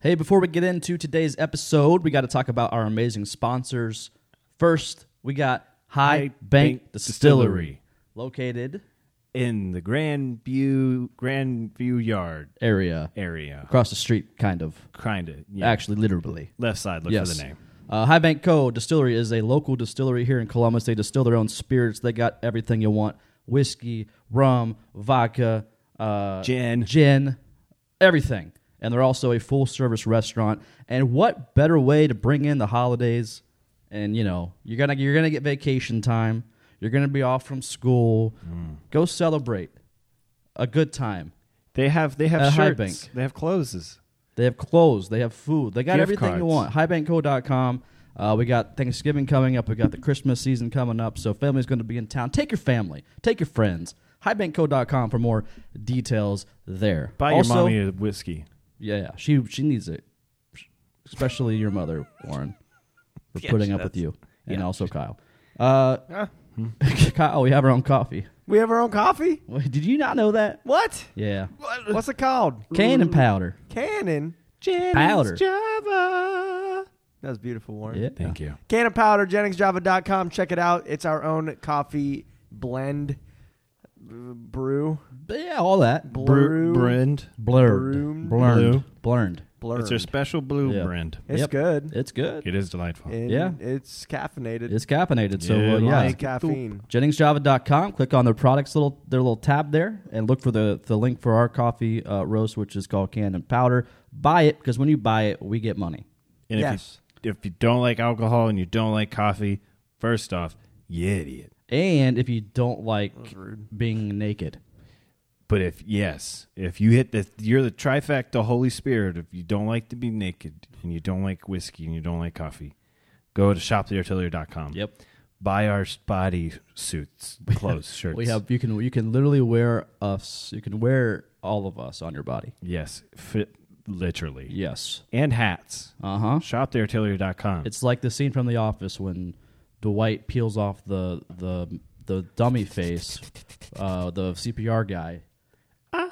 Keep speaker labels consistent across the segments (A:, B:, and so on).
A: Hey, before we get into today's episode, we got to talk about our amazing sponsors. First, we got High
B: High
A: Bank,
B: Bank
A: Distillery,
B: Distillery.
A: located
B: in the Grand View Grand View Yard
A: area
B: area.
A: across the street, kind of,
B: Kinda. Yeah.
A: actually, literally.
B: Left side, look
A: yes.
B: for the name.
A: Uh, High Bank Co. Distillery is a local distillery here in Columbus. They distill their own spirits. They got everything you want: whiskey, rum, vodka, uh,
B: Gin.
A: gin, everything. And they're also a full service restaurant. And what better way to bring in the holidays? And you know, you're gonna you're gonna get vacation time. You're gonna be off from school.
B: Mm.
A: Go celebrate a good time.
B: They have they have
A: At High
B: shirts.
A: Bank.
B: They have clothes.
A: They have clothes. They have food. They got
B: Gift
A: everything you want.
B: cards.
A: Highbankco.com. Uh, we got Thanksgiving coming up. We got the Christmas season coming up. So family's going to be in town. Take your family. Take your friends. Highbankco.com for more details there.
B: Buy
A: also,
B: your mommy a whiskey.
A: Yeah, yeah, she she needs it, especially your mother, Warren, for putting up with you, and also Kyle. Uh, Kyle, we have our own coffee.
B: We have our own coffee?
A: Wait, Did you not know that?
C: What?
A: Yeah,
C: What's it called?
A: cane and powder.
C: Cannon.
B: Jennings
A: Powder.
B: Java.
C: That was beautiful, Warren.
A: Yeah,
B: Thank you.
C: Cannon powder, JenningsJava.com. Check it out. It's our own coffee blend, uh, brew,
A: But yeah, all that.
C: Blurred.
B: Brand.
A: Blurred.
C: Broomed.
A: Blurred.
B: Blue.
A: Blurred.
C: blurred.
B: It's their special blue
A: Yeah.
B: brand.
C: It's
A: Yep.
C: good.
A: It's good.
B: It is delightful.
C: And
A: Yeah.
C: It's caffeinated.
A: It's caffeinated. So
B: Yeah,
A: uh, yeah.
C: Lots of caffeine.
A: JenningsJava.com. Click on their products little their little tab there, and look for the the link for our coffee uh, roast, which is called Cannon Powder. Buy it because when you buy it, we get money.
B: And
C: Yes.
B: if you if you don't like alcohol and you don't like coffee, first off, you idiot.
A: And if you don't like being naked,
B: But if yes, if you hit the you're the trifecta Holy Spirit. If you don't like to be naked and you don't like whiskey and you don't like coffee, go to shoptheartillery.com.
A: Yep.
B: Buy our body suits, clothes, shirts.
A: we have you can you can literally wear us. You can wear all of us on your body.
B: yes, fit literally.
A: Yes.
B: And hats.
A: Uh huh.
B: shoptheartillery.com.
A: It's like the scene from The Office when Dwight peels off the the the dummy face, uh, the CPR guy. Ah,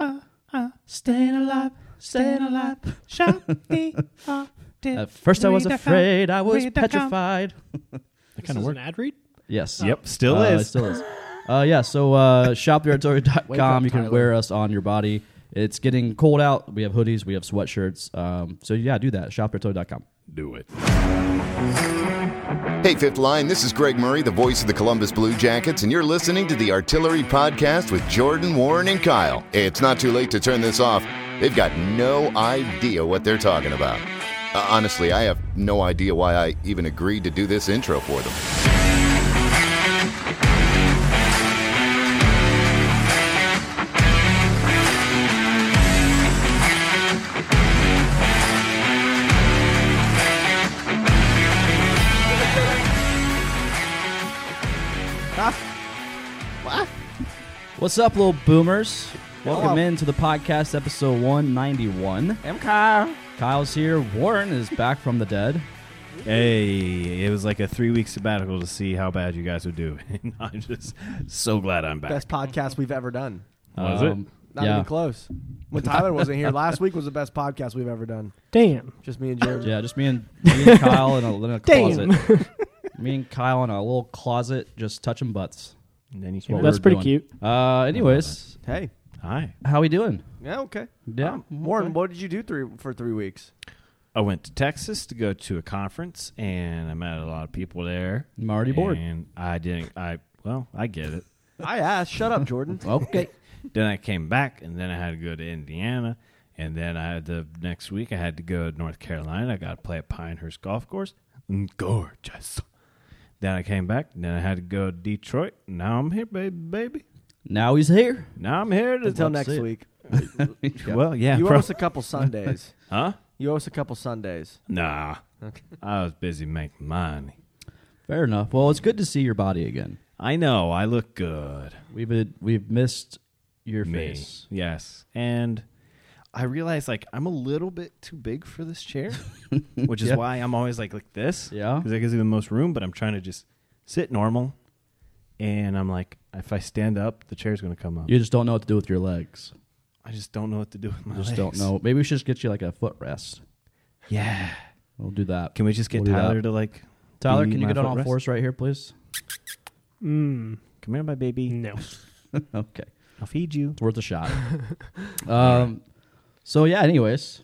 A: yeah.
D: Uh, Staying alive, staying alive. Uh, Shot me off.
A: At first, I was afraid. I was petrified.
B: that
D: Kind of work. An ad read.
A: yes.
B: Yep, still
A: Uh, it
B: is.
A: still is. Uh, yeah. So uh, shoptheartillery.com.
D: up,
A: You can
D: Tyler.
A: wear us on your body. It's getting cold out. We have hoodies. We have sweatshirts. Um, so yeah, do that. Shoptheartillery.com.
B: Do it.
E: Hey, Fifth Line, this is Greg Murray, the voice of the Columbus Blue Jackets, and you're listening to the Artillery Podcast with Jordan, Warren, and Kyle. It's not too late to turn this off. They've got no idea what they're talking about. Uh, honestly, I have no idea why I even agreed to do this intro for them.
A: What's up, little boomers? Welcome
C: Hello.
A: in to the podcast, episode one ninety one.
C: I'm Kyle.
A: Kyle's here. Warren is back from the dead.
B: Hey, it was like a three week sabbatical to see how bad you guys would do. And I'm just so glad I'm back.
C: Best podcast we've ever done.
B: Was
A: um,
B: it?
C: Not
A: yeah.
C: even close. When Tyler wasn't here, last week was the best podcast we've ever done.
D: Damn.
C: Just me and Jordan.
A: Yeah, just me and, me and Kyle in a, in a
D: Damn.
A: closet. me and Kyle in a little closet, just touching butts.
B: And then you
A: What
B: came
D: That's
A: we were
D: pretty
A: doing. Uh, anyways,
C: Hey.
B: Hi.
A: how we doing?
C: Yeah, okay.
A: Yeah,
C: Warren, what did you do three for three weeks?
B: I went to Texas to go to a conference, and I met a lot of people there.
A: I'm already bored.
B: And I didn't. I well, I get it.
C: I asked. Shut up, Jordan.
A: Okay.
B: then I came back, and then I had to go to Indiana, and then I had the next week I had to go to North Carolina. I got to play at Pinehurst Golf Course. Mm, Gorgeous. Then I came back, and then I had to go to Detroit. Now I'm here, baby, baby.
A: now he's here.
B: Now I'm here to
C: Until
B: Let's see
C: next
B: it.
C: week.
B: Well, yeah,
C: You owe
B: bro.
C: us a couple Sundays.
B: huh?
C: You owe us a couple Sundays.
B: Nah, I was busy making money.
A: Fair enough. Well, it's good to see your body again.
B: I know I look good.
A: We've been, we've missed your
B: me.
A: face.
B: Yes. And I realize like I'm a little bit too big for this chair, which is
A: Yeah.
B: why I'm always like like this.
A: Yeah.
B: Because that gives me the most room, but I'm trying to just sit normal. And I'm like, if I stand up, the chair's gonna come up.
A: You just don't know what to do with your legs.
B: I just don't know what to do with my
A: Just
B: legs.
A: don't know. Maybe we should just get you like a foot rest.
B: Yeah.
A: We'll do that.
B: Can we just get
A: We'll do that.
B: Tyler to like?
A: Tyler,
B: be
A: can you
B: my
A: get on all
B: footrest?
A: fours right here, please?
D: Mm,
B: Come here, my baby.
D: no.
A: okay,
B: I'll feed you.
A: it's worth a shot. um, so yeah. Anyways,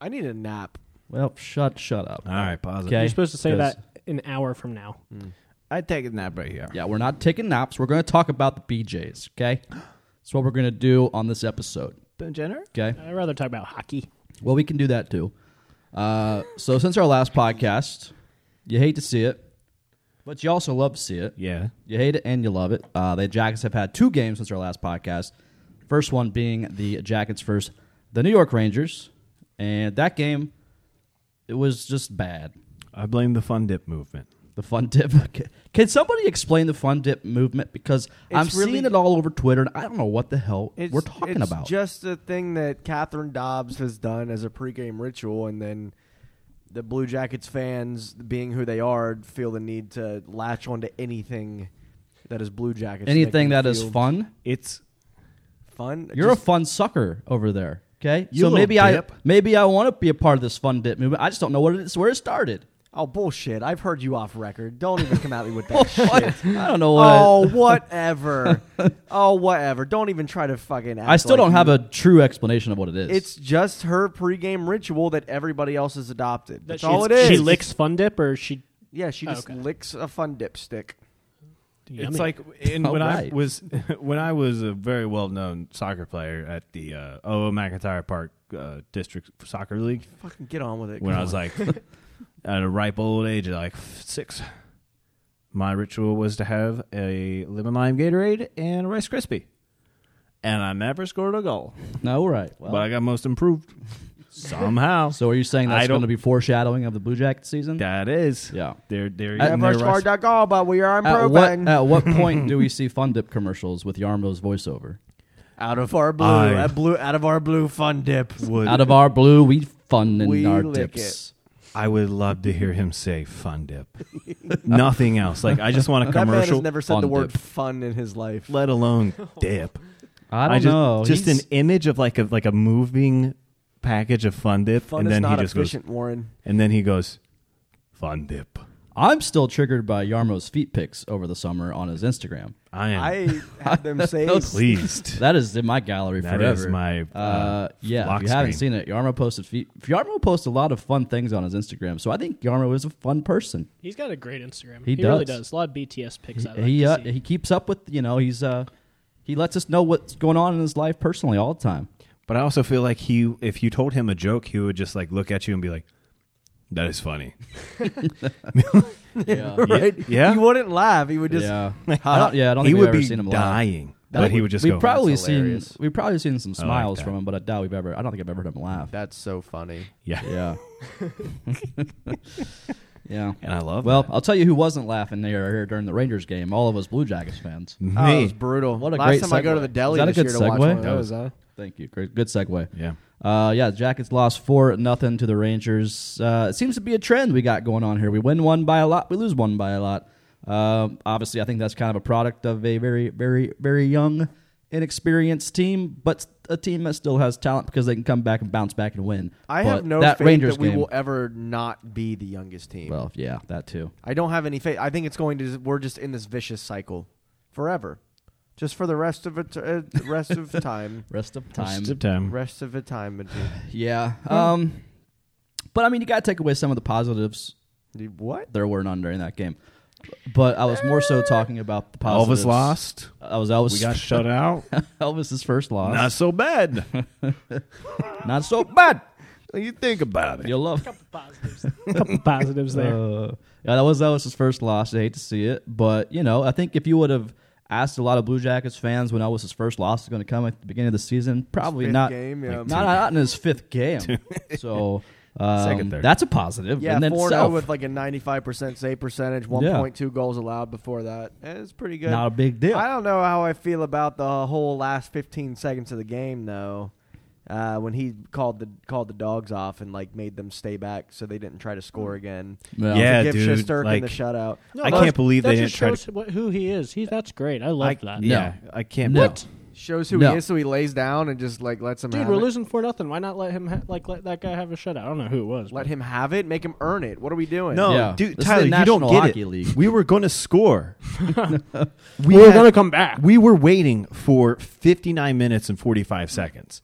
C: I need a nap.
A: well, shut shut up.
B: All right, pause it.
A: Okay.
D: You're supposed to say
A: Because-
D: that an hour from now.
A: Mm.
B: I take a nap right here.
A: Yeah, we're not taking naps. We're going to talk about the BJ's. Okay, that's what we're going to do on this episode.
B: Ben Jenner.
A: Okay.
D: I'd rather talk about hockey.
A: Well, we can do that too. Uh, so since our last podcast, you hate to see it, but you also love to see it.
B: Yeah.
A: You hate it and you love it. Uh, the Jackets have had two games since our last podcast. First one being the Jackets versus the New York Rangers, and that game it was just bad.
B: I blame the fun dip movement.
A: The fun dip. Can somebody explain the fun dip movement? Because I'm
C: It's really-
A: seeing it all over Twitter, and I don't know what the hell we're talking
C: it's
A: about.
C: just a thing that Catherine Dobbs has done as a pregame ritual, and then the Blue Jackets fans, being who they are, feel the need to latch onto anything that is Blue Jackets. to make
A: Anything
C: them
A: that is
C: feel
A: fun.
B: It's
C: Fun.
A: You're
C: Just-
A: a fun sucker over there. Okay,
B: You
A: so
B: little
A: maybe
B: dip.
A: I maybe I want to be a part of this fun dip movement. I just don't know what it is, where it started.
C: oh bullshit! I've heard you off record. Don't even come at me with that
A: What?
C: shit.
A: I don't know what.
C: Oh whatever. oh whatever. Don't even try to fucking. Act
A: I still
C: like
A: don't
C: you-
A: have a true explanation of what it is.
C: It's just her pregame ritual that everybody else has adopted. That's
D: she,
C: all it is.
D: She licks Fun Dip or she.
C: Yeah, she just
D: Okay.
C: licks a fun dip stick.
D: Yummy.
B: it's like and
A: All
B: when
A: right.
B: I was when I was a very well known soccer player at the uh, O McIntyre Park uh, District Soccer League.
C: Fucking get on with it.
B: when
C: Come
B: I was
C: on.
B: like at a ripe old age of like f- six. My ritual was to have a lemon lime Gatorade and a Rice Krispie. And I never scored a goal.
A: no right. Well,
B: but I got most improved somehow.
A: so are you saying
B: I
A: that's
B: don't-
A: going to be foreshadowing of the Blue Jacket season?
B: that is.
A: Yeah. Uh,
B: They're, they're
A: At-
B: eating
C: never
B: their Rice-
C: scored that goal, but we are
A: At what,
C: improving.
A: at what point do we see fun dip commercials with Yarmo's voiceover?
C: out of our blue,
B: I-
C: uh, blue, out of our blue fun dip.
B: would,
A: Out of our blue, we fun in
C: We
A: our
C: lick
A: dips.
B: I would love to hear him say fun dip. Nothing else. Like I just want a
C: That man
B: commercial
C: has never said
A: fun
C: the word
A: dip.
C: fun in his life.
B: let alone dip.
A: I don't
B: just,
A: know.
B: Just
A: He's-
B: an image of like a like a moving package of fun dip,
C: Fun
B: and
C: is
B: then
C: not
B: he just goes,
C: efficient, Warren.
B: and then he goes, fun dip.
A: I'm still triggered by Yarmo's feet pics over the summer on his Instagram.
B: I am
C: I had them say
B: pleased.
A: That is in my gallery
B: That
A: forever.
B: is my,
A: uh,
B: uh,
A: yeah. If
B: lock
A: you haven't
B: screen.
A: seen it, Yarmo posted feet. Yarmo posts a lot of fun things on his Instagram, so I think Yarmo is a fun person.
D: He's got a great Instagram.
A: He
D: really
A: does.
D: does. A lot of BTS pics. I like
A: he
D: to
A: uh,
D: see.
A: he keeps up with you know he's uh he lets us know what's going on in his life personally all the time.
B: but I also feel like he, if you told him a joke, he would just like look at you and be like, "That is funny."
A: Yeah,
C: right?
B: Yeah.
C: he wouldn't laugh. He would just.
A: yeah. I don't, yeah, I don't
B: he
A: think
B: would
A: we've ever
B: be
A: seen him laugh. I
B: dying, but
A: think
B: he
A: we-
B: would just
A: we've
B: go.
A: probably
C: "That's
A: seen
C: hilarious."
A: we've probably seen some smiles
B: that.
A: from him, but I doubt we've ever. I don't think I've ever heard him laugh.
C: That's so funny.
B: yeah,
A: yeah, yeah.
B: and I love.
A: Well,
B: that.
A: I'll tell you who wasn't laughing there here during the Rangers game. All of us Blue Jackets fans.
B: me,
C: Oh, it was brutal.
A: What a
C: Last
A: great
C: time I go
A: segue.
C: to the
A: Is
C: deli
A: that a
C: this
A: good
C: year to watch
A: segue?
C: one of
A: That
C: those,
A: was- uh,
C: huh?
A: Thank you. Great, good segue.
B: yeah,
A: Uh, yeah, the Jackets lost four nothing to the Rangers. Uh, it seems to be a trend we got going on here. We win one by a lot, we lose one by a lot. Um, obviously, I think that's kind of a product of a very, very, very young, inexperienced team, but a team that still has talent because they can come back and bounce back and win.
C: I
A: But
C: have no
A: that
C: faith
A: Rangers
C: that we
A: game-
C: will ever not be the youngest team.
A: Well, yeah, that too.
C: I don't have any faith. I think it's going to. We're just in this vicious cycle forever, just for the rest of it. Uh, rest of time.
A: Rest of time.
B: September.
C: Rest of the time. and-
A: Yeah. Um, but I mean, you got to take away some of the positives
C: Dude, What?
A: there were none during that game. But I was more so talking about the positives.
B: Elvis lost.
A: I was Elvis.
B: We got shut out.
A: Elvis's first loss.
B: Not so bad.
A: Not so bad.
B: When you think about it.
A: You'll love.
D: positives. couple positives there.
A: Uh, yeah, that was that was his first loss. I hate to see it, but you know, I think if you would have asked a lot of Blue Jackets fans when Elvis's first loss is going to come at the beginning of the season, probably
C: fifth
A: not.
C: game, yeah.
A: not, not in his fifth game. so um,
B: Second, third.
A: that's a positive.
C: Yeah,
A: in
C: four oh
A: itself.
C: with like a ninety-five percent save percentage, one point two goals allowed before that. Eh, It's pretty good.
A: Not a big deal.
C: I don't know how I feel about the whole last fifteen seconds of the game though. Uh, when he called the called the dogs off and like made them stay back so they didn't try to score again.
A: No.
B: Yeah,
C: give
B: dude,
C: Shesterkin
B: like-
C: the shutout.
B: I can't believe
D: that
B: they
D: just
B: didn't try to-
D: shows what, who he is. He that's great. I love that.
B: Yeah, I can't.
A: No.
B: believe-
C: Shows who
A: No.
C: he is, so he lays down and just like lets him.
D: Dude,
C: have
D: we're
C: it.
D: losing four nothing. Why not let him ha- like let that guy have a shutout? I don't know who it was.
C: Let
D: but-
C: him have it. Make him earn it. What are we doing?
B: No,
A: Yeah.
B: dude,
A: This is
B: Tyler,
A: the
B: you don't
A: National
B: get
A: Hockey
B: it.
A: League.
B: We were going to score. we
D: we were
B: had-
D: gonna come back.
B: We were waiting for 59 minutes and 45 seconds.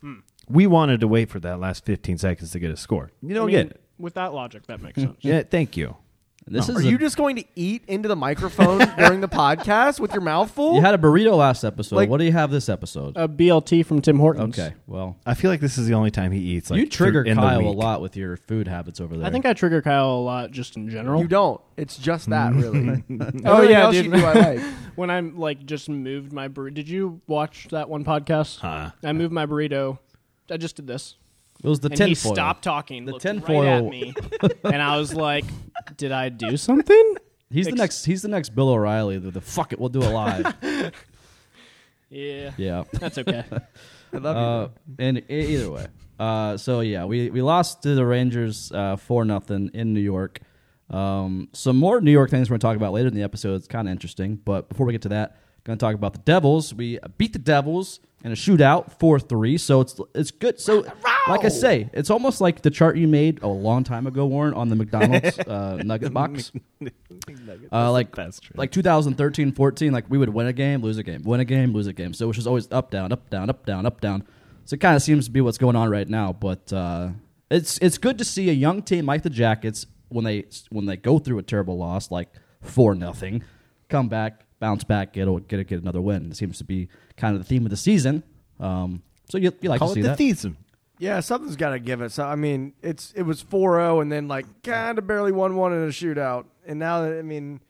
B: We wanted to wait for that last 15 seconds to get a score. You don't
D: I mean,
B: get it.
D: With that logic, that makes sense.
B: Yeah, thank you.
A: This
C: Are
A: is a-
C: you just going to eat into the microphone during the podcast with your mouth full?
A: you had a burrito last episode.
C: Like-
A: what do you have this episode?
D: A BLT from Tim Hortons.
A: okay, well,
B: I feel like this is the only time he eats. Like
A: you trigger
B: thir- in the
A: Kyle a
B: week.
A: lot with your food habits over there.
D: I think I trigger Kyle a lot just in general.
C: You don't. It's just that, really.
D: Oh,
C: Everything
D: yeah,
C: else you
D: dude.
C: do, I like.
D: when I'm like just moved my burrito. Did you watch that one podcast?
B: Uh-uh.
D: I moved my burrito. I just did this.
A: it was the
D: and
A: tinfoil.
D: he stopped talking.
A: The
D: looked
A: tinfoil.
D: right at me, and I was like, "Did I do something?"
A: He's the
D: Ex-
A: next. He's the next Bill O'Reilly. The, the fuck it, we'll do it live.
D: Yeah,
A: yeah.
D: that's okay.
C: I love
A: Uh, and e- either way, uh, so yeah, we, we lost to the Rangers uh, four nothing in New York. Um, some more New York things we're gonna talk about later in the episode. It's kind of interesting, but before we get to that, gonna talk about the Devils. We beat the Devils in a shootout four three. So it's it's good. So like I say, it's almost like the chart you made a long time ago, Warren, on the McDonald's uh, Nugget box. Uh, like
B: best trade.
A: like 2013, 14, like we would win a game, lose a game, win a game, lose a game. So it was just always up, down, up, down, up, down, up, down. So it kind of seems to be what's going on right now. But uh, it's it's good to see a young team like the Jackets when they when they go through a terrible loss, like four nothing, come back, bounce back, get a, get a, get another win. It seems to be kind of the theme of the season. Um, so you, you like
B: Call
A: to
B: it
A: see
B: the
A: that?
B: theism.
C: Yeah, something's got to give it. So I mean, it's it was 4-0 and then like kind of barely one one in a shootout, and now I mean,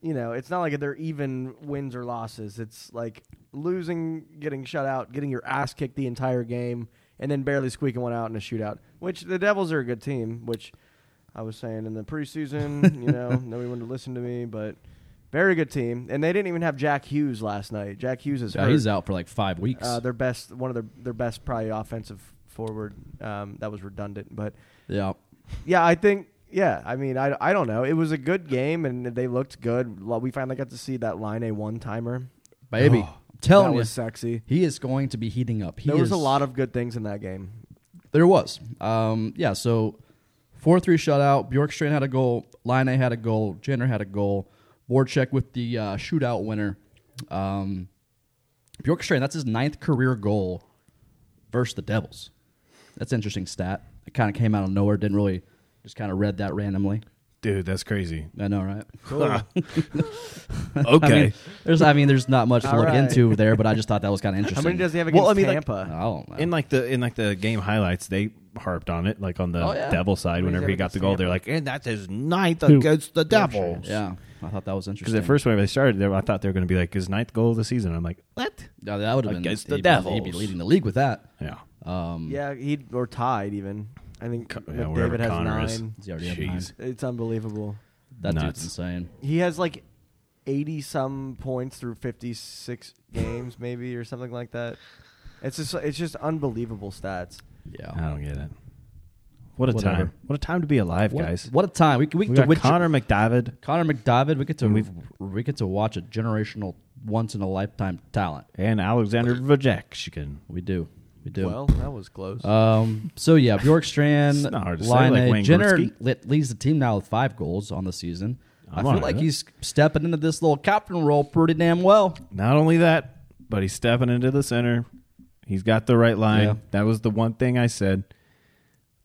C: you know, it's not like they're even wins or losses. It's like losing, getting shut out, getting your ass kicked the entire game, and then barely squeaking one out in a shootout. Which the Devils are a good team. Which I was saying in the preseason, you know, nobody wanted to listen to me, but very good team, and they didn't even have Jack Hughes last night. Jack Hughes is
A: Yeah,
C: hurt.
A: Uh, he's out for like five weeks.
C: Uh, their best, one of their their best, probably offensive forward. Um, that was redundant, but
A: yeah.
C: yeah, I think yeah. I mean, I, I don't know. It was a good game, and they looked good. Lo- We finally got to see that line a one timer.
A: Baby,
B: Oh,
A: I'm telling
C: that
A: you,
C: was sexy.
A: he is going to be heating up. He
C: There was a
A: is-
C: lot of good things in that game.
A: There was. Um, yeah, so 4 3 shutout. Bjorkstrand had a goal. Line had a goal. Jenner had a goal. Voracek with the uh, shootout winner. Um, Bjorkstrand, that's his ninth career goal versus the Devils. That's an interesting stat. It kind of came out of nowhere. Didn't really, just kind of read that randomly.
B: Dude, that's crazy.
A: I know, right?
B: Okay.
A: I mean, there's, I mean, there's not much to
C: All
A: look
C: right.
A: into there, but I just thought that was kind of
C: How
A: interesting. Oh,
C: many does he have against
B: Well, I mean, like- um,
C: Tampa?
A: I don't know.
B: in like the in like the game highlights, they harped on it, like on the
A: Oh, yeah.
B: devil side.
C: Who's
B: Whenever
C: ever
B: he got the
C: gonna
B: goal,
C: stand
B: they're like, "And that's his ninth
D: Who?
B: against the Devils."
A: yeah, I thought that was
B: Because
A: interesting.
B: at first, whenever they started, they- I thought they were going to be like his ninth goal of the season. I'm like, what?
A: Yeah, that would have been
B: Against the
A: he'd be- He'd be
B: Devils.
A: leading the league with that. Um,
B: Yeah.
C: yeah, he or tied even. I think
B: Yeah, wherever
C: David has
B: Connor
C: nine.
B: is.
A: Does he already have nine?
B: Jeez.
C: It's unbelievable.
A: That
B: Nuts.
A: dude's insane.
C: He has like eighty some points through fifty six games, maybe or something like that. It's just it's just unbelievable stats.
A: Yeah.
B: I don't get it. What a
A: Whatever.
B: time! What a time to be alive,
A: what,
B: guys.
A: What a time. We, we,
B: we
A: get to
B: got
A: witch-
B: Connor McDavid.
A: Connor McDavid. We get to we
B: We've-
A: get to watch a generational, once in a lifetime talent.
B: And Alexander Vajekshkin.
A: We do. We do.
C: Well, that was close.
B: Uh,
A: Um, so yeah, Bjorkstrand,
B: It's not hard to say,
A: Line,
B: like Wayne
A: Jenner
B: Gretzky.
A: le- leads the team now with five goals on the season. i
B: I'm all
A: feel
B: right
A: like
B: with
A: he's stepping into this little captain role pretty damn well.
B: Not only that, but he's stepping into the center. He's got the right line.
A: Yeah.
B: That was the one thing I said.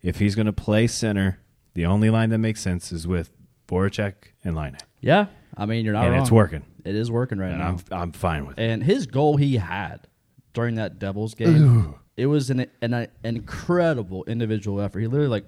B: If he's going to play center, the only line that makes sense is with Voracek and Line.
A: Yeah, I mean you're not
B: And
A: wrong.
B: it's working.
A: It is working right
B: And
A: now.
B: I'm I'm fine with it.
A: and his goal he had during that Devils game, it was an, an an incredible individual effort. He literally like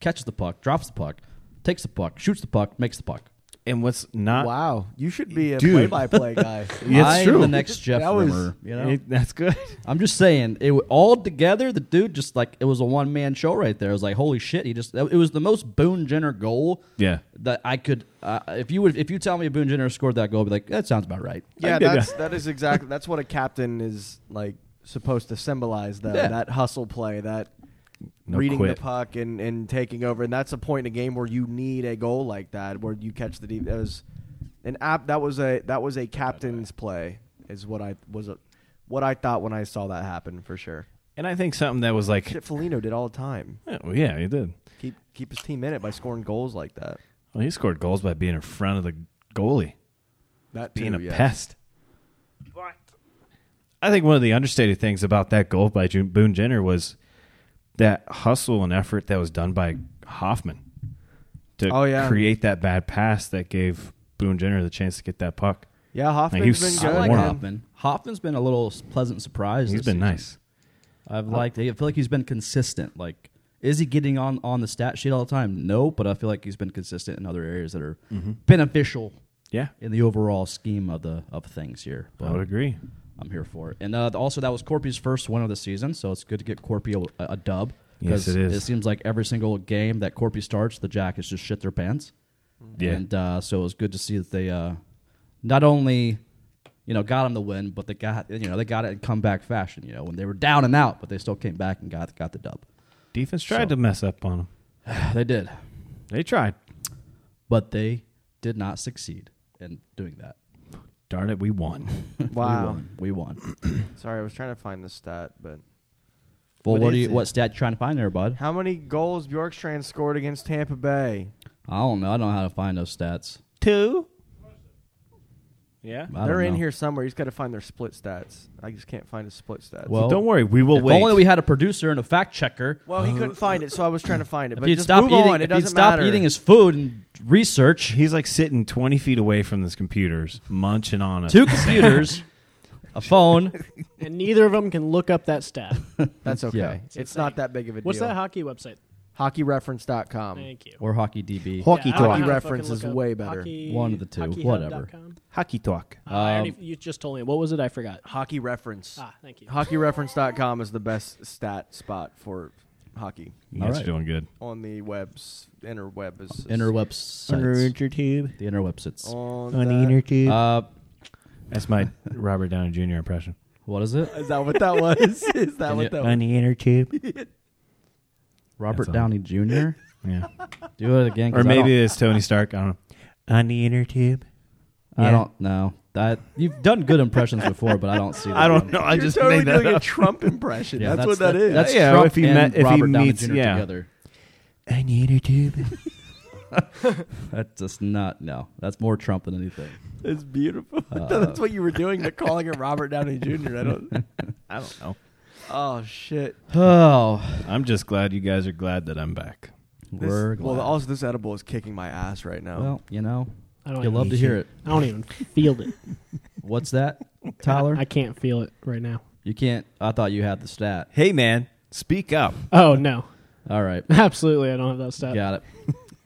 A: catches the puck, drops the puck, takes the puck, shoots the puck, makes the puck.
B: And what's not
C: wow, you should be a
B: Dude.
C: play-by-play guy.
B: It's
A: I am
B: true.
A: the next Jeff
C: That was-
A: Rimmer. You know,
B: it- that's good.
A: I'm just saying it w- all together. The dude just like it was a one man show right there. It was like holy shit. He just it was the most Boone Jenner goal.
B: Yeah.
A: That I could, uh, if you would, if you tell me Boone Jenner scored that goal, I'd be like, that sounds about right.
C: yeah,
B: I did
C: that's
B: that.
C: that is exactly that's what a captain is like supposed to symbolize though.
A: Yeah.
C: That hustle play, that
B: No
C: reading
B: quit.
C: the puck and, and taking over, and that's a point in a game where you need a goal like that, where you catch the deep. That was an app. That was a that was a captain's play, is what I was. A, what I thought when I saw that happen for sure.
B: And I think something that was like,
C: Shit, Foligno did all the time.
B: oh, yeah, he did.
C: Keep keep his team in it by scoring goals like that.
B: Well, he scored goals by being in front of the goalie,
C: That
B: being
C: too,
B: a
C: yeah.
B: pest. I think one of the understated things about that goal by June, Boone Jenner was that hustle and effort that was done by Hoffman to
C: Oh, yeah.
B: create that bad pass that gave Boone Jenner the chance to get that puck.
C: Yeah,
B: he was
C: Hoffman's been
B: so
A: I
C: good.
A: like
B: Warnock.
A: Hoffman. Hoffman's been a little s- pleasant surprise.
B: He's
A: this
B: been
A: season.
B: nice.
A: I've liked. I feel like he's been consistent. Like, is he getting on on the stat sheet all the time? No, but I feel like he's been consistent in other areas that are
B: Mm-hmm.
A: beneficial
B: Yeah,
A: in the overall scheme of the of things here.
B: I would
A: But
B: agree.
A: I'm here for it. And uh, also, that was Corpy's first win of the season, so it's good to get Corpy a, a dub.
B: Yes,
A: 'cause
B: it is.
A: It seems like every single game that Corpy starts, the Jackets just shit their pants.
B: Yeah.
A: And uh, so it was good to see that they uh, not only you know got him the win, but they got you know they got it in comeback fashion. You know when they were down and out, but they still came back and got got the dub.
B: Defense tried to mess up on him.
A: they did,
B: They tried.
A: but they did not succeed in doing that.
B: Darn it, we won.
C: Wow.
A: We won. We won.
C: Sorry, I was trying to find the stat, but
A: Well,
C: What
A: what, do
C: is
A: you,
C: it?
A: what stat you trying to find there, bud?
C: how many goals Bjorkstrand scored against Tampa Bay?
A: I don't know. I don't know how to find those stats.
B: Two. Yeah.
A: I don't
C: They're in
A: know.
C: here somewhere. You just got to find their split stats. I just can't find his split stats.
A: Well,
B: Don't worry, we will
A: if
B: wait.
A: only we had a producer and a fact checker.
C: Well, he couldn't find it, so I was trying to find
A: uh,
C: it.
A: If
C: But
A: he'd
C: just
A: stop
C: move
A: eating,
C: on. It
A: if he'd
C: doesn't
A: stop
C: matter.
A: eating his food and research
B: He's like sitting 20 feet away from his computers, munching on a
A: two computers, a phone.
D: and neither of them can look up that stat.
C: That's okay.
A: Yeah.
C: It's, not that big of a
D: What's
C: deal.
D: that hockey website?
C: HockeyReference.com.
D: Thank you.
A: Or hockey DB.
B: Hockey
D: I don't
B: talk.
D: know how to
C: Reference
D: fucking
C: is
D: look up
C: way better.
D: hockey-
A: One of the two.
D: hockeyhub.com.
A: Whatever. Um,
B: hockey talk.
D: Uh, I already- you just told me. What was it? I forgot.
C: Hockey Reference.
D: Ah, thank you.
C: HockeyReference.com is the best stat spot for hockey
B: You
A: All
B: guys are
A: right.
B: doing good.
C: on the webs, interweb. Is,
A: Interweb sites.
B: tube.
A: The interweb sites.
B: Oh.
C: On that.
B: tube.
A: Uh,
B: That's my Robert Downey Jr. impression.
A: what is it?
C: Is that what that was? is that what
A: you-
C: that was?
B: On the inner tube.
A: Robert
B: That's all.
A: Downey Jr.
B: Yeah.
A: Do it again. 'cause
B: Or
A: I don't-
B: maybe it's Tony Stark. I don't know. On the inner tube.
A: I
B: Yeah.
A: don't know. That you've done good impressions before, but I don't see. That
B: I don't
A: one.
B: know. I
C: You're
B: just
C: totally
B: made that
C: doing a
B: up.
C: Trump impression.
A: Yeah,
C: that's, what that is.
A: That's
B: Yeah,
A: Trump
B: if he
A: and
B: met- if he
A: Robert Downey
B: meets-
A: Jr.
B: yeah.
A: together.
B: On the inner tube.
A: That's just not no. That's more Trump than anything.
C: It's beautiful. I
A: Uh,
C: thought that's what you were doing to calling it Robert Downey Jr. I don't.
B: I don't know.
C: Oh shit.
A: Oh,
B: I'm just glad you guys are glad that I'm back.
C: This-
A: we're
C: well,
A: glad.
C: also this edible is kicking my ass right now.
A: Well, you know,
D: I don't
A: you
D: even-
A: love to hear it.
D: I don't even feel it.
A: What's that, Tyler?
D: I can't feel it right now.
A: you can't. I thought you had the stat.
B: Hey, man, speak up.
D: Oh no,
A: All right,
D: absolutely, I don't have that stat.
A: got it.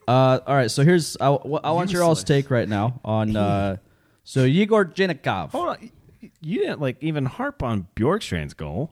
A: Uh, all right, so here's I, w- I want your all's
C: Useless.
A: take right now on. Uh, so Igor Jenikov,
B: Hold on. You- You didn't like even harp on Bjorkstrand's goal.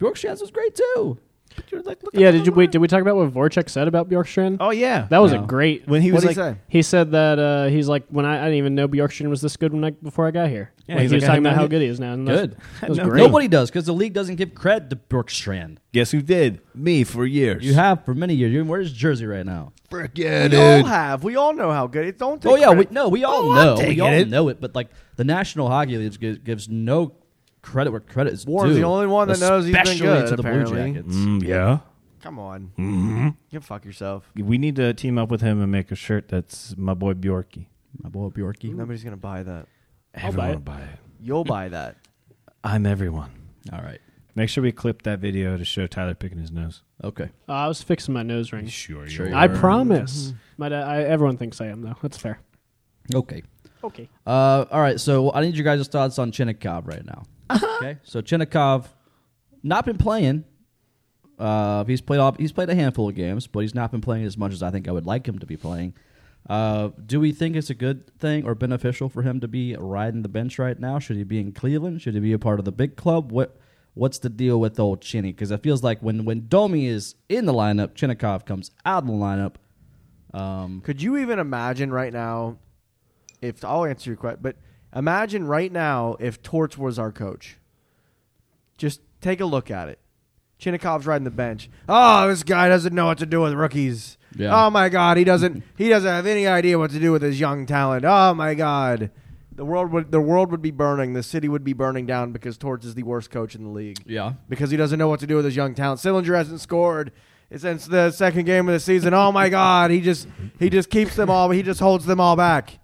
A: Bjorkstrand was great too.
B: But you're like, look
D: Yeah,
B: at
D: Did
B: the
D: you wait?
B: line.
D: Did we talk about what Voracek said about Bjorkstrand?
B: Oh yeah,
D: that was
A: No.
D: a great.
B: when he was
C: What'd
B: like,
C: he say?
D: He said that uh, he's like when I, I didn't even know Bjorkstrand was this good when I, before I got here.
B: Yeah,
D: Like,
B: he's
D: he was
B: like, I
D: talking about
B: know
D: how
B: it.
D: good he is now. And
A: Good.
D: That's, that was
B: No-
D: great.
A: Nobody does because the league doesn't give cred to Bjorkstrand.
B: Guess who did? Me for years.
A: You have for many years. You're in where's Jersey right now?
E: Frick yeah,
C: we all have. We all know how good it. Don't. Take
A: oh yeah, we,
C: credit.
A: no, we all know, we all know it. But like the National Hockey League gives, gives no credit where credit is
C: Warren's
A: due.
C: the only one that knows he's been
A: especially
C: good,
A: to the Blue
C: apparently.
A: Jackets.
B: Mm, yeah. Mm-hmm.
C: Come on.
A: Mm.
C: You fuck yourself.
B: We need to team up with him and make a shirt that's my boy Bjorky.
A: My boy Bjorky.
C: Nobody's gonna buy that.
D: I'll buy
B: Everyone
D: it.
B: will buy it.
C: You'll buy that.
B: I'm everyone.
A: All right.
B: Make sure we clip that video to show Tyler picking his nose.
A: Okay.
D: Uh, I was fixing my nose ring.
B: Sure,
A: Sure you
D: I
A: were.
D: promise. My dad, I, everyone thinks I am though. That's fair.
A: Okay.
D: Okay.
A: Uh, all right. So I need your guys' thoughts on Chinnikov right now. Okay. So Chinnikov, not been playing. Uh, he's played all, he's played a handful of games, but he's not been playing as much as I think I would like him to be playing. Uh, do we think it's a good thing or beneficial for him to be riding the bench right now? Should he be in Cleveland? Should he be a part of the big club? What What's the deal with old Chinny? Because it feels like when when Domi is in the lineup, Chinnikov comes out of the lineup. Um,
C: Could you even imagine right now? If I'll answer your question, but imagine right now if Torch was our coach. Just take a look at it. Chinnikov's riding the bench. Oh, this guy doesn't know what to do with rookies.
A: Yeah.
C: Oh my god, he doesn't. He doesn't have any idea what to do with his young talent. Oh my god. The world would the world would be burning. The city would be burning down because Torts is the worst coach in the league.
A: Yeah.
C: because he doesn't know what to do with his young talent. Sillinger hasn't scored since the second game of the season. Oh my God, he just he just keeps them all. He just holds them all back.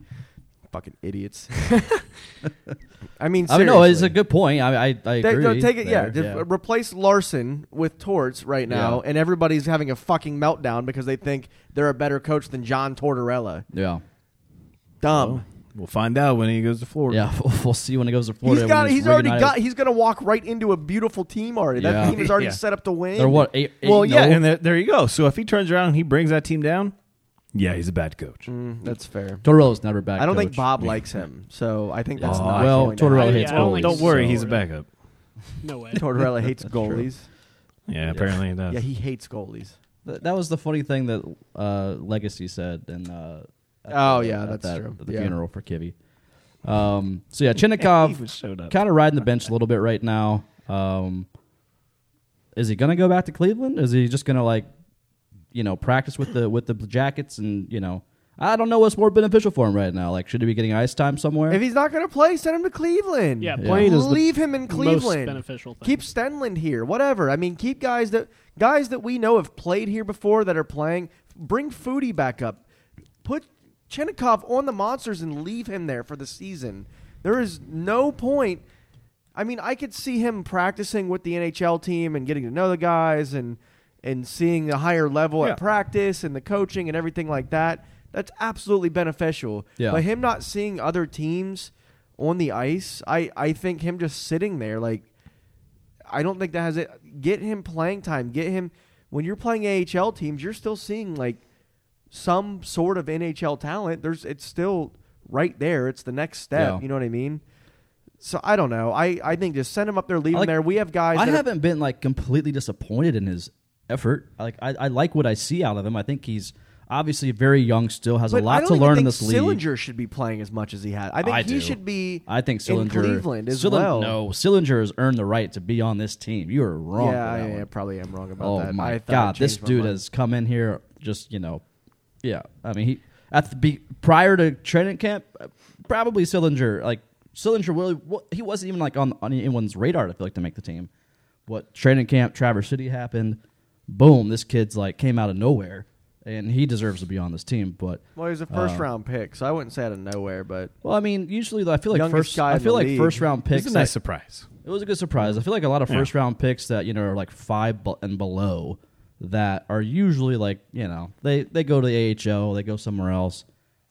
C: Fucking idiots. I mean,
A: I
C: seriously.
A: mean, no, it's a good point. I, I, I
C: They-
A: agree.
C: no, take it, yeah.
A: there,
C: Just Replace Larson with Torts right now,
A: Yeah.
C: and everybody's having a fucking meltdown because they think they're a better coach than John Tortorella.
A: yeah.
C: Dumb.
B: We'll find out when he goes to Florida.
A: Yeah, we'll, we'll see when it goes to Florida.
C: he's
A: when
C: got.
A: it's
C: He's already
A: reunited.
C: got. He's gonna walk right into a beautiful team already.
A: Yeah.
C: That team is already
B: Yeah.
C: set up to win.
A: They're what? Eight, eight
B: Well,
A: and
B: yeah,
A: oh?
B: and there, there you go. So if he turns around and he brings that team down, yeah, he's a bad coach.
C: Mm, that's fair.
A: Tortorella's never back.
C: I don't think
A: coach.
C: Bob likes him, so I think that's
B: Aw,
C: not
A: well,
C: going
A: Tortorella
C: to happen.
A: hates
D: I don't
A: goalies.
D: think
B: Don't worry,
D: so.
B: he's a backup.
D: No way.
C: Tortorella hates goalies.
B: Yeah, apparently he does.
C: Yeah, he hates goalies.
A: Th- that was the funny thing that uh, Legacy said, and uh, at
C: Oh,
A: the-
C: yeah,
A: at
C: that's
A: that-
C: true.
A: at The
C: Yeah.
A: funeral for Kibby. Um, so yeah,
B: He
A: Chinnikov
B: was showed up.
A: kind of riding the bench a little bit right now. Um, is he gonna go back to Cleveland? Is he just gonna like, you know, practice with the with the Jackets and you know, I don't know what's more beneficial for him right now. Like, should he be getting ice time somewhere?
C: If he's not going to play, send him to Cleveland.
D: Yeah, playing is the
C: leave him in
D: most
C: Cleveland.
D: beneficial thing.
C: Keep Stenlund here. Whatever. I mean, keep guys that guys that we know have played here before that are playing. Bring Foodie back up. Put Chennikov on the monsters and leave him there for the season. There is no point. I mean, I could see him practicing with the NHL team and getting to know the guys and and seeing the higher level
B: Yeah.
C: at practice and the coaching and everything like that. That's absolutely beneficial.
A: Yeah.
C: But him not seeing other teams on the ice, I, I think him just sitting there, like, I don't think that has it. Get him playing time. Get him. When you're playing AHL teams, you're still seeing, like, some sort of NHL talent. There's It's still right there. It's the next step.
A: Yeah.
C: You know what I mean? So I don't know. I, I think just send him up there, leave
A: I
C: him
A: like-
C: there. We have guys.
A: I
C: that are-
A: haven't been like completely disappointed in his effort. Like I, I like what I see out of him. I think he's obviously very young still, has
C: but
A: a
C: I
A: lot
C: don't
A: to
C: even
A: learn in
C: think
A: this league.
C: Sillinger should be playing as much as he had. I think
A: I
C: he
A: do.
C: should be.
A: I think Sillinger
C: in Cleveland as
A: Sillinger-
C: well.
A: No, Sillinger has earned the right to be on this team. You are wrong.
C: Yeah,
A: for that
C: I,
A: one.
C: I probably am wrong about
A: Oh
C: that. I
A: my
C: thought I
A: god, this
C: changed my
A: dude
C: mind.
A: has come in here just you know, yeah. I mean, he at the be, prior to training camp, uh, probably Sillinger. Like Sillinger, really, wa- he wasn't even like on, on anyone's radar. I feel like to make the team. What training camp, Traverse City happened. Boom, this kid's like came out of nowhere, and he deserves to be on this team. But
C: Well, he's a
A: Oh.
C: first round pick, so I wouldn't say out of nowhere, but
A: well, I mean, usually though, I feel like
C: Youngest
A: first,
C: guy
A: I
C: in
A: feel
C: the
A: like
C: league.
A: first round picks.
B: It's a nice
A: that-
B: surprise.
A: It was a good surprise. I feel like a lot of
B: Yeah.
A: first round picks that you know are like five bu- and below that are usually like you know they they go to the AHL, they go somewhere else.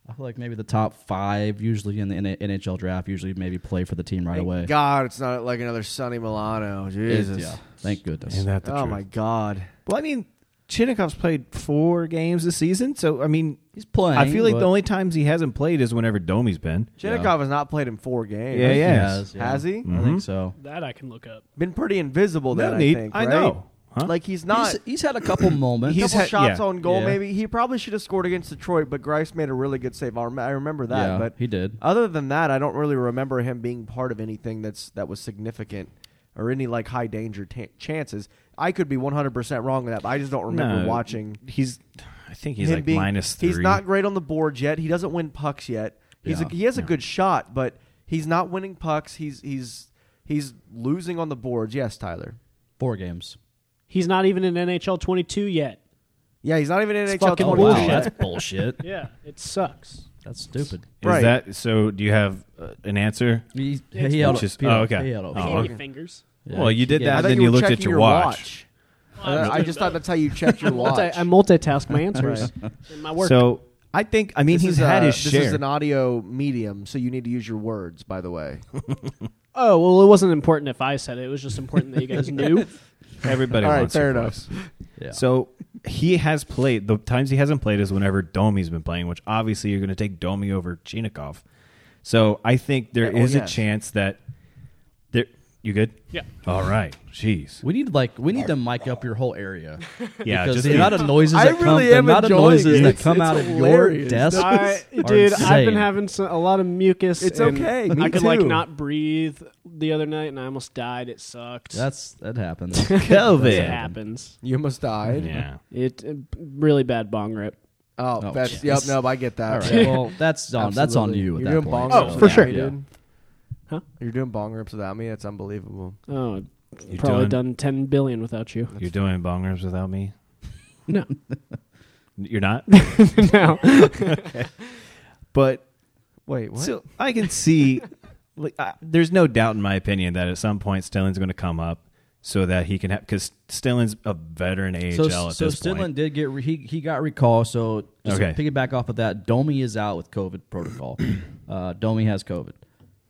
A: I feel like maybe the top five usually in the N- NHL draft usually maybe play for the team right
C: thank
A: away.
C: God it's not like another Sonny Milano.
A: It's-
C: Jesus.
A: yeah, thank goodness.
B: Isn't that the
C: oh
B: truth?
C: my God.
B: Well, I mean, Chinnikov's played four games this season, so I mean,
A: He's playing,
B: I feel like
A: but-
B: the only times he hasn't played is whenever Domi's been.
C: Chinnikov has not played in four games.
B: Yeah, yeah. yes.
C: Has he?
B: Mm-hmm.
A: I think so.
D: That I can look up.
C: Been pretty invisible
B: No
C: then,
B: need.
C: I think.
B: I
C: right?
B: know. Huh?
C: Like he's not
A: he's, he's had a couple moments.
B: He's
C: couple
B: had-
C: shots
B: yeah.
C: on goal,
A: Yeah.
C: maybe. He probably should have scored against Detroit, but Grice made a really good save. I rem- I remember that.
A: Yeah,
C: but
A: he did.
C: Other than that, I don't really remember him being part of anything that's that was significant or any like high danger ta chances. I could be 100% wrong with that, but I just don't remember
B: No,
C: watching.
B: He's, I think he's
C: him
B: like
C: being-
B: minus three.
C: He's not great on the boards yet. He doesn't win pucks yet. He's
A: Yeah.
C: a, he has a good shot, but he's not winning pucks. He's he's he's losing on the boards. Yes, Tyler.
A: Four games.
D: He's not even in NHL 22 yet.
C: Yeah, he's not even in NHL.
D: fucking
A: Oh,
C: 22
A: wow,
C: yet.
A: that's bullshit.
D: Yeah, it sucks.
A: That's stupid.
B: Is
C: Right.
B: that so? Do you have uh, an answer?
A: He,
D: It's-
A: he held
B: Which is-
A: he
B: oh,
A: held-
B: okay.
A: he held-
B: Oh,
D: I
A: he
D: gave
A: held-
D: you fingers.
A: yeah.
B: Well, you did
A: Yeah.
B: that,
C: I thought
B: then
C: you,
B: you,
C: were
B: looked at
C: checking
B: your,
C: your
B: watch.
C: Uh, I just thought that's how you checked your watch.
D: Multi- I multitask my answers in my work.
B: So I think I mean
C: This
B: he's
C: is, uh,
B: had his
C: this
B: share.
C: is an audio medium, so you need to use your words. By the way,
D: oh well, it wasn't important if I said it. It was just important that you guys knew.
B: Everybody
C: All right,
B: wants
C: fair
B: your
C: enough.
B: voice.
A: Yeah.
B: So he has played. The times he hasn't played is whenever Domi's been playing, which obviously you're going to take Domi over Chinikov. So I think there is
C: Yeah,
B: a
C: oh, yes.
B: chance that there. You good?
D: Yeah.
B: All right. Jeez.
A: We need like we need to mic up your whole area.
B: Yeah.
A: because
B: Just
A: the amount of noises
C: I
A: that come,
C: really
A: the
C: am
A: amount of
C: enjoying
A: noises
C: it.
A: that
C: It's-
A: come
C: it's
A: out of your
C: hilarious.
A: desk,
D: I,
A: are
D: dude, I've
A: insane.
D: been having some, a lot of mucus.
C: It's
D: and
C: okay, me
D: I could like
C: too.
D: not breathe the other night, and I almost died. It sucked.
A: That's that happens.
B: COVID.
D: it happens.
C: you almost died.
B: yeah.
D: It, it- really bad bong rip.
C: Oh,
A: Oh,
C: that's
A: yeah.
C: yep. No, I get that.
A: All right. well, that's on that's on
C: Absolutely.
A: you at
C: You're
A: that
C: doing
A: point.
C: bong
D: Oh,
C: rips
D: for
C: without
D: sure.
C: me, dude.
D: Huh?
C: You're doing bong rips without me. That's unbelievable.
D: Oh,
B: You
D: probably
B: done?
D: done ten billion without you.
B: You're doing bong rips without me?
D: No,
B: You're not?
D: no.
B: but
C: Wait, what?
B: so I can see, like, I, there's no doubt in my opinion that at some point Stelling's going to come up so that he can have, because Stelling's a veteran AHL
A: So,
B: at
A: so
B: this
A: Stidlin
B: point.
A: did get re- he he got recalled. So just
B: Okay.
A: to piggyback off of that, Domi is out with COVID protocol. uh, Domi has COVID,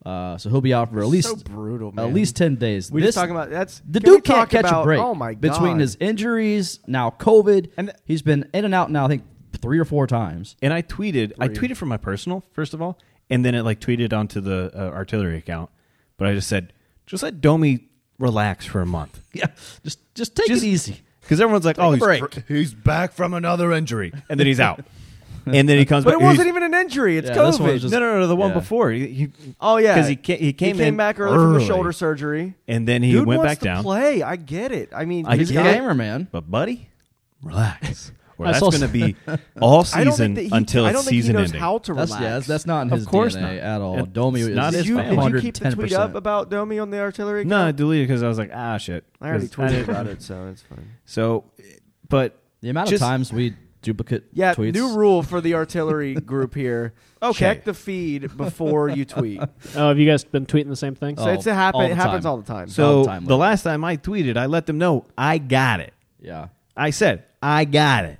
A: uh, so he'll be out for at least
C: so brutal. Man.
A: at least ten days.
C: We're
A: This-
C: just talking about that's
A: the
C: can we
A: dude can't
C: talk
A: catch
C: about-
A: a break.
C: Oh my god!
A: Between his injuries now, COVID,
B: And
A: and
B: th-
A: he's been in and out now. I think three or four times.
B: and I tweeted, I tweeted from my personal first of all, and then it like tweeted onto the uh, artillery account. But I just said, just let Domi relax for a month
A: Yeah, just just take
B: Just-
A: it easy.
B: because everyone's like, oh, he's,
A: break.
B: fr- he's back from another injury, and then he's out, and then he comes
C: but
B: back.
C: it wasn't
B: he's-
C: even an injury. It's
A: Yeah, this one
C: COVID.
A: was just-
B: no, no, no, the one
A: yeah.
B: before. He, he-
C: oh yeah,
B: 'cause he ca- he came in
C: back early, from the
B: early.
C: shoulder surgery,
B: and then he
C: Dude
B: went
C: wants
B: back
C: to
B: down. Uh,
C: Play. I get it. I mean,
B: I
A: He's
C: he's
A: a
B: get
C: got-
B: it.
A: gamer, man.
B: But buddy, relax. Or
D: I
B: that's
D: saw
B: going to
D: some-
B: be all
C: I don't think
B: season
C: that he,
B: until
C: I
B: it's
C: don't think he
B: season
C: knows
B: ending.
C: how to
A: That's
C: relax.
A: yeah, that's, that's not in his
B: Of course
A: DNA
B: not.
A: at all.
B: It's
A: Domi is
B: not his
C: Did you,
B: fault.
C: did you keep the tweet
A: 110%.
C: up about Domi on the artillery?
B: no, I
C: account?
B: deleted because I was like, ah, shit.
C: I already
B: 'Cause
C: tweeted
B: didn't-
C: about it, so it's fine.
B: So, but
A: The amount
B: Just-
A: of times we duplicate
C: Yeah,
A: tweets.
C: new rule for the artillery group here.
B: Okay.
C: Check the feed before you tweet.
D: Oh, have you guys been tweeting the same thing?
C: So
A: Oh,
C: it's a happen,
A: all the
C: it happens
A: time.
C: all the time.
B: so
A: All the time,
B: the
A: like-
B: last time I tweeted, I let them know I got it.
A: yeah.
B: I said I got it,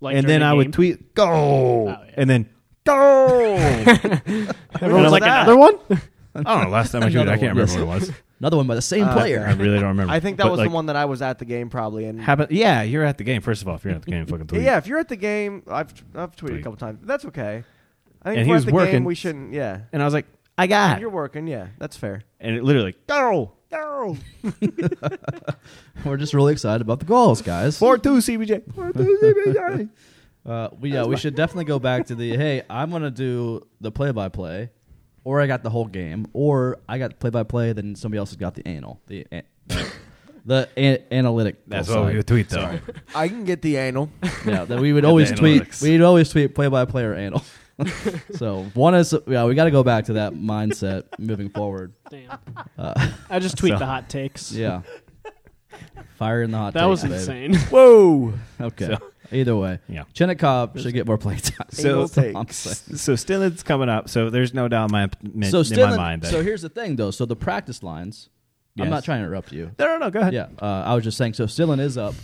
D: Like
B: and then
D: during the
B: I
D: game?
B: would tweet go,
C: Oh,
D: yeah.
B: and then go.
D: Everyone's
B: was
D: like "Ah."
B: that?
D: another one.
B: I don't know. Last time I tweeted,
A: Another
B: I can't
A: one,
B: remember what it was.
A: Another one by the same player.
B: I really don't remember.
C: I think that
B: But,
C: was
B: like,
C: the one that I was at the game probably. And
B: Happen- yeah, you're at the game. First of all, if you're not at the game, fucking tweet.
C: yeah, if you're at the game, I've I've tweeted a
B: Tweet.
C: couple times. That's okay. I
B: And
C: think if
B: he
C: we're
B: was
C: at the
B: working.
C: Game, we shouldn't. Yeah,
B: And I was like, I got
C: you're
B: it.
C: working. Yeah, that's fair.
B: And it literally, go, go.
A: We're just really excited about the goals, guys.
B: 4 2 CBJ. 4 2 CBJ.
A: Uh, we, yeah, we should definitely go back to the hey, I'm gonna do the play by play, or I got the whole game, or I got play by play, then somebody else has got the anal, the an- the an- analytic.
B: That's
A: side.
B: what we would tweet, though.
C: I can get the anal.
A: Yeah, that we would always
B: the
A: tweet.
B: analytics.
A: We'd always tweet play by play or anal. so one is yeah, we got to go back to that mindset moving forward.
D: Damn.
B: Uh,
D: I just tweet the hot takes.
A: Yeah, fire in the hot.
D: that
A: takes,
D: was
A: baby.
D: insane.
C: Whoa.
A: Okay.
B: So-
A: Either way,
B: Yeah.
A: Chinnikov should get more play time.
B: So-
A: That's all I'm saying.
B: so Stillen's coming up. So there's no doubt in my, in,
A: so still,
B: my
A: in-
B: mind. That,
A: so here's the thing though. So the practice lines.
B: Yes.
A: I'm not trying to interrupt you.
B: no, no, no. Go ahead.
A: Yeah, uh, I was just saying. So Stillin is up,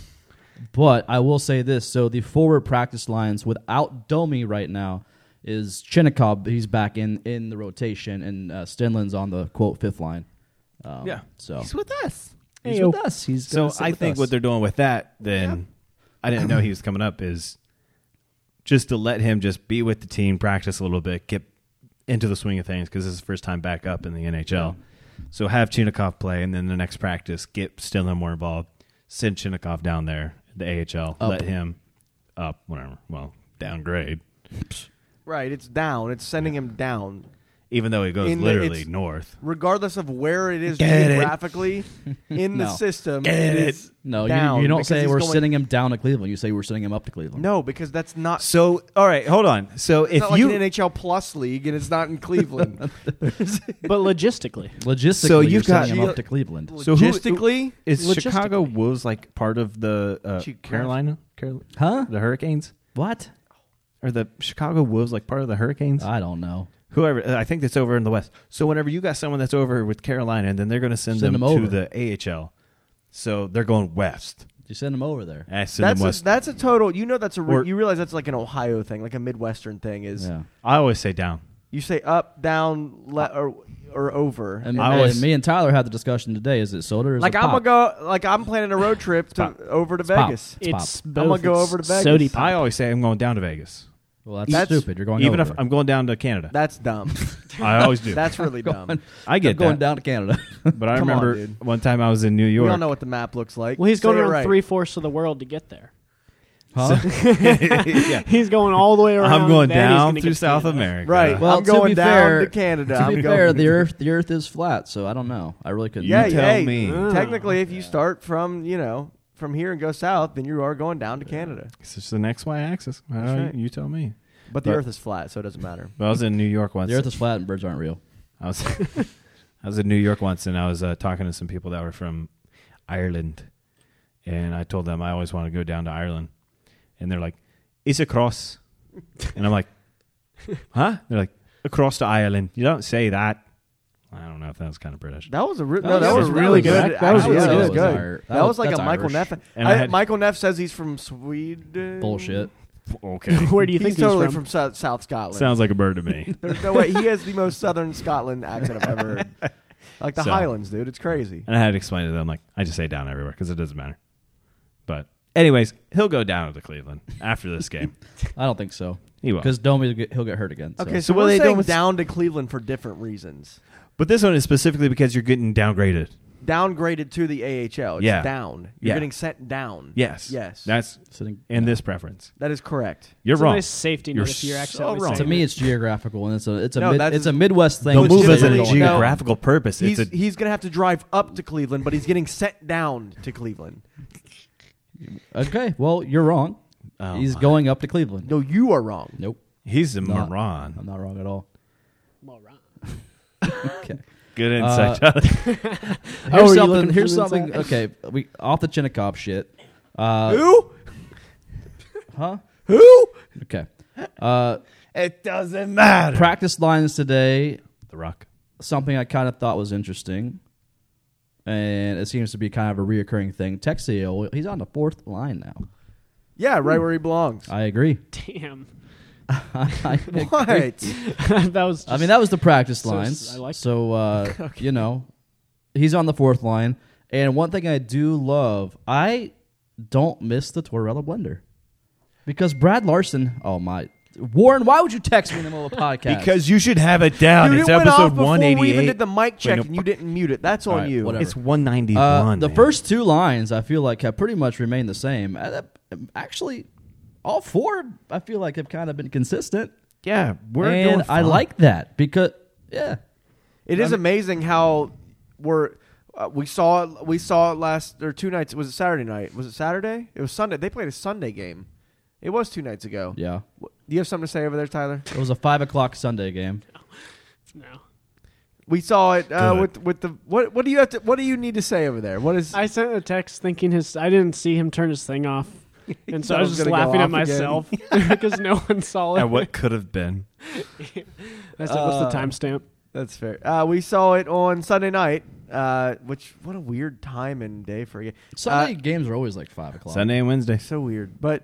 A: but I will say this. So the forward practice lines without Domi right now is Chinnikov. He's back in in the rotation, and uh, Stinlin's on the quote fifth line. Um,
B: Yeah.
A: So he's,
B: with us.
A: with us. He's
B: So
A: gonna sit
B: I
A: with
B: think
A: us.
B: what they're doing with that, then I didn't know he was coming up, is just to let him just be with the team, practice a little bit, get into the swing of things because this is his first time back up in the NHL. So have Chinnikov play, and then the next practice, get Stillman more involved, send Chinnikov down there, the AHL, let him up, whatever. Well, downgrade,
C: Right, it's down. It's sending him down.
B: even though he goes
C: In the-
B: literally
C: it's-
B: north.
C: Regardless of where it is
B: Get it.
C: geographically in the
A: No.
C: system,
B: Get
C: it
B: it.
C: is
A: no,
C: down
A: you, you don't
C: because
A: say
C: he's
A: we're
C: going-
A: sending him down to Cleveland. You say we're sending him up to Cleveland.
C: No, because that's not.
B: So, all right, hold on. So
C: It's
B: if
C: not like
B: you
C: an NHL Plus league, and it's not in Cleveland.
D: But logistically,
A: Logistically,
B: So
A: you're
B: you've got-
A: sending him up to Cleveland.
B: So who-
C: Logistically,
B: Is Chicago
D: Logistically.
B: Wolves like part of the uh,
C: Geographic-
B: Carolina, Carol-
A: Huh?
B: The Hurricanes
A: What?
B: or the Chicago Wolves like part of the Hurricanes?
A: I don't know.
B: Whoever I think that's over in the West. So whenever you got someone that's over with Carolina, and then they're going to send,
A: Send
B: them,
A: them
B: to
A: over.
B: the AHL. So they're going west.
A: You send him over there.
B: I send
C: that's
B: them
C: a,
B: west.
C: that's a total. You know, that's a. re-
B: Or-
C: you realize that's like an Ohio thing, like a Midwestern thing. Is
A: Yeah.
B: I always say down.
C: you say up, down, le- or or over.
A: And,
B: I
A: and
B: was-
A: me and Tyler had the discussion today. Is it soda or is
C: like
A: it
C: I'm
A: pop?
C: gonna go. Like I'm planning a road trip to
B: pop.
C: over to
A: pop.
C: Vegas.
A: It's
D: it's
A: pop.
D: both.
C: I'm gonna go
D: It's
C: over to Vegas.
D: Sody pop.
B: I always say I'm going down to Vegas,
A: Well, that's,
C: That's-
A: stupid. You're going
B: even
A: over.
B: if I'm going down to Canada.
C: That's dumb.
B: I always do.
C: that's really dumb.
B: I
A: I'm
B: get
A: going
B: that.
A: down to Canada.
B: But I
C: Come on,
B: remember
C: dude.
B: one time I was in New
C: We
B: York.
C: all know what the map looks like.
D: well, he's
C: Say
D: going
C: it
D: around
C: right.
D: three fourths of the world to get there.
A: huh?
B: yeah.
D: He's going all the way around.
B: I'm going
D: then he's
B: down
D: gonna
B: through
D: get
B: South
D: Canada.
B: America.
C: Right.
A: well,
C: I'm going
A: to be
C: down
A: fair,
C: to Canada.
A: To
C: I'm
A: be
C: going
A: fair,
C: to
A: the
C: Canada.
A: earth the earth is flat, so I don't know. I really couldn't.
C: Yeah,
A: tell.
B: tell
C: yeah.
B: me.
C: Technically, if you start from you know from here and go south, then you are going down to Canada.
B: It's just an X Y axis. All
C: That's
B: right,
C: right.
B: You tell me.
C: But the
B: But-
C: Earth is flat, so it doesn't matter.
B: But I was in New York once.
A: The Earth is flat and birds aren't real.
B: I was I was in New York once, and I was uh, talking to some people that were from Ireland, and I told them I always want to go down to Ireland, and they're like, "It's across," and I'm like, "Huh?" They're like, "Across to Ireland." You don't say that. I don't know if that was kind of British.
C: That was a re-
A: That
C: no.
A: was-
C: That was
A: that was
C: really
A: good.
C: good.
D: That was
C: Actually,
D: really
C: that was
D: good.
A: That was
C: good.
A: Ir-
C: That was like
A: that's
C: a Michael
A: Irish.
C: Neff.
B: And
C: I-
B: I had-
C: Michael Neff says he's from Sweden.
A: Bullshit.
B: Okay,
D: Where do you
C: He's
D: think he's
C: totally
D: from?
C: from, South, South Scotland.
B: sounds like a bird to me.
C: There's no way he has the most southern Scotland accent I've ever heard. Like the
B: So-
C: Highlands, dude. It's crazy.
B: And I had to explain to them, like, I just say down everywhere because it doesn't matter. But, anyways, he'll go down to Cleveland after this game.
A: I don't think so.
B: He will.
A: Because Domi will get- he'll get hurt again. So.
C: Okay, so,
B: So what
C: we're
B: are they doing
C: saying
B: with-
C: down to Cleveland for different reasons.
B: But this one is specifically because you're getting downgraded.
C: Downgraded to the AHL. It's
B: Yeah.
C: down. You're
B: Yeah.
C: getting sent down.
B: Yes.
C: Yes.
B: That's
A: Sitting-
B: in this preference.
C: That is correct.
B: You're
D: It's a
B: wrong.
D: nice safety net
B: You're
D: if your accent
B: so
D: was
B: wrong.
A: to
D: safe.
A: me, it's geographical, and it's a it's a
C: No,
A: mid,
C: that's-
A: it's a Midwest thing.
B: the
A: to
B: move
A: say
B: is
A: you're
B: a
A: going down.
B: geographical purpose.
C: He's,
B: It's a,
C: he's going to have to drive up to Cleveland, but he's getting sent down to Cleveland.
A: Okay, well, you're wrong.
B: Oh,
A: He's
B: my.
A: going up to Cleveland.
C: No, you are wrong.
A: Nope.
B: he's a
A: Not-
B: moron.
A: I'm not wrong at all. Okay.
B: Good insight.
A: Here's
D: are you looking
A: something.
D: from
A: Here's
D: the
A: something.
D: inside?
A: Okay, we off the Chinnikov shit. Uh,
C: Who?
A: Huh?
C: Who?
A: Okay. Uh,
B: it doesn't matter.
A: practice lines today.
B: the Rock.
A: Something I kind of thought was interesting, and it seems to be kind of a reoccurring thing. Texio, he's on the fourth line now.
C: Yeah, right where he belongs.
A: I agree.
D: Damn.
A: I agree.
C: What?
D: that was. Just,
A: I mean, that was the practice
D: So,
A: lines.
D: I like
A: so uh, you know, he's on the fourth line. And one thing I do love, I don't miss the Torella blender because Brad Larson. Oh my, Warren, why would you text me in the middle of a podcast?
B: Because you should have it down.
C: Dude,
B: it's
C: it went off
B: episode
C: before we even
B: 188.
C: did the mic check,
B: no,
C: and you didn't mute it. That's on
A: right,
C: you.
A: whatever.
B: It's 191.
A: uh, the
B: man.
A: first two lines I feel like have pretty much remained the same. Uh, that- Actually, all four I feel like have kind of been consistent,
B: Yeah. We're
A: and
B: doing
A: I
B: fine.
A: like that because yeah,
C: It is amazing how we're uh, we saw it, we saw it last or two nights. Was it Saturday night? Was it Saturday? It was Sunday. They played a Sunday game. It was two nights ago.
A: yeah.
C: Wh- Do you have something to say over there, Tyler?
A: It was a five o'clock Sunday game.
D: no.
C: We saw it uh,
B: Good.
C: with with the what? What do you have to? What do you need to say over there? What is?
D: I sent a text thinking his. I didn't see him turn his thing off, and so
C: thought
D: I
C: it
D: was
C: was
D: just
C: gonna go
D: laughing
C: off
D: at
C: again.
D: myself because no one saw it.
B: At what Uh, could have been.
D: I said, "What's the timestamp?"
C: That's fair. Uh, we saw it on Sunday night. Uh, which what a weird time and day for you.
A: Sunday games are always like five o'clock.
B: Sunday and Wednesday.
C: So weird, but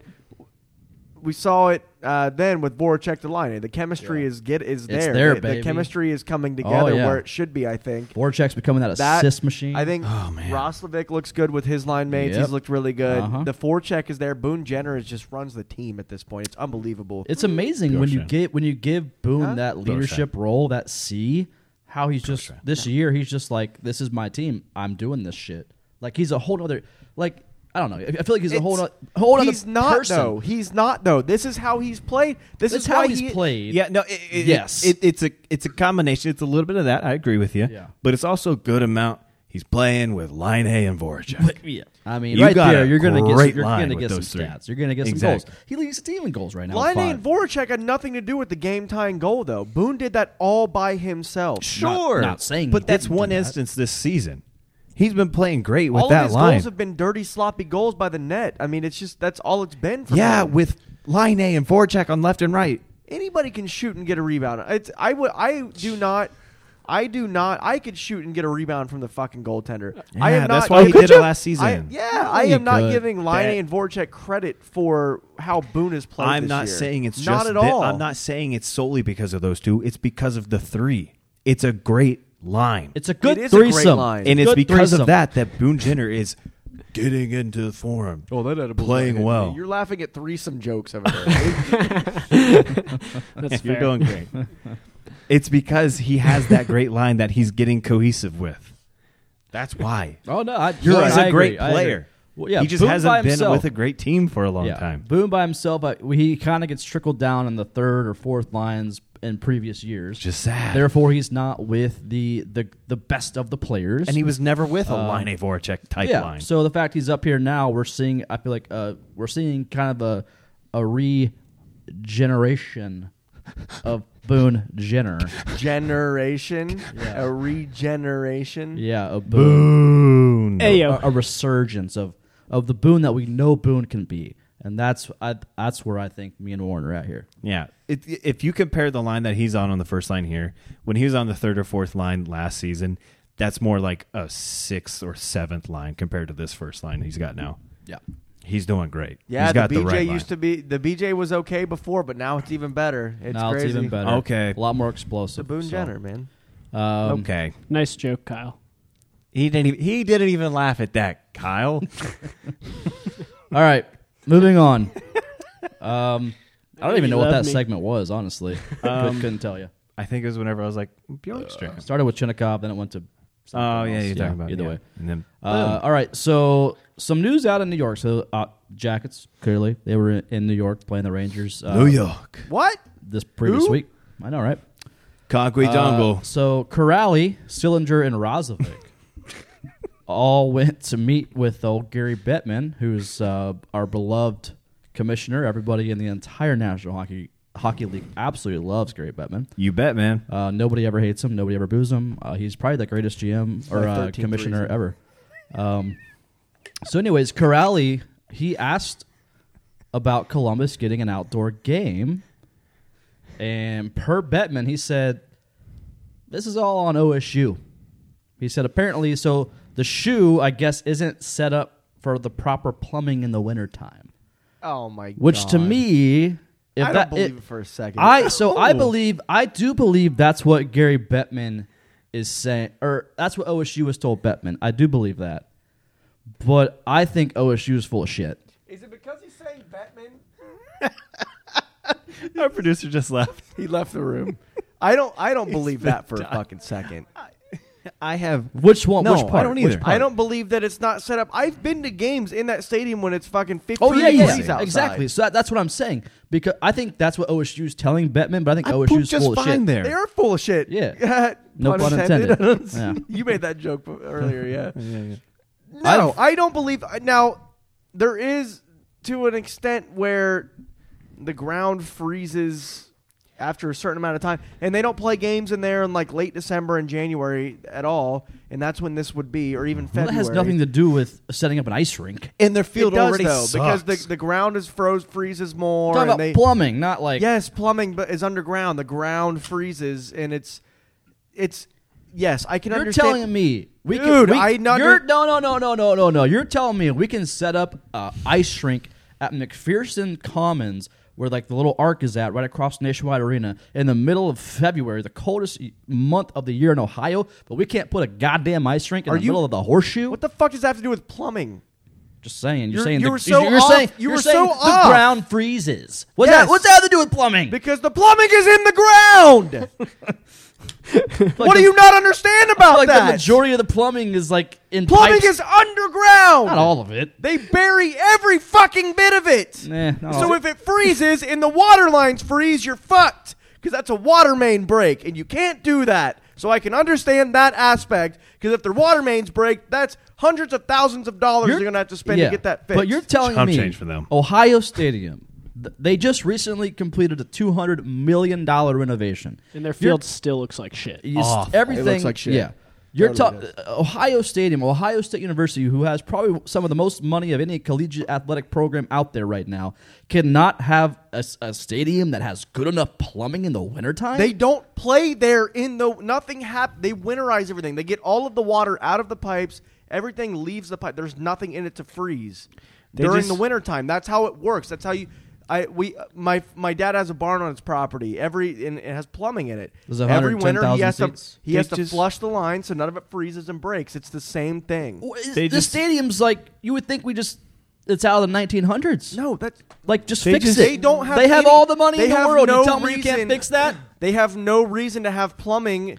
C: we saw it uh, then with Voracek Delaney. The chemistry is get is there.
A: It's there,
C: the,
A: baby. Oh,
C: the chemistry is coming together
A: yeah.
C: where it should be. I think
A: Voracek's becoming that,
C: that
A: assist machine.
C: I think
B: Oh, man.
C: Roslovic looks good with his line mates.
A: Yep.
C: He's looked really good.
A: Uh-huh.
C: The Voracek is there. Boone Jenner is just runs the team at this point. It's unbelievable.
A: it's amazing when you
B: Goshen.
A: get when you give Boone
C: Huh?
A: that leadership role, that C, how he's just
B: Goshen.
A: this year he's just like this is my team. I'm doing this shit. Like he's a whole other like I don't know. I feel like he's a whole
C: It's-
A: other whole
C: He's
A: other
C: not
A: person.
C: though. He's not though. This is how he's played. This
A: That's
C: is
A: how
C: why
A: he's
C: he-
A: played.
B: Yeah, no, it, it-
A: Yes.
B: it, it's a it's a combination. It's a little bit of that. I agree with you.
A: Yeah.
B: but it's also a good amount. He's playing with Line A and Voracek.
A: Yeah. I mean,
B: You
A: right
B: got
A: there,
B: a
A: you're gonna get
B: great
A: you're
B: line
A: gonna
B: with
A: get some
B: those three.
A: stats. You're gonna get some
B: Exactly.
A: goals. He leads the team in goals right now. with
C: Line
A: five.
C: and Voracek had nothing to do with the game tying goal though. Boone did that all by himself.
B: sure,
A: not saying he
B: but that's
A: didn't do
B: one
A: that.
B: instance this season. He's been playing great with
C: all
B: that
C: of his
B: line.
C: goals have been dirty, sloppy goals by the net. I mean, it's just that's all it's been. For
B: yeah,
C: him.
B: with Line A and Voracek on left and right.
C: anybody can shoot and get a rebound. It's I would I do not. I do not. I could shoot and get a rebound from the fucking goaltender. I
B: Yeah,
C: am
B: that's
C: not,
B: why he
C: could
B: did it
C: you?
B: last season.
C: I- yeah, I
A: you
C: am not
A: could.
C: giving Line
B: That-
C: and Voracek credit for how Boone has played.
B: I'm
C: this
B: not
C: year.
B: saying it's
C: not
B: just
C: at
B: thi-
C: all.
B: I'm not saying it's solely because of those two. It's because of the three. It's a great line.
A: It's a good
C: It is a great
A: threesome,
C: line.
B: and it's
A: Good
B: because
A: threesome.
B: of that that Boone Jenner is getting into the form. Oh, that playing well.
C: You're laughing at threesome jokes over there.
D: That's
B: You're
D: fair.
B: doing great. it's because he has that great line that he's getting cohesive with. That's why.
A: Oh no, I,
B: You're
A: look,
B: right.
A: I
B: He's a great
A: agree, I agree.
B: player.
A: Well, yeah,
B: he just
A: Boone
B: hasn't
A: by
B: been
A: himself.
B: with a great team for a long
A: yeah.
B: time.
A: Boone by himself, but he kind of gets trickled down in the third or fourth lines in previous years.
B: Just sad.
A: Therefore, he's not with the the, the best of the players.
B: and he was never with a line A Voracek type
A: Uh, yeah.
B: line.
A: So the fact he's up here now, we're seeing. I feel like uh, we're seeing kind of a a regeneration of Boone Jenner.
C: Generation, a regeneration.
A: Yeah, a Boone.
B: Boone.
D: Hey, yo.
A: a, a resurgence of of the Boone that we know Boone can be, and that's I, that's where I think me and Warren are at here.
B: Yeah. It, if you compare the line that he's on on the first line here, when he was on the third or fourth line last season, that's more like a sixth or seventh line compared to this first line he's got now.
A: Yeah,
B: He's doing great.
C: Yeah,
B: he's got
C: the BJ
B: right
C: used
B: line.
C: to be the BJ was okay before, but now it's even better. It's
A: now
C: crazy.
A: it's even better.
B: Okay.
A: a lot more
C: It's a
A: explosive.
C: Boone
A: so,
C: Jenner, man.
A: um,
B: okay.
D: Nice joke, Kyle.
B: He didn't. Even, he didn't even laugh at that, Kyle.
A: All right, moving on. um, I don't even
D: You
A: know what
D: love
A: that
D: me.
A: segment was, honestly. Could,
C: Um,
A: couldn't tell you.
B: I think it was whenever I was like Bjorkstrand.
A: Started with Chinnikov, then it went to.
B: oh
A: something
B: yeah,
A: else.
B: you're talking about
A: either
B: yeah.
A: way.
B: And then
A: Uh, all right, so some news out in New York. So uh, Jackets clearly they were in, in New York playing the Rangers. Uh,
B: New York,
C: What?
A: this previous
C: Who?
A: week. I know, right?
B: Conkwe
A: Uh, so Corrali, Sillinger, and Rozovic all went to meet with old Gary Bettman, who's uh, our beloved commissioner. Everybody in the entire National Hockey Hockey League absolutely loves Gary Bettman.
B: You bet, man.
A: Uh, nobody ever hates him. Nobody ever boos him. Uh, he's probably the greatest GM or
C: my
A: uh,
C: 13th
A: commissioner
C: reason.
A: ever. Um, so, anyways, Corrali he asked about Columbus getting an outdoor game, and per Bettman, he said, "This is all on OSU." He said, "Apparently, so the shoe, I guess, isn't set up for the proper plumbing in the wintertime.
C: Oh my god.
A: Which to me, if
C: I
A: that
C: don't believe it for a second.
A: I so I believe I do believe that's what Gary Bettman is saying, or that's what OSU was told Bettman. I do believe that, but I think OSU is full of shit.
C: Is it because he's saying Batman?
B: Our producer just left.
C: He left the room. I don't. I don't believe that for a fucking second.
B: I have
A: Which one?
B: No,
A: which
B: I
A: part?
B: don't
A: Which
B: either.
A: part?
C: I don't believe that it's not set up. I've been to games in that stadium when it's fucking 15
A: Oh yeah,
C: degrees
A: yeah,
C: outside.
A: exactly. So that, that's what I'm saying because I think that's what OSU is telling Bettman, but I think
B: I
A: OSU is
B: just
A: full of
B: fine
A: shit.
B: there.
C: They are full of shit.
A: Yeah. No pun intended. Yeah.
C: you made that joke b- earlier, yeah. No, I, don't believe. uh, Now, there is to an extent where the ground freezes after a certain amount of time, and they don't play games in there in like late December and January at all, and that's when this would be, or even
A: Well,
C: February.
A: that has nothing to do with setting up an ice rink.
B: and their field
C: it does,
B: already
C: though,
B: sucks.
C: because the, the ground is froze freezes more.
A: Talking
C: and
A: about
C: they,
A: plumbing, not like
C: Yes, plumbing but is underground. The ground freezes, and it's it's. Yes, I can
A: You're
C: understand.
A: telling me we can,
C: Dude,
A: we,
C: I not-
A: you're, no no no no no no no. You're telling me we can set up a ice rink at McPherson Commons where like the little arc is at right across Nationwide Arena in the middle of February, the coldest y- month of the year in Ohio, but we can't put a goddamn ice rink in
C: Are
A: the
C: you-
A: middle of the horseshoe.
C: What the fuck does that have to do with plumbing?
A: Just saying, you're,
C: You're-
A: saying
C: you
A: the,
C: were so
A: you're
C: off.
A: saying
C: You
A: are
C: were
A: saying
C: so
A: the
C: off.
A: ground freezes. What's
C: Yes.
A: that? What's that have to do with plumbing?
C: Because the plumbing is in the ground.
A: Like
C: what
A: the-
C: do you not understand about
A: like
C: that?
A: the majority of the plumbing is like in
C: plumbing
A: pipes.
C: is underground.
A: not all of it.
C: They bury every fucking bit of it.
A: Nah, not all.
C: so if it freezes and the water lines freeze, you're fucked because that's a water main break, and you can't do that. So I can understand that aspect because if their water mains break, that's hundreds of thousands of dollars you're,
A: You're-
C: going to have to spend
A: yeah,
C: to get that fixed.
A: But you're telling
B: Chump
A: me
B: change for them.
A: Ohio Stadium. th- They just recently completed a two hundred million dollar renovation.
D: And their
A: You're-
D: field still looks like shit.
A: you st-
B: Awful.
A: everything
C: It looks like shit.
A: Yeah. You're
C: Totally
A: talking Ohio Stadium, Ohio State University, who has probably some of the most money of any collegiate athletic program out there right now, cannot have a, s- a stadium that has good enough plumbing in the wintertime.
C: They don't play there in the nothing hap They winterize everything. They get all of the water out of the pipes. Everything leaves the pipe. There's nothing in it to freeze during
B: just-
C: the wintertime. That's how it works. That's how you. I we my my dad has a barn on his property. Every and it has plumbing in it.
A: There's 110,000
C: Every winter he has
A: seats.
C: to he
B: They
C: has to
B: just-
C: flush the line so none of it freezes and breaks. It's the same thing.
A: Wh-
B: they
A: the
B: just-
A: stadium's like you would think we just it's out of the 1900s.
C: No, that's
A: like just
B: They
A: fix
B: just-
A: it.
C: They don't have.
A: They have
C: any-
A: all the money
C: they
A: in the
C: have
A: world.
C: no
A: you tell me you
C: reason-
A: can't fix that?
C: They have no reason to have plumbing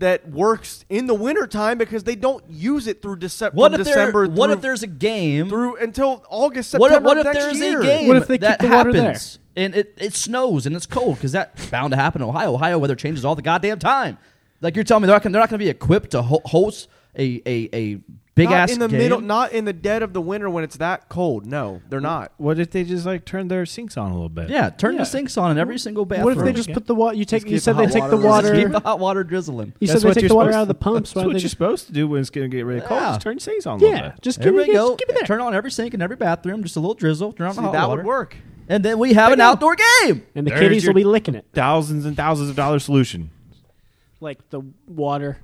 C: that works in the wintertime because they don't use it through Dece-
A: What
C: from
A: if, there,
C: December.
A: what
C: through,
A: if there's a game?
C: through until August
A: what
C: September
A: if, what if
C: of next
A: there's
C: year?
A: a game
D: What if they
A: that
D: keep the water there?
A: happens and it, it snows and it's cold? Because that's bound to happen in Ohio. Ohio weather changes all the goddamn time. Like you're telling me they're not, gonna- they're not going to be equipped to ho- host a a, a big
C: Not
A: ass
C: in the
A: game?
C: middle, not in the dead of the winter when it's that cold. No, they're not.
B: What if they just like turn their sinks on a little bit?
A: yeah, turn
D: Yeah.
A: the sinks on in every single bathroom.
D: What if they just
B: Yeah.
D: put the water? You take.
C: Just
D: You
C: keep
D: said
C: the
D: they
C: hot
D: take the
C: water
A: Just
D: water.
A: keep the hot water drizzling?
D: You
B: That's
D: said they
B: what
D: take
B: you're
D: the water
B: supposed-
D: out of the pumps.
B: That's
D: Why
B: what
D: don't
B: you're
D: they just?
B: supposed to do when it's going to get really cold.
A: Yeah.
B: Just turn your sinks on a little
D: Yeah,
B: bit.
D: just give me,
A: Everybody go.
D: just give me that.
A: Turn on every sink in every bathroom. Just a little drizzle. Turn on the
C: See,
A: hot
C: that
A: water.
C: would work.
A: And then we have an outdoor game.
D: And the
B: There's
D: kitties
B: your-
D: will be licking it
B: thousands and thousands of dollar solution.
D: like the water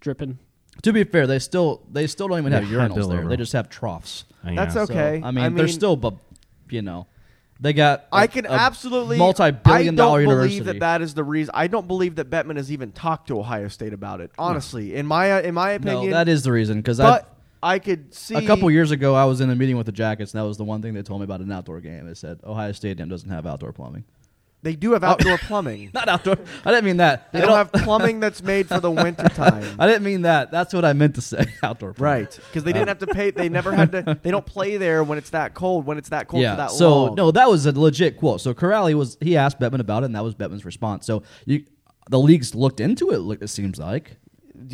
D: dripping.
A: To be fair, they still they still don't even have
B: Yeah,
A: urinals there.
B: Deliveroo.
A: They just have troughs.
B: I
C: That's
B: know.
A: So,
C: Okay,
A: I mean,
C: I
A: they're
C: mean-
A: still, but you know, they got. I
C: I can absolutely
A: multi-billion
C: I don't
A: dollar
C: believe
A: university.
C: that that is the reason. I don't believe that Bettman has even talked to Ohio State about it. Honestly, in my in my
A: no,
C: opinion,
A: that is the reason because I.
C: But I could see
A: A couple years ago, I was in a meeting with the Jackets, and that was the one thing they told me about an outdoor game. They said Ohio Stadium doesn't have outdoor plumbing.
C: They do have outdoor plumbing.
A: Not outdoor. I didn't mean that.
C: They don't have plumbing that's made for the wintertime.
A: I didn't mean that. That's what I meant to say. outdoor plumbing.
C: Right, because they didn't have to pay. They never had to. They don't play there when it's that cold. When it's that cold
A: yeah.
C: for that
A: so
C: long.
A: no, that was a legit quote. So Corrali was he asked Bettman about it, and that was Bettman's response. So you, the league's looked into it. look- It seems like.
C: no.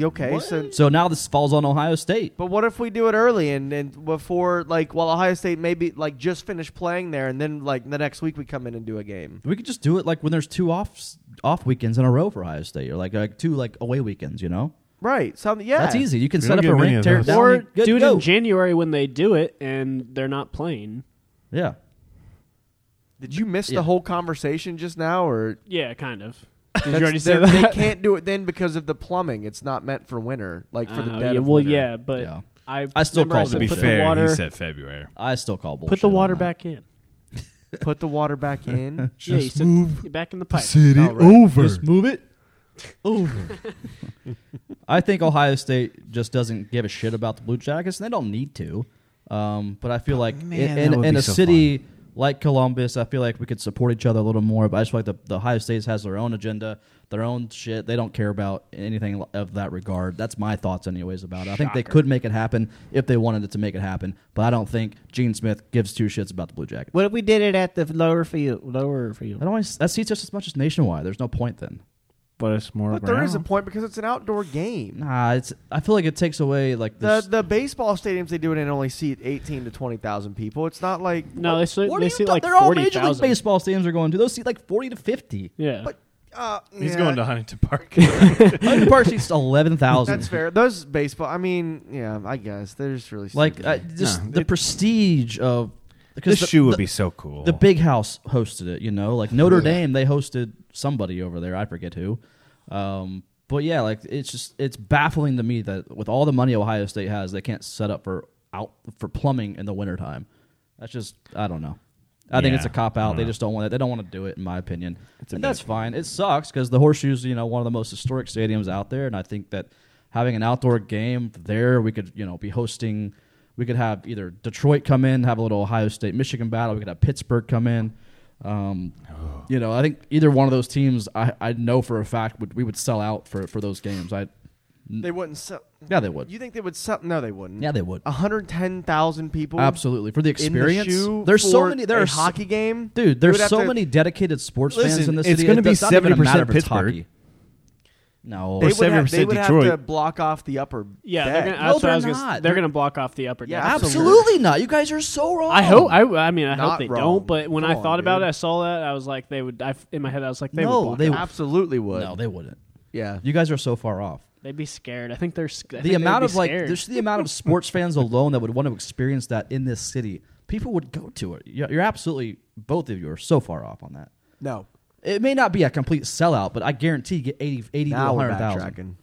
C: Okay, so
A: So now this falls on Ohio State.
C: But what if we do it early and, and before like while Ohio State maybe like just finished playing there and then like the next week we come in and do a game.
A: We could just do it like when there's two off off weekends in a row for Ohio State, or like like two like away weekends. You know,
C: Right. Something yeah.
A: that's easy. You can
B: We
A: set
B: don't
A: up
B: get
A: a
B: many
A: rink,
B: of
A: tear it
B: those.
A: down,
D: Or
A: you- good
D: do it
A: go.
D: in January when they do it and they're not playing.
A: Yeah,
C: Did you miss
A: Yeah.
C: the whole conversation just now or
D: Yeah, kind of. Did you
C: That's-
D: already say
C: they're-
D: that?
C: They can't do it then because of the plumbing. It's not meant for winter. Like for the
D: Oh,
C: dead
D: yeah,
C: of
D: well,
C: winter.
D: yeah, but
A: Yeah.
D: I
A: I still
D: remember
A: call it
D: said
B: To be
D: put
B: fair,
D: the water,
B: he said February.
A: I still call bullshit.
D: put the
A: on
D: water
A: that.
D: back in.
C: Put the water back in.
D: yeah, he said "Get back in the pipe.
C: Oh, right.
A: Just move it. Over. I think Ohio State just doesn't give a shit about the Blue Jackets, and they don't need to. Um, but I feel like
B: Oh, man,
A: in,
B: that
A: in,
B: would
A: in
B: be
A: a
B: so
A: city like Columbus, I feel like we could support each other a little more. But I just feel like the, the Ohio State has their own agenda, their own shit. They don't care about anything of that regard. That's my thoughts, anyways, about it. I think they could make it happen if they wanted it to make it happen. But I don't think Gene Smith gives two shits about the Blue Jackets.
F: What if we did it at the lower field? Lower field.
A: That always that seats us as much as nationwide. There's no point then.
B: But it's more.
C: But there is a point because it's an outdoor game.
A: Nah, it's. I feel like it takes away like
C: The
A: this.
C: the baseball stadiums they do it in only seat eighteen to twenty thousand people. It's not like
D: No, they see,
A: What are
D: they
A: you
D: see
A: ta-
D: like
A: they're all
D: forty
A: major league
D: thousand.
A: baseball stadiums are going to. Those seat like forty to fifty.
D: Yeah,
C: But uh,
B: He's
C: yeah.
B: going to Huntington Park.
A: Huntington Park seats eleven thousand.
C: That's fair. Those baseball. I mean, yeah, I guess they're just really
A: Like uh,
C: stupid.
A: I, just
B: No,
A: the
B: it-
A: prestige of
B: this
A: because the,
B: shoe would
A: the-
B: be so cool.
A: the big house hosted it. You know, like Notre Dame, they hosted somebody over there. I forget who. Um, but yeah, like it's just it's baffling to me that with all the money Ohio State has, they can't set up for out for plumbing in the wintertime. That's just I don't know. I think it's
B: Yeah,
A: a cop
B: I
A: out.
B: don't
A: They
B: know.
A: just don't want it. They don't want to do it, in my opinion.
B: a
A: and
B: bit-
A: that's fine. It sucks because the Horseshoe's, you know, one of the most historic stadiums out there, and I think that having an outdoor game there, we could, you know, be hosting. We could have either Detroit come in, have a little Ohio State Michigan battle. We could have Pittsburgh come in. Um, You know, I think either one of those teams, I, I know for a fact would we would sell out for for those games. I
C: they wouldn't sell.
A: yeah, they would.
C: You think they would sell? No, they wouldn't.
A: Yeah, they would.
C: hundred ten thousand people.
A: Absolutely for the
C: in the
A: experience.
C: shoe
A: there's so
C: for
A: many. There
C: a
A: are so-
C: hockey game,
A: Dude,
C: You would
A: there's
C: have
A: so
C: to-
A: many dedicated sports fans
B: Listen,
A: in the
B: it's
A: city.
B: gonna
A: It
B: be
A: does not even
B: 70%
A: matter if it's
B: Pittsburgh.
A: hockey. No,
C: They
B: Or
C: would, have, they
B: 70%
C: would have
B: Detroit.
C: to block off the upper.
D: yeah. They're
C: deck.
D: gonna, uh,
A: No,
D: that's what
A: they're
D: I was gonna,
A: not.
D: They're
A: They're-
D: going to block off the upper deck.
C: Yeah,
D: for sure.
A: absolutely not. You guys are so wrong.
D: I hope. I, I mean, I
C: Not
D: hope they
C: wrong.
D: don't. But when
C: Come
D: I
C: on,
D: thought about
C: dude.
D: it, I saw that. I was like, they would. I, in my head, I was like, they
A: No,
D: would. Block
A: they
D: it.
A: would.
C: absolutely would.
A: no, they wouldn't.
C: yeah.
A: You guys are so far off.
D: They'd be scared. I think they're sc- I think
A: The
D: they'd
A: amount
D: be
A: of like,
D: scared.
A: there's the amount of sports fans alone that would want to experience that in this city. People would go to it. You're you're absolutely both of you are so far off on that.
C: no.
A: It may not be a complete sellout, but I guarantee you get 80, 80 to
C: Now we're
A: 100,000.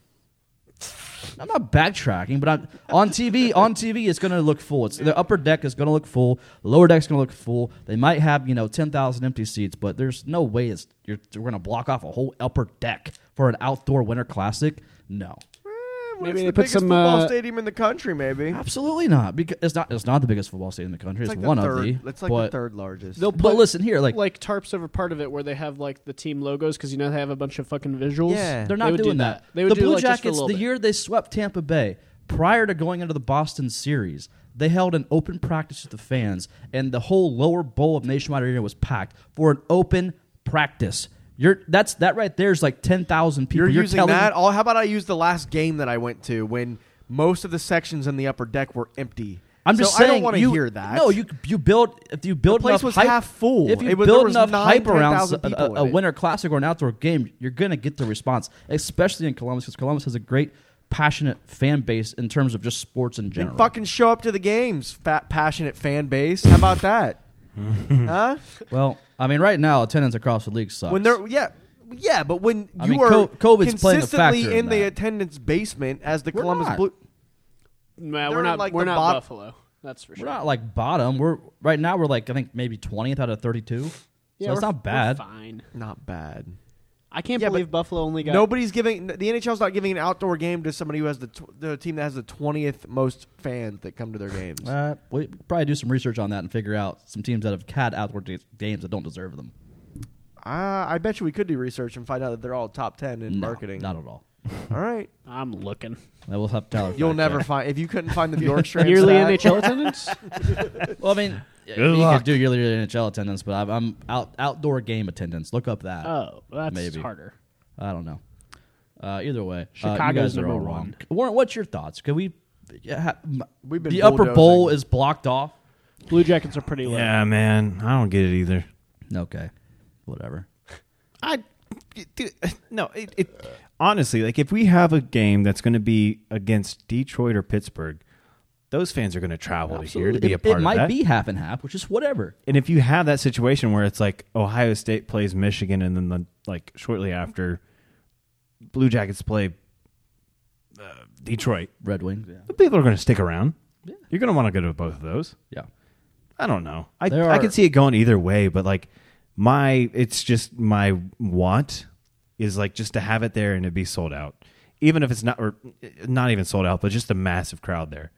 C: backtracking.
A: I'm not backtracking, but I'm on TV. on TV, it's going to look full. It's the upper deck is going to look full. Lower deck's going to look full. They might have you know ten thousand empty seats, but there's no way it's you're we're going to block off a whole upper deck for an outdoor winter classic. No,
C: Eh, when
D: Maybe
C: it's
D: they
C: the
D: put
C: biggest
D: some,
C: football
D: uh,
C: stadium in the country. Maybe
A: Absolutely not. Because it's not. It's not the biggest football stadium in the country. It's,
C: like
A: one
C: the
A: of
C: third,
A: the.
C: It's like
A: but,
C: the third largest.
D: They'll
A: But
D: put
A: listen here, like,
D: like tarps over part of it where they have like the team logos because you know they have a bunch of fucking visuals.
C: Yeah.
A: they're not
D: would do
A: doing that.
D: They would
A: the
D: do
A: Blue
D: like, just for a
A: Jackets,
D: little
A: the
D: bit.
A: year they swept Tampa Bay, prior to going into the Boston series, they held an open practice with the fans, and the whole lower bowl of Nationwide Arena was packed for an open practice. You're that's that right there is like ten thousand people.
C: You're, using
A: telling,
C: that. Oh, how about I use the last game that I went to when most of the sections in the upper deck were empty.
A: I'm just
C: so
A: saying
C: I don't want to
A: you-
C: hear that.
A: No, you you build if you build
C: The place
A: enough
C: was
A: hype,
C: half full.
A: If you
C: It was- there
A: build
C: was
A: enough
C: nine,
A: hype around
C: 10,000
A: s- a,
C: people
A: a
C: in it.
A: winter classic or an outdoor game, you're gonna get the response, especially in Columbus, because Columbus has a great passionate fan base in terms of just sports in
C: Then
A: general.
C: fucking show up to the games, fat passionate fan base. How about that? huh?
A: Well, I mean, right now attendance across the league sucks.
C: When they're yeah. Yeah, but when
A: I
C: you
A: mean,
C: are
A: co- COVID's playing a
C: consistently
A: factor
C: in,
A: in
C: the
A: that.
C: attendance basement as the
A: We're
C: Columbus
A: not.
C: Blue,
D: Nah,
C: They're
D: we're not.
C: like
D: we're
C: the
D: not
C: bot-
D: Buffalo. That's for sure.
A: we're not like bottom. We're right now we're like I think maybe twentieth out of thirty two. so it's
D: we're-
A: not bad.
D: We're fine.
C: not bad.
D: I can't
C: Yeah, but
D: believe Buffalo only got
C: Nobody's giving the NHL's not giving an outdoor game to somebody who has the tw- the team that has the twentieth most fans that come to their games.
A: Uh, we probably do some research on that and figure out some teams that have had outdoor ga- games that don't deserve them.
C: Uh, I bet you we could do research and find out that they're all top ten in
A: No,
C: marketing.
A: not at all.
C: all right,
D: I'm looking.
A: I will have Tyler.
C: you'll
A: fact
C: never
A: check.
C: find if you couldn't find the Bjorkstrand
D: Yearly
C: stat-
D: NHL attendance?
A: Well, I mean, you
B: luck.
A: could do yearly NHL attendance, but I'm, I'm out outdoor game attendance. Look up that.
D: Oh, that's
A: Maybe.
D: harder.
A: I don't know. Uh, either way, uh, you
D: Chicago's
A: guys are all
D: number
A: wrong.
D: one.
A: Warren, what's your thoughts? Could we? yeah, ha- m-
C: We've been
A: the upper
C: bulldozing.
A: bowl is blocked off.
D: Blue Jackets are pretty low.
B: Yeah, man, I don't get it either.
A: Okay, whatever.
B: I dude, no, it, it honestly like if we have a game that's going to be against Detroit or Pittsburgh, those fans are going to travel to here to be
A: it,
B: a part
A: it
B: of
A: might
B: that.
A: be half and half, which is whatever.
B: And if you have that situation where it's like Ohio State plays Michigan, and then the, like shortly after, Blue Jackets play uh, Detroit,
A: Red Wings. Yeah.
B: the people are going to stick around. You're going to want to go to both of those.
A: Yeah.
B: I don't know. I
A: There
B: I
A: are-
B: could see it going either way, but like my it's just my want is like just to have it there and it be sold out. Even if it's not or eh, not even sold out, but just a massive crowd there.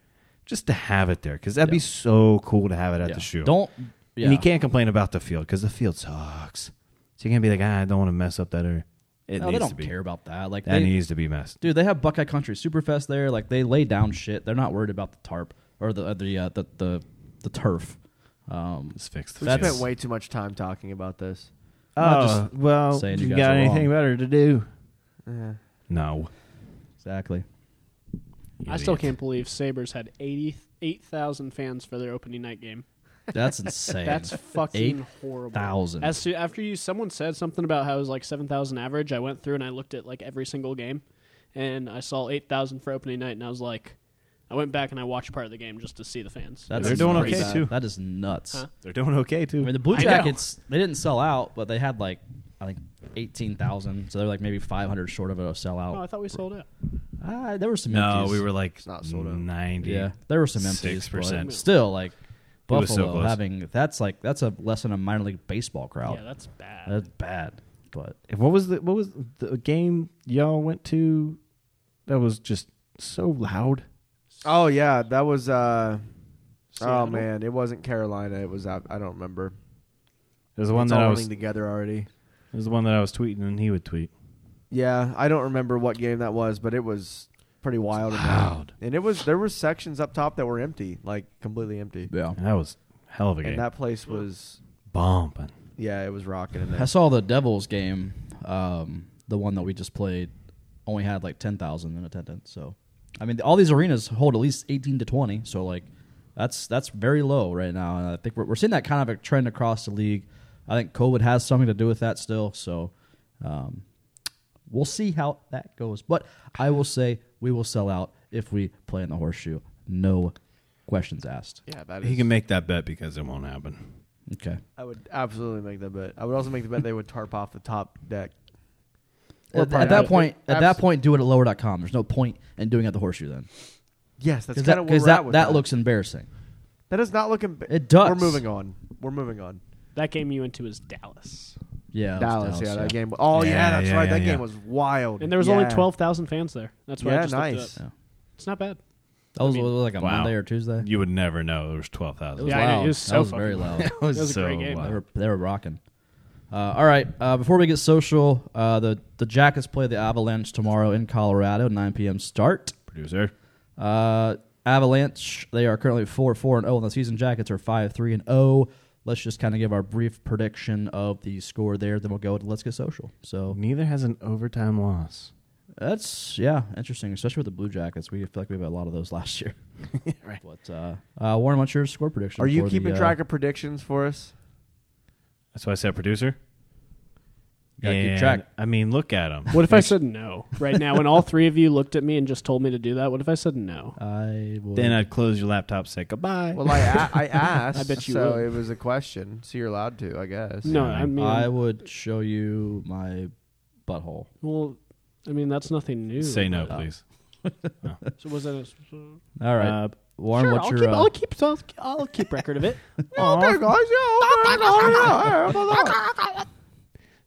B: Just to have it there cuz that'd be so cool to have it at
A: yeah.
B: the shoe.
A: Don't. Yeah.
B: And you can't complain about the field cuz the field sucks. So you can't be like, ah, "I don't want to mess up that area." It
A: No,
B: needs
A: they
B: to
A: don't
B: be.
A: care about that. Like
B: That
A: they,
B: needs to be messed.
A: dude, they have Buckeye Country Superfest there. Like they lay down shit. They're not worried about the tarp or the uh, the, uh, the the the turf. Um,
B: Let's fix
C: We
B: this.
A: That's-
C: spent way too much time talking about this.
A: not
B: Oh,
A: just
B: well,
A: saying you
B: you,
A: guys
B: got
A: are
B: anything
A: wrong.
B: better to do?
C: Yeah.
B: No.
A: exactly.
D: I still
B: Idiot.
D: can't believe Sabres had 88,000 fans for their opening night game.
A: That's insane.
D: That's fucking horrible.
A: 8,000.
D: As to, after you, someone said something about how it was like 7,000 average. I went through and I looked at like every single game, and I saw 8,000 for opening night, and I was like, I went back and I watched part of the game just to see the fans.
A: That's
B: They're doing
A: crazy.
B: okay, too.
A: That is nuts.
D: Huh?
B: They're doing okay too.
A: I mean, the Blue
D: I know.
A: Jackets they didn't sell out, but they had like I think eighteen thousand, so they're like maybe five hundred short of a sellout.
D: oh, I thought we sold out.
A: Ah, there were some.
B: No,
A: empties.
B: we were like
C: not sold out.
B: ninety.
A: Yeah, there were some empties.
B: 6%.
A: But still, like
B: was so
A: Buffalo
B: close.
A: having that's like that's a less than a minor league baseball crowd.
D: Yeah, that's bad.
A: that's bad. But
B: What was the what was the game y'all went to that was just so loud?
C: Oh yeah, that was. uh Oh
D: Seattle?
C: man, it wasn't Carolina. It was I, I don't remember.
B: It was the one
C: it's
B: that
C: all
B: I
C: running
B: was. It
C: together already.
B: was the one that I was tweeting and he would tweet.
C: Yeah, I don't remember what game that was, but it was pretty wild. in there.
B: Loud.
C: And it was there were sections up top that were empty, like completely empty.
A: yeah,
B: And that was hell of a game.
C: And that place was
B: Bumping.
C: yeah, it was rocking in
A: I
C: there.
A: saw the Devils game, um, the one that we just played, only had like ten thousand in attendance. So, I mean, all these arenas hold at least eighteen to twenty. So, like, that's that's very low right now, and I think we're, we're seeing that kind of a trend across the league. I think COVID has something to do with that still. So, um, we'll see how that goes. But I will say we will sell out if we play in the horseshoe. No questions asked.
C: Yeah, that
B: He
C: is.
B: can make that bet because it won't happen.
A: Okay.
C: I would absolutely make that bet. I would also make the bet they would tarp off the top deck. Or
A: At,
C: probably-
A: at that point, at that
C: Abs-
A: point, do it at lower.com. There's no point in doing it at the horseshoe then.
C: Yes,
A: Because
C: that's kind
A: that,
C: of where
A: 'cause
C: we're
A: that,
C: at with
A: that looks embarrassing.
C: That does not look. Imba-
A: It does.
C: We're moving on. We're moving on.
D: that game you went to is Dallas.
A: Yeah, it was
C: Dallas, yeah, that game. Oh yeah,
B: Yeah,
C: that's
B: yeah,
C: right.
B: yeah,
C: that
B: yeah.
C: game was wild.
D: And there was
C: Yeah.
D: only twelve thousand fans there. That's why I
C: Yeah,
D: just looked it
C: nice.
D: up.
A: Yeah.
D: It's not bad.
A: That was,
D: I mean,
A: was it like a
B: wow.
A: Monday or Tuesday.
B: You would never know there was twelve
A: It
B: thousand.
A: was
D: Yeah, I know.
A: loud.
D: It was
A: that
D: so
A: was very
D: fucking
A: loud.
B: was,
D: That was a great game.
A: They
B: wild.
A: were they were rocking. Uh, all right. Uh, before we get social, uh, the the Jackets play the Avalanche tomorrow in Colorado, 9 p.m. start.
B: Producer,
A: Uh, Avalanche they are currently four four and zero in the season. Jackets are five three and zero. Let's just kind of give our brief prediction of the score there. Then we'll go to let's get social. So
B: neither has an overtime loss.
A: that's yeah interesting, especially with the Blue Jackets. We feel like we have a lot of those last year. right. But uh, uh, Warren, what's your score prediction?
C: Are you
A: for the,
C: keeping
A: uh,
C: track of predictions for us?
B: That's why I said producer.
A: Gotta keep
B: And,
A: track.
B: I mean, look at him.
D: What if I said no right now? And all three of you looked at me and just told me to do that. What if I said no?
A: I would.
B: then I'd close your laptop, say goodbye.
C: Well, I a- I asked.
D: I bet you
C: So
D: would.
C: it was a question. So you're allowed to, I guess.
D: No,
B: Yeah,
D: I mean,
A: I would show you my butthole.
D: well, I mean that's nothing new.
B: say no, please.
D: So was that? A,
A: All right,
B: Uh,
A: Warren,
D: sure,
A: what's
D: I'll
A: your?
D: keep,
A: uh,
D: I'll keep, I'll, I'll keep record of it.
C: Oh, Okay, guys. Yeah.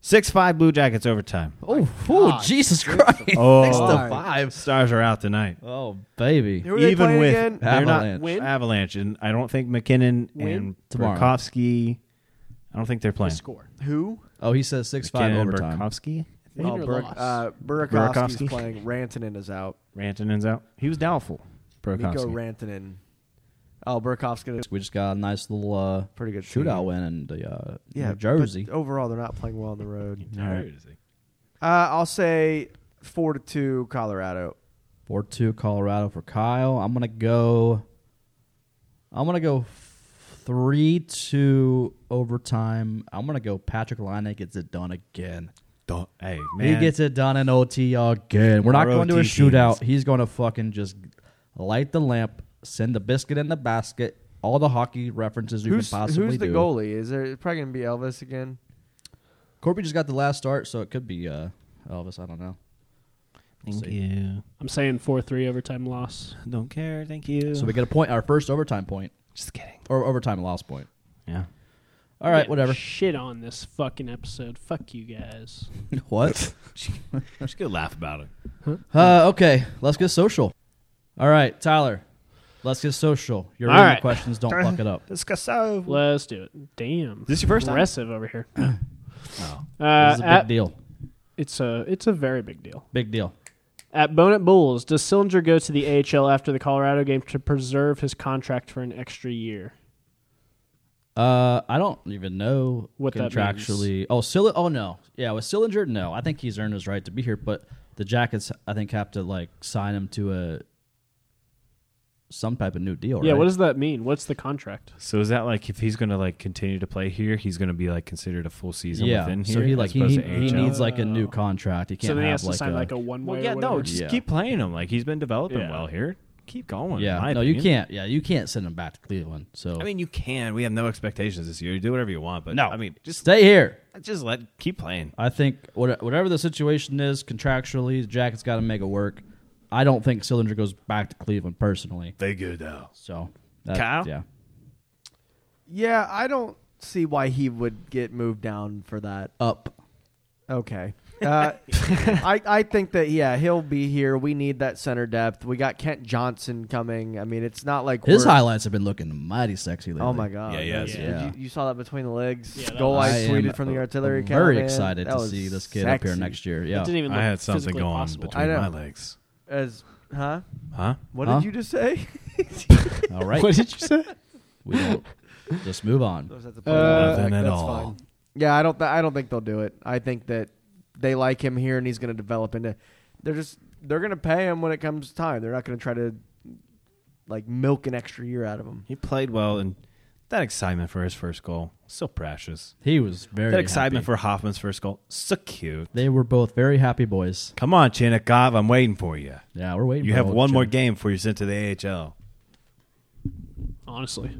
B: Six five Blue Jackets overtime.
A: oh, oh, Jesus Christ!
B: Oh,
C: five.
B: stars are out tonight.
A: Oh, baby.
C: Who are they
B: Even
C: playing
B: with
C: again?
B: they're
A: Avalanche.
B: not
D: Win?
B: Avalanche, and I don't think McKinnon and
A: Tomorrow.
B: Burkowski. I don't think they're
D: The
B: playing.
D: score.
C: Who?
A: Oh, he says six five
B: McKinnon,
A: overtime.
B: Burkowski.
D: Win or
C: Bur-
D: loss?
C: uh, Burakovsky's
B: Burakovsky.
C: playing. Rantanen is out.
B: Rantanen's out. He was doubtful.
C: Nico
B: Burkowski.
C: Rantanen. Oh, Burakovsky.
A: We just got a nice little uh,
C: Pretty good
A: shootout
C: team.
A: win in the uh,
C: Yeah,
A: New Jersey.
C: But overall, they're not playing well on the road.
B: All right.
C: Uh, I'll say four to two, Colorado.
A: Four two Colorado for Kyle. I'm gonna go. I'm gonna go three two overtime. I'm gonna go Patrick Line gets it done again.
B: Don't, hey man,
A: He gets it done in OT again. We're not
B: Our
A: going to a
B: OT
A: shootout.
B: teams.
A: He's going to fucking just light the lamp, send the biscuit in the basket, all the hockey references we
C: Who's
A: can possibly
C: who's the
A: do.
C: goalie? Is there it's probably gonna be Elvis again?
A: Corby just got the last start, so it could be uh, Elvis. I don't know.
B: Thank
A: See.
B: you.
D: I'm saying four three overtime loss.
B: Don't care. Thank you.
A: So we get a point, our first overtime point
B: just kidding.
A: or overtime loss point.
B: Yeah.
A: All right,
D: Getting
A: whatever.
D: Shit on this fucking episode. Fuck you guys.
A: what?
B: Just gonna laugh about it.
A: Uh, okay, let's get social. All right, Tyler, let's get social. Your
D: All
A: random
D: right.
A: questions don't fuck it up.
B: Let's go. So
D: Let's do it. Damn.
B: This your first time?
D: aggressive over here. Uh,
A: Oh. this is a big
D: at-
A: deal.
D: It's a it's a very big deal.
A: Big deal.
D: At Bonnet Bulls, does Sillinger go to the AHL after the Colorado game to preserve his contract for an extra year?
A: Uh, I don't even know
D: What that
A: contractually. oh, Sil- Oh no, yeah, with Sillinger, no. I think he's earned his right to be here, but the Jackets, I think, have to like sign him to a some type of new deal.
D: Yeah,
A: right?
D: what does that mean? What's the contract?
B: So is that like if he's gonna like continue to play here, he's gonna be like considered a full season
A: yeah?
B: within here?
A: so he
B: as
A: like he,
B: opposed
A: he,
B: to
A: he
B: AHL?
A: needs like a new contract. He can't
D: so
A: have
D: then he has to
A: like
D: sign
A: a,
D: like a one
B: Well,
D: way.
B: yeah,
D: or
B: no,
D: whatever.
B: just
A: Yeah.
B: keep playing him. Like he's been developing
D: Yeah.
B: well here. Keep going. in
A: yeah.
B: my
A: No, you
B: opinion.
A: can't. Yeah, you can't send him back to Cleveland. So
B: I mean, you can. We have no expectations this year. You do whatever you want, but
A: no,
B: I mean, just
A: stay here.
B: just let keep playing.
A: I think what, whatever the situation is contractually, the Jackets got to make it work. I don't think Sillinger goes back to Cleveland personally.
B: They good though.
A: So that,
B: Kyle?
A: yeah.
C: Yeah, I don't see why he would get moved down for that.
A: up.
C: Okay. Uh, I I think that yeah he'll be here. We need that center depth. We got Kent Johnson coming. I mean, it's not like
A: His
C: we're-
A: highlights have been looking mighty sexy lately.
C: Oh my god!
B: Yeah, yeah,
C: That's-
A: yeah.
C: You, you saw that between the legs
D: Yeah, that
C: goal
D: was-
C: I,
A: I am
C: tweeted from the artillery. account,
A: Very
C: man.
A: excited
C: That
A: to
C: was
A: see this kid up here
C: sexy.
A: next year.
D: It didn't
A: Yeah.
D: even look
B: I had something
D: physically
B: going
D: possible.
B: between
C: I know.
B: my legs.
C: As huh?
B: Huh?
C: What
A: Huh?
C: did you just say?
A: All right.
D: What did you say?
A: we don't. Just move on.
C: Was that the
D: Uh,
B: Nothing at
C: That's
B: all.
C: fine. Yeah, I don't. Th- I don't think they'll do it. I think that they like him here, and he's going to develop into. They're just. They're going to pay him when it comes time. They're not going to try to like milk an extra year out of him.
B: He played well, and that excitement for his first goal so precious.
A: He was very
B: that excitement
A: happy.
B: for Hoffman's first goal so cute.
A: They were both very happy boys.
B: Come on, Chinnikov, I'm waiting for you.
A: Yeah, we're waiting.
B: You
A: for
B: have
A: old
B: one
A: Jim.
B: more game before you're sent to the AHL.
D: Honestly,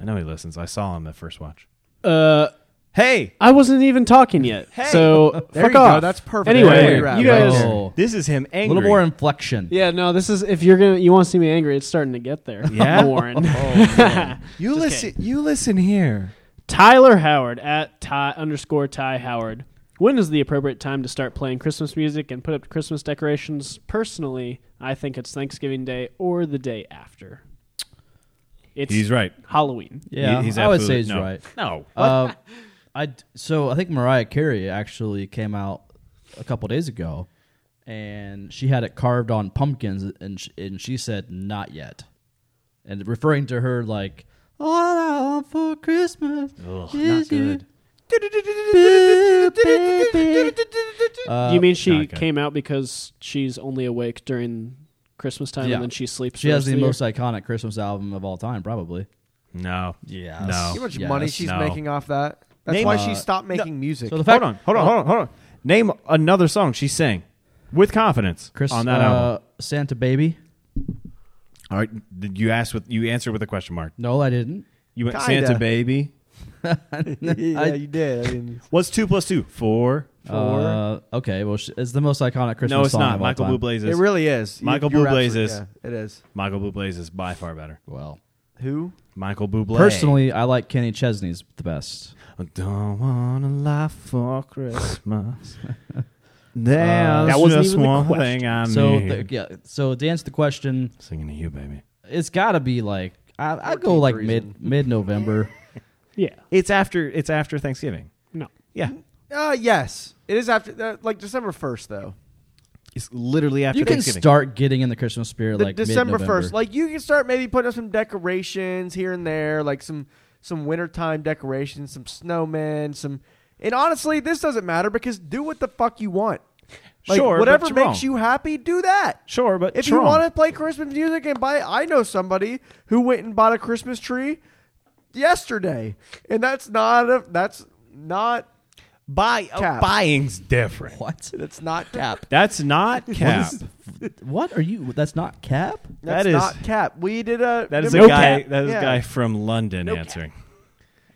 B: I know he listens. I saw him at first watch.
D: uh,
B: Hey,
D: I wasn't even talking yet. so
C: There
D: fuck
C: you go.
D: off.
C: That's perfect.
B: There
D: Anyway,
B: you go.
D: you
A: Right
D: guys.
A: there.
B: this is him
A: A
B: angry.
A: little more inflection.
D: Yeah, no, this is if you're gonna you want to see me angry, it's starting to get there.
B: Yeah?
D: Warren.
B: You listen. You listen here.
D: Tyler Howard at Ty underscore Ty Howard. When is the appropriate time to start playing Christmas music and put up Christmas decorations? Personally, I think it's Thanksgiving Day or the day after. It's
B: He's right.
D: Halloween.
A: Yeah,
B: He- he's
A: I would
B: absolutely-
A: say he's
B: no.
A: right.
B: No.
A: Uh, I d- so I think Mariah Carey actually came out a couple days ago, and she had it carved on pumpkins, and sh- and she said not yet, and referring to her like all I want for Christmas is you,
B: good.
A: baby." Uh,
D: Do you mean she
B: not good.
D: came out because she's only awake during Christmas time
A: Yeah.
D: and then she sleeps?
A: she has
D: rest of
A: the
D: year?
A: most iconic Christmas album of all time, probably.
B: No.
A: Yes.
B: No.
C: See how much
A: Yes.
C: money she's
B: No.
C: making off that? That's
B: Name-
C: why
B: Uh,
C: she stopped making music.
A: So the fact,
B: hold on, hold on, hold on, hold on. Name another song she sang with confidence
A: Chris,
B: on that
A: uh,
B: album.
A: Santa Baby.
B: All right, did you ask with you answered with a question mark?
A: No, I didn't.
B: You went
C: Kinda.
B: Santa baby.
C: yeah,
A: I-
C: you did. I mean,
B: What's two plus two? Four.
A: Uh, okay, well, sh- it's the most iconic Christmas
B: no, it's
A: song
B: not.
A: of
B: Michael
A: all time.
B: Bublé's
C: it
B: is.
C: really is. You-
B: Michael
C: you're
B: Bublé's
C: absolutely-
B: is-
C: Yeah, it is.
B: Michael Bublé's is by far better.
A: Well,
C: Who?
B: Michael Bublé.
A: personally, I like Kenny Chesney's the best.
B: I don't want a life for Christmas.
A: Uh,
B: There's
D: That wasn't
B: just
D: even the
B: one
D: question.
B: thing I
A: so,
B: need.
A: the, yeah. So to answer the question,
B: Singing to you, baby.
A: it's got to be like I, I go
C: 14th
A: like
C: reason.
A: mid mid November.
D: Yeah.
B: It's after. It's after Thanksgiving.
D: No.
B: Yeah,
C: Uh, yes, it is after uh, like December first though.
B: it's literally after.
A: you can
B: Thanksgiving.
A: start getting in the Christmas spirit
C: The
A: like
C: December
A: mid-November.
C: first, like you can start maybe putting up some decorations here and there, like some some wintertime decorations, some snowmen, some. And honestly, this doesn't matter because do what the fuck you want. Like,
B: Sure, but
C: whatever
B: you're
C: makes
B: wrong.
C: you happy, do that.
B: Sure, but
C: If
B: you're
C: you
B: wrong.
C: want to play Christmas music and buy, I know somebody who went and bought a Christmas tree yesterday, and that's not a that's not
B: buy
C: Cap.
B: buying's different.
A: What?
C: that's not cap.
B: That's not cap.
A: is- What are you? That's not cap.
C: That's
B: That is-
C: not cap. We did a
B: that is a
C: remember-
B: guy.
D: cap.
B: That is
C: Yeah.
B: a guy from London answering.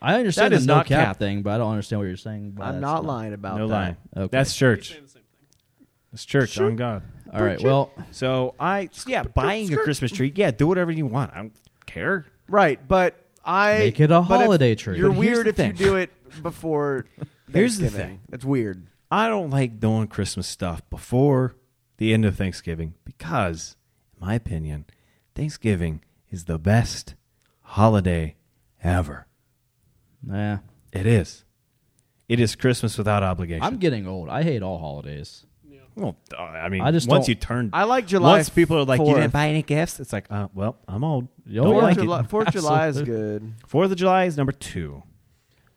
A: I understand
B: That is
A: the no
B: not
A: cap,
B: cap.
A: thing, but I don't understand what you're saying. by
C: I'm
A: that's
C: not lying about
B: No
C: that.
B: lie.
A: Okay.
B: That's church. That's church on God.
A: All right. Well,
B: So I yeah, buying a Christmas tree. Yeah, do whatever you want. I don't care.
C: Right, but I
A: Make it a
C: but if-
A: holiday tree.
C: You're
B: But here's
C: weird
B: the
C: if you
B: thing.
C: do it before.
B: Here's the
C: Thanksgiving. It's weird.
B: I don't like doing Christmas stuff before the end of Thanksgiving because, in my opinion, Thanksgiving is the best holiday ever.
A: nah.
B: It is. It is Christmas without obligation.
A: I'm getting old. I hate all holidays.
B: Well, uh, I mean,
A: I just
B: once
A: don't-
B: you turn,
C: I like July
B: Once people are like, "You
C: 4th.
B: didn't buy any gifts," it's like, uh, "Well, I'm old.
A: Yo,
B: Don't
A: yeah.
B: like
C: July,
B: it."
C: Fourth of July is good.
B: Fourth of July is number two,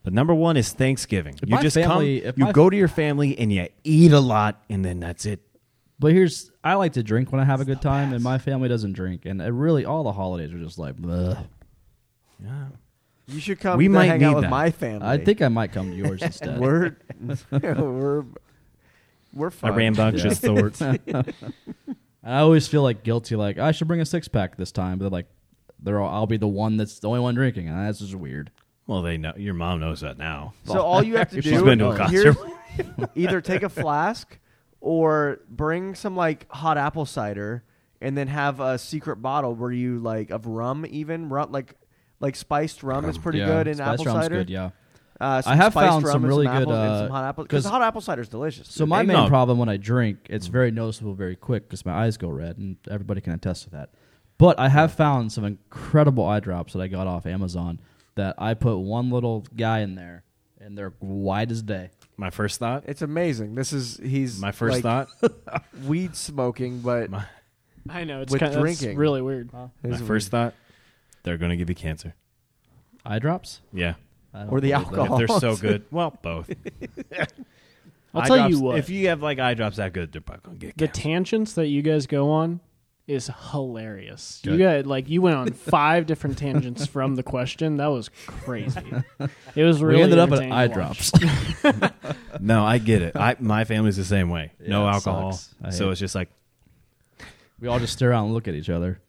B: but number one is Thanksgiving.
A: If
B: you
A: my
B: just
A: family-
B: come,
A: if my-
B: you go to your family, and you eat a lot, and then that's it.
A: But here's I like to drink when I have a good time, and my family doesn't drink, and it really all the holidays are just like. bleh.
B: Yeah.
C: You should come.
B: We
C: to
B: might
C: hang
B: need
C: out with
B: that.
C: my family.
A: I think I might come to yours instead.
C: we're we're we're
B: A
C: fine.
B: rambunctious thought.
A: And I always feel like guilty, like "Oh, I should bring a six pack this time, but they're like they're all, I'll be the one that's the only one drinking, and that's just weird.
B: Well, they know your mom knows that now.
C: So all you have to do
B: She's been to a
C: here's-
B: concert.
C: either take a flask or bring some like hot apple cider and then have a secret bottle where you like of rum even rum like like spiced rum is pretty
A: yeah,
C: good in
A: Spice
C: apple
A: rum's
C: cider.
A: good, yeah.
C: Uh, some
A: I have
C: spiced
A: found
C: rum
A: some
C: and
A: really
C: some apples
A: good,
C: and
A: uh,
C: some hot apple because
A: 'cause-
C: hot apple cider is delicious.
A: So my
B: They
A: main
B: know.
A: problem when I drink,
C: Mm.
A: it's very noticeable very quick because my eyes go red, and everybody can attest to that. But I have found some incredible eye drops that I got off Amazon that I put one little guy in there, and they're white as day.
B: My first thought.
C: it's amazing. This is he's
B: My first
C: like,
B: thought.
C: weed smoking, but
B: My,
D: I know. It's
C: With
D: kind of
C: drinking.
D: really weird.
B: my
C: his-
B: first thought. They're going to give you cancer.
A: Eye drops,
B: Yeah.
A: I don't
C: or the
A: believe that.
C: alcohol.
B: If they're so good, well, both.
D: I'll
B: Eye
D: tell
B: drops-
D: you what.
B: If you have like eye drops that good, they're probably going to get
D: the
B: cancer.
D: tangents that you guys go on is hilarious. You
A: Good.
D: got like you went on five different tangents from the question. That was crazy. It was really
A: we ended up at
D: entertaining
A: eye
D: to
A: drops.
B: no, I get it. I, my family's the same way. no
A: it
B: alcohol.
A: sucks. I
B: So
A: hate-
B: it's just like
A: we all just stare out and look at each other.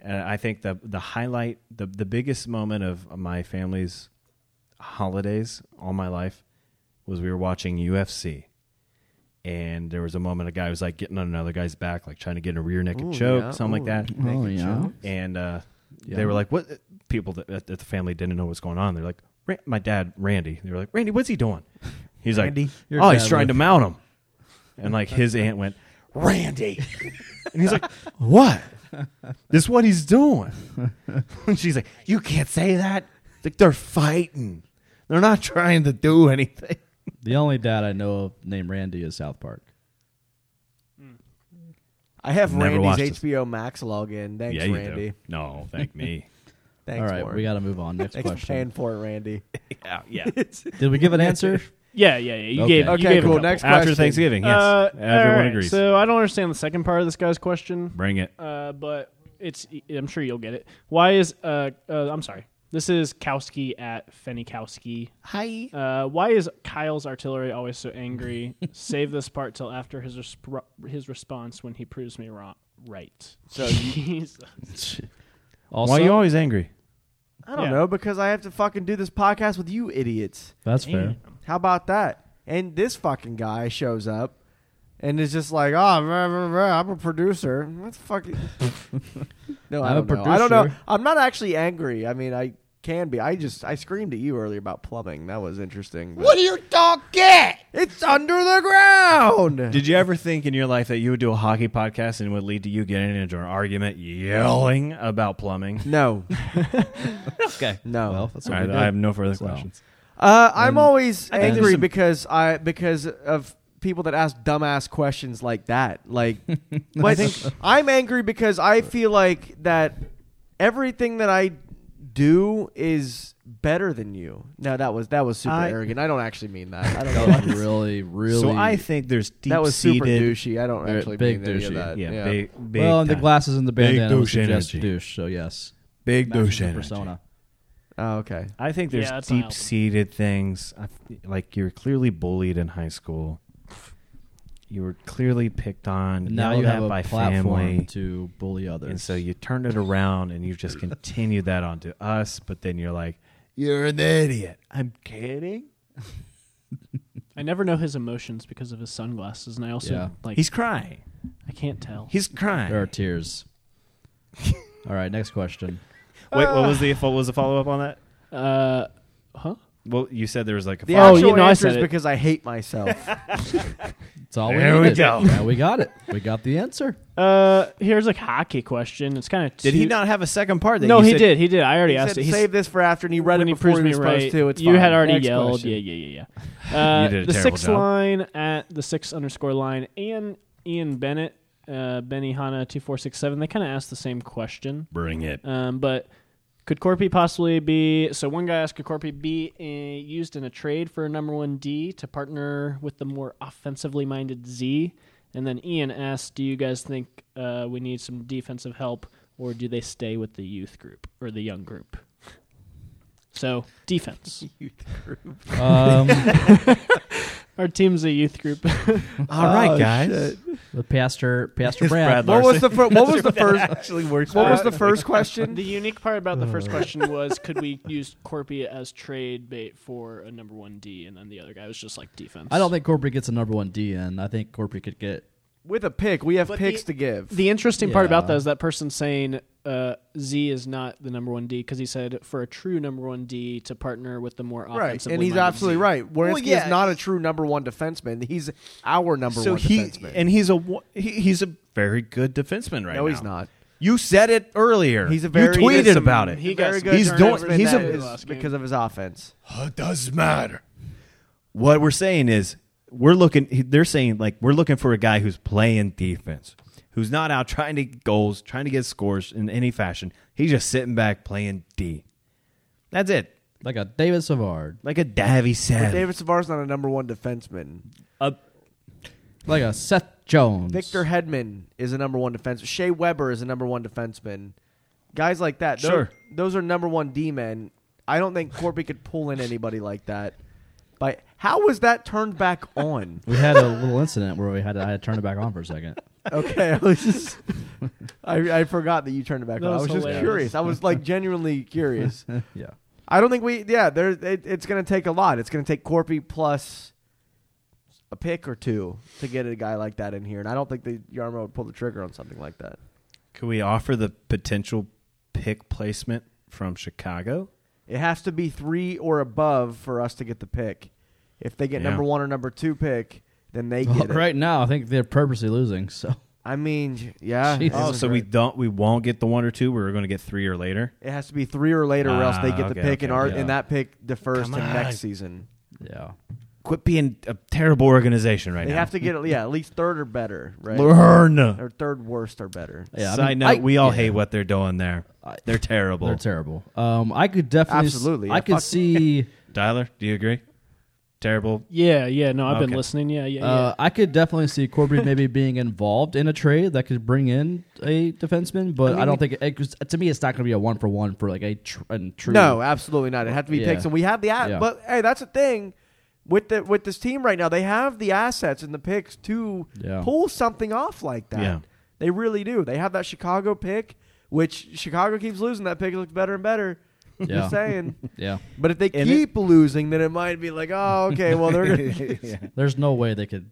B: And I think the the highlight, the the biggest moment of my family's holidays all my life was we were watching UFC, and there was a moment a guy was like getting on another guy's back, like trying to get in a rear naked
C: Ooh,
B: choke,
C: yeah.
B: something
C: Ooh.
B: like that.
A: Oh yeah.
B: And uh,
A: Yeah.
B: they were like, "What?" People that, that the family didn't know what's going on. They're like, Ra- my dad, Randy. They were like, Randy, what's he doing? He's
F: Randy,
B: like,
A: your
B: oh, he's
A: dad
B: trying to
A: lived-
B: mount him. And like his aunt went, Randy. and he's like, what? This is what he's doing. and she's like, you can't say that. It's like they're fighting. They're not trying to do anything.
A: The only dad I know of named Randy is South Park.
C: I have
B: Never watched
C: Randy's
B: this.
C: HBO Max login. Thanks,
B: yeah, you
C: Randy.
B: do. No, thank me.
C: Thanks,
A: All right,
C: Warren.
A: we got to move on. Next
C: Thanks for
A: question.
C: paying for it, Randy.
B: yeah, yeah.
A: Did we give an answer?
D: Yeah, yeah, yeah. You
A: Okay.
D: gave. you
C: Okay,
D: gave a
C: cool.
D: couple.
C: Next
B: After
C: question.
B: Thanksgiving, yes.
D: Uh,
B: Everyone
D: all right,
B: agrees.
D: So I don't understand the second part of this guy's question.
B: Bring it.
D: uh, but it's I'm sure you'll get it. Why is uh, uh I'm sorry. This is Kowski at Fenikowski.
F: Hi.
D: Uh, why is Kyle's artillery always so angry? Save this part till after his resp- his response when he proves me wrong. Right. So Jesus.
A: Also,
B: Why are you always angry?
C: I don't
D: Yeah.
C: know because I have to fucking do this podcast with you idiots.
A: that's fair.
C: How about that? And this fucking guy shows up and is just like, oh, rah, rah, rah, I'm a producer. What the fuck? no, I
A: I'm a
C: don't know. I don't know.
A: producer.
C: I'm not actually angry. I mean, I can be. I just I screamed at you earlier about plumbing. That was interesting. What are you talking? It's under the ground.
B: Did you ever think in your life that you would do a hockey podcast and it would lead to you getting into an argument yelling about plumbing?
C: no,
A: Okay.
C: no.
A: Well, that's
B: All
A: what
B: right,
A: we
B: I
A: did.
B: have no further
A: So.
B: questions.
C: Uh, I'm always angry
B: there's some-
C: because I because of people that ask dumbass questions like that. Like, I think I'm angry because I feel like that everything that I do is better than you. No, that was that was super
B: I-
C: arrogant. I don't actually mean that. I don't know.
A: That was really, really.
B: So I think there's deep
C: that was super
B: seated.
C: douchey. I don't
A: Yeah,
C: actually
A: big
C: mean any of
A: douchey.
C: that.
B: Yeah,
C: Yeah.
B: big, big.
A: well, and the
B: time.
A: glasses and the
B: Big
A: bandana would
B: douche
A: suggest
B: energy.
A: douche. So yes,
B: big
A: Matches
B: douche
A: the
B: energy.
A: persona.
C: Oh, okay.
B: I think there's
D: Yeah, that's an album.
B: deep seated things. I f- Like you were clearly bullied in high school. You were clearly picked on.
A: And now
B: yelled
A: you have
B: at
A: a
B: by
A: platform
B: family.
A: to bully others.
B: And so you turned it around and you just continued that onto us, but then you're like, You're an idiot. I'm kidding.
D: I never know his emotions because of his sunglasses, and I also
A: Yeah.
D: like
B: He's crying.
D: I can't tell.
B: He's crying.
A: there are tears. All right, next question.
B: Wait, what
D: Ah.
B: was the what was the follow up on that?
D: Uh, huh?
B: Well, you said there was like a
C: The
B: follow
D: Oh,
B: up.
D: you
C: actual
D: know, I
C: answer
D: said
C: is
D: it.
C: because I hate myself.
A: It's all
B: There we
A: needed.
B: go.
A: Now we got it. We got the answer.
D: Uh, here's a hockey question. It's kind of
B: Did he not have a second part? That
D: No,
B: you
D: he
B: said-
D: did. He did. I already
C: He
D: asked
C: said,
D: it. He's-
C: Save this for after, and he read
D: when
C: it
D: he
C: before
D: proves
C: he
D: me
C: was
D: right,
C: supposed to. It's
D: you
C: fine.
D: had already
C: Next
D: yelled.
C: question.
D: Yeah, yeah, yeah, yeah. Uh,
B: You did a
D: the
B: terrible
D: sixth
B: job.
D: line at the sixth underscore line and Ian Bennett, uh, Benny Hanna two four six seven. They kind of asked the same question,
B: Bring it.
D: um, but could Corpy possibly be? So one guy asked, could Corpy be uh, used in a trade for a number one D to partner with the more offensively minded Z? And then Ian asked, do you guys think uh, we need some defensive help, or do they stay with the youth group or the young group? So defense.
A: Um,
D: Our team's a youth group.
B: All right, guys.
A: the pastor, pastor
B: It's
A: Brad.
B: Brad
C: What was the
B: Larson.
C: fir- what was the first
B: Actually works.
C: what was
B: better.
C: the first question?
D: the unique part about the first question was, could we use Corpy as trade bait for a number one D? And then the other guy was just like defense.
A: I don't think Corporate gets a number one D in. I think Corporate could get.
C: With a pick, we have
D: But
C: picks
D: the-
C: to give.
D: The interesting part about
A: Yeah.
D: that is that person saying uh, Z is not the number one D because he said for a true number one D to partner with the more
C: right,
D: offensively
C: and he's
D: minded
C: absolutely
D: Z.
C: right. Whereas
B: Well,
C: he
B: yeah.
C: is not a true number one defenseman. He's our number
B: so
C: one
B: he
C: defenseman.
B: and he's a wa- he, he's a very good defenseman right now.
C: no, he's not.
B: You said it earlier.
C: He's a very
B: you tweeted
C: he's a-
B: about it.
D: He got
C: very
D: some
C: good.
B: He's
D: turnovers
B: doing.
C: defenseman
B: He's
C: that
B: a
C: is
D: last game.
C: because of his offense.
B: It doesn't matter. What we're saying is, we're looking. They're saying like we're looking for a guy who's playing defense, who's not out trying to get goals, trying to get scores in any fashion. He's just sitting back playing D. That's it.
A: Like a David Savard,
B: Like a Davy
C: But
B: Savage.
C: David Savar's not a number one defenseman.
A: like a Seth Jones.
C: Victor Hedman is a number one defenseman. Shea Weber is a number one defenseman. Guys like that. Those,
B: Sure.
C: Those are number one D men. I don't think Corby could pull in anybody like that. By how was that turned back on?
A: We had a little incident where we had to, I had to turn it back on for a second.
C: okay, I was just I, I forgot that you turned it back
D: That
C: on. I
D: was
C: was just
D: hilarious.
C: curious. I was like genuinely curious.
A: Yeah.
C: I don't think we yeah, there it, it's going to take a lot. It's going to take Corpy plus a pick or two to get a guy like that in here, and I don't think the Yarmo would pull the trigger on something like that.
B: Could we offer the potential pick placement from Chicago?
C: It has to be three or above for us to get the pick. If they get
B: Yeah.
C: number one or number two pick, then they
A: Well,
C: get it.
A: right now, I think they're purposely losing. So
C: I mean, yeah.
A: Jesus.
B: Oh,
C: it's-
B: so we don't, we won't get the one or two. We're going to get three or later.
C: it has to be three or later, or else they
B: Ah,
C: get the
B: okay,
C: pick, and
B: okay,
C: our
B: yeah.
C: and that pick defers
B: Come
C: to
B: on.
C: next season.
A: yeah,
B: Quit being a terrible organization right
C: They
B: now.
C: have to get yeah at least third or better, right?
B: learn.
C: Or third worst or better.
A: yeah. I
B: Side
A: mean,
B: note:
A: I-
B: We all
A: yeah,
B: hate what they're doing there. They're terrible.
A: They're terrible. Um, I could definitely s-
C: Absolutely,
A: I
C: yeah,
A: could
C: fuck.
A: see.
B: Tyler, do you agree? Terrible.
D: Yeah, yeah. No, I've
B: Okay.
D: been listening. Yeah, yeah, yeah.
A: Uh, I could definitely see Corbin maybe being involved in a trade that could bring in a defenseman, but I, don't think it, it, 'cause to me it's not going to be a one for one for like a, tr- a true.
C: No, absolutely not. It had to be
A: Yeah.
C: picks, and we have the a-
A: Yeah.
C: but hey, that's the thing with the with this team right now. They have the assets and the picks to
A: Yeah.
C: pull something off like that.
B: Yeah.
C: They really do. They have that Chicago pick, which Chicago keeps losing. That pick looks better and better.
A: Yeah.
C: Just saying.
A: yeah,
C: But if they
B: And it-
C: keep losing, then it might be like, oh, okay, well they're gonna.
A: there's no way they could.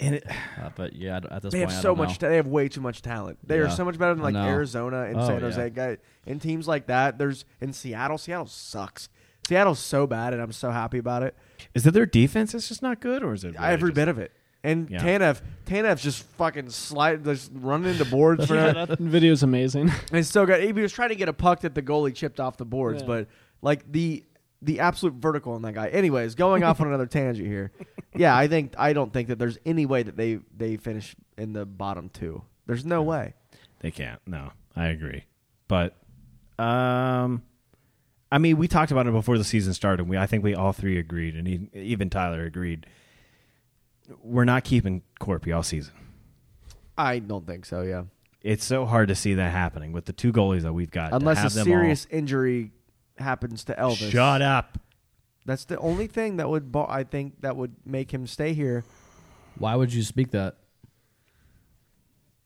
B: And it,
A: Uh, but yeah, I d- at this
C: They
A: point,
C: have
A: I
C: so
A: don't
C: much.
A: know.
C: Ta- they have way too much talent. They
A: Yeah.
C: are so much better than
A: I
C: like
A: know.
C: Arizona and
A: Oh,
C: San
A: yeah.
C: Jose guy and teams like that. There's in Seattle. Seattle sucks. Seattle's so bad, and I'm so happy about it.
B: is it their defense that's just not good, or is it really
C: Every
B: just-
C: bit of it. And
B: Yeah.
C: Tanev, Tanev's just fucking slide, just running into boards for.
D: yeah, that video's amazing.
C: And it's so good. He was trying to get a puck that the goalie chipped off the boards,
D: Yeah.
C: but like the the absolute vertical on that guy. Anyways, going off on another tangent here. Yeah, I think I don't think that there's any way that they they finish in the bottom two. There's no way.
B: They can't. No, I agree. But, um, I mean, we talked about it before the season started. We, I think, we all three agreed, and even, even Tyler agreed. We're not keeping Corpy all season.
C: I don't think so. Yeah,
B: It's so hard to see that happening with the two goalies that we've got. to
C: unless a
B: have them
C: serious injury happens to
B: all,
C: Elvis.
B: shut up.
C: That's the only thing that would bo- I think that would make him stay here.
A: Why would you speak that?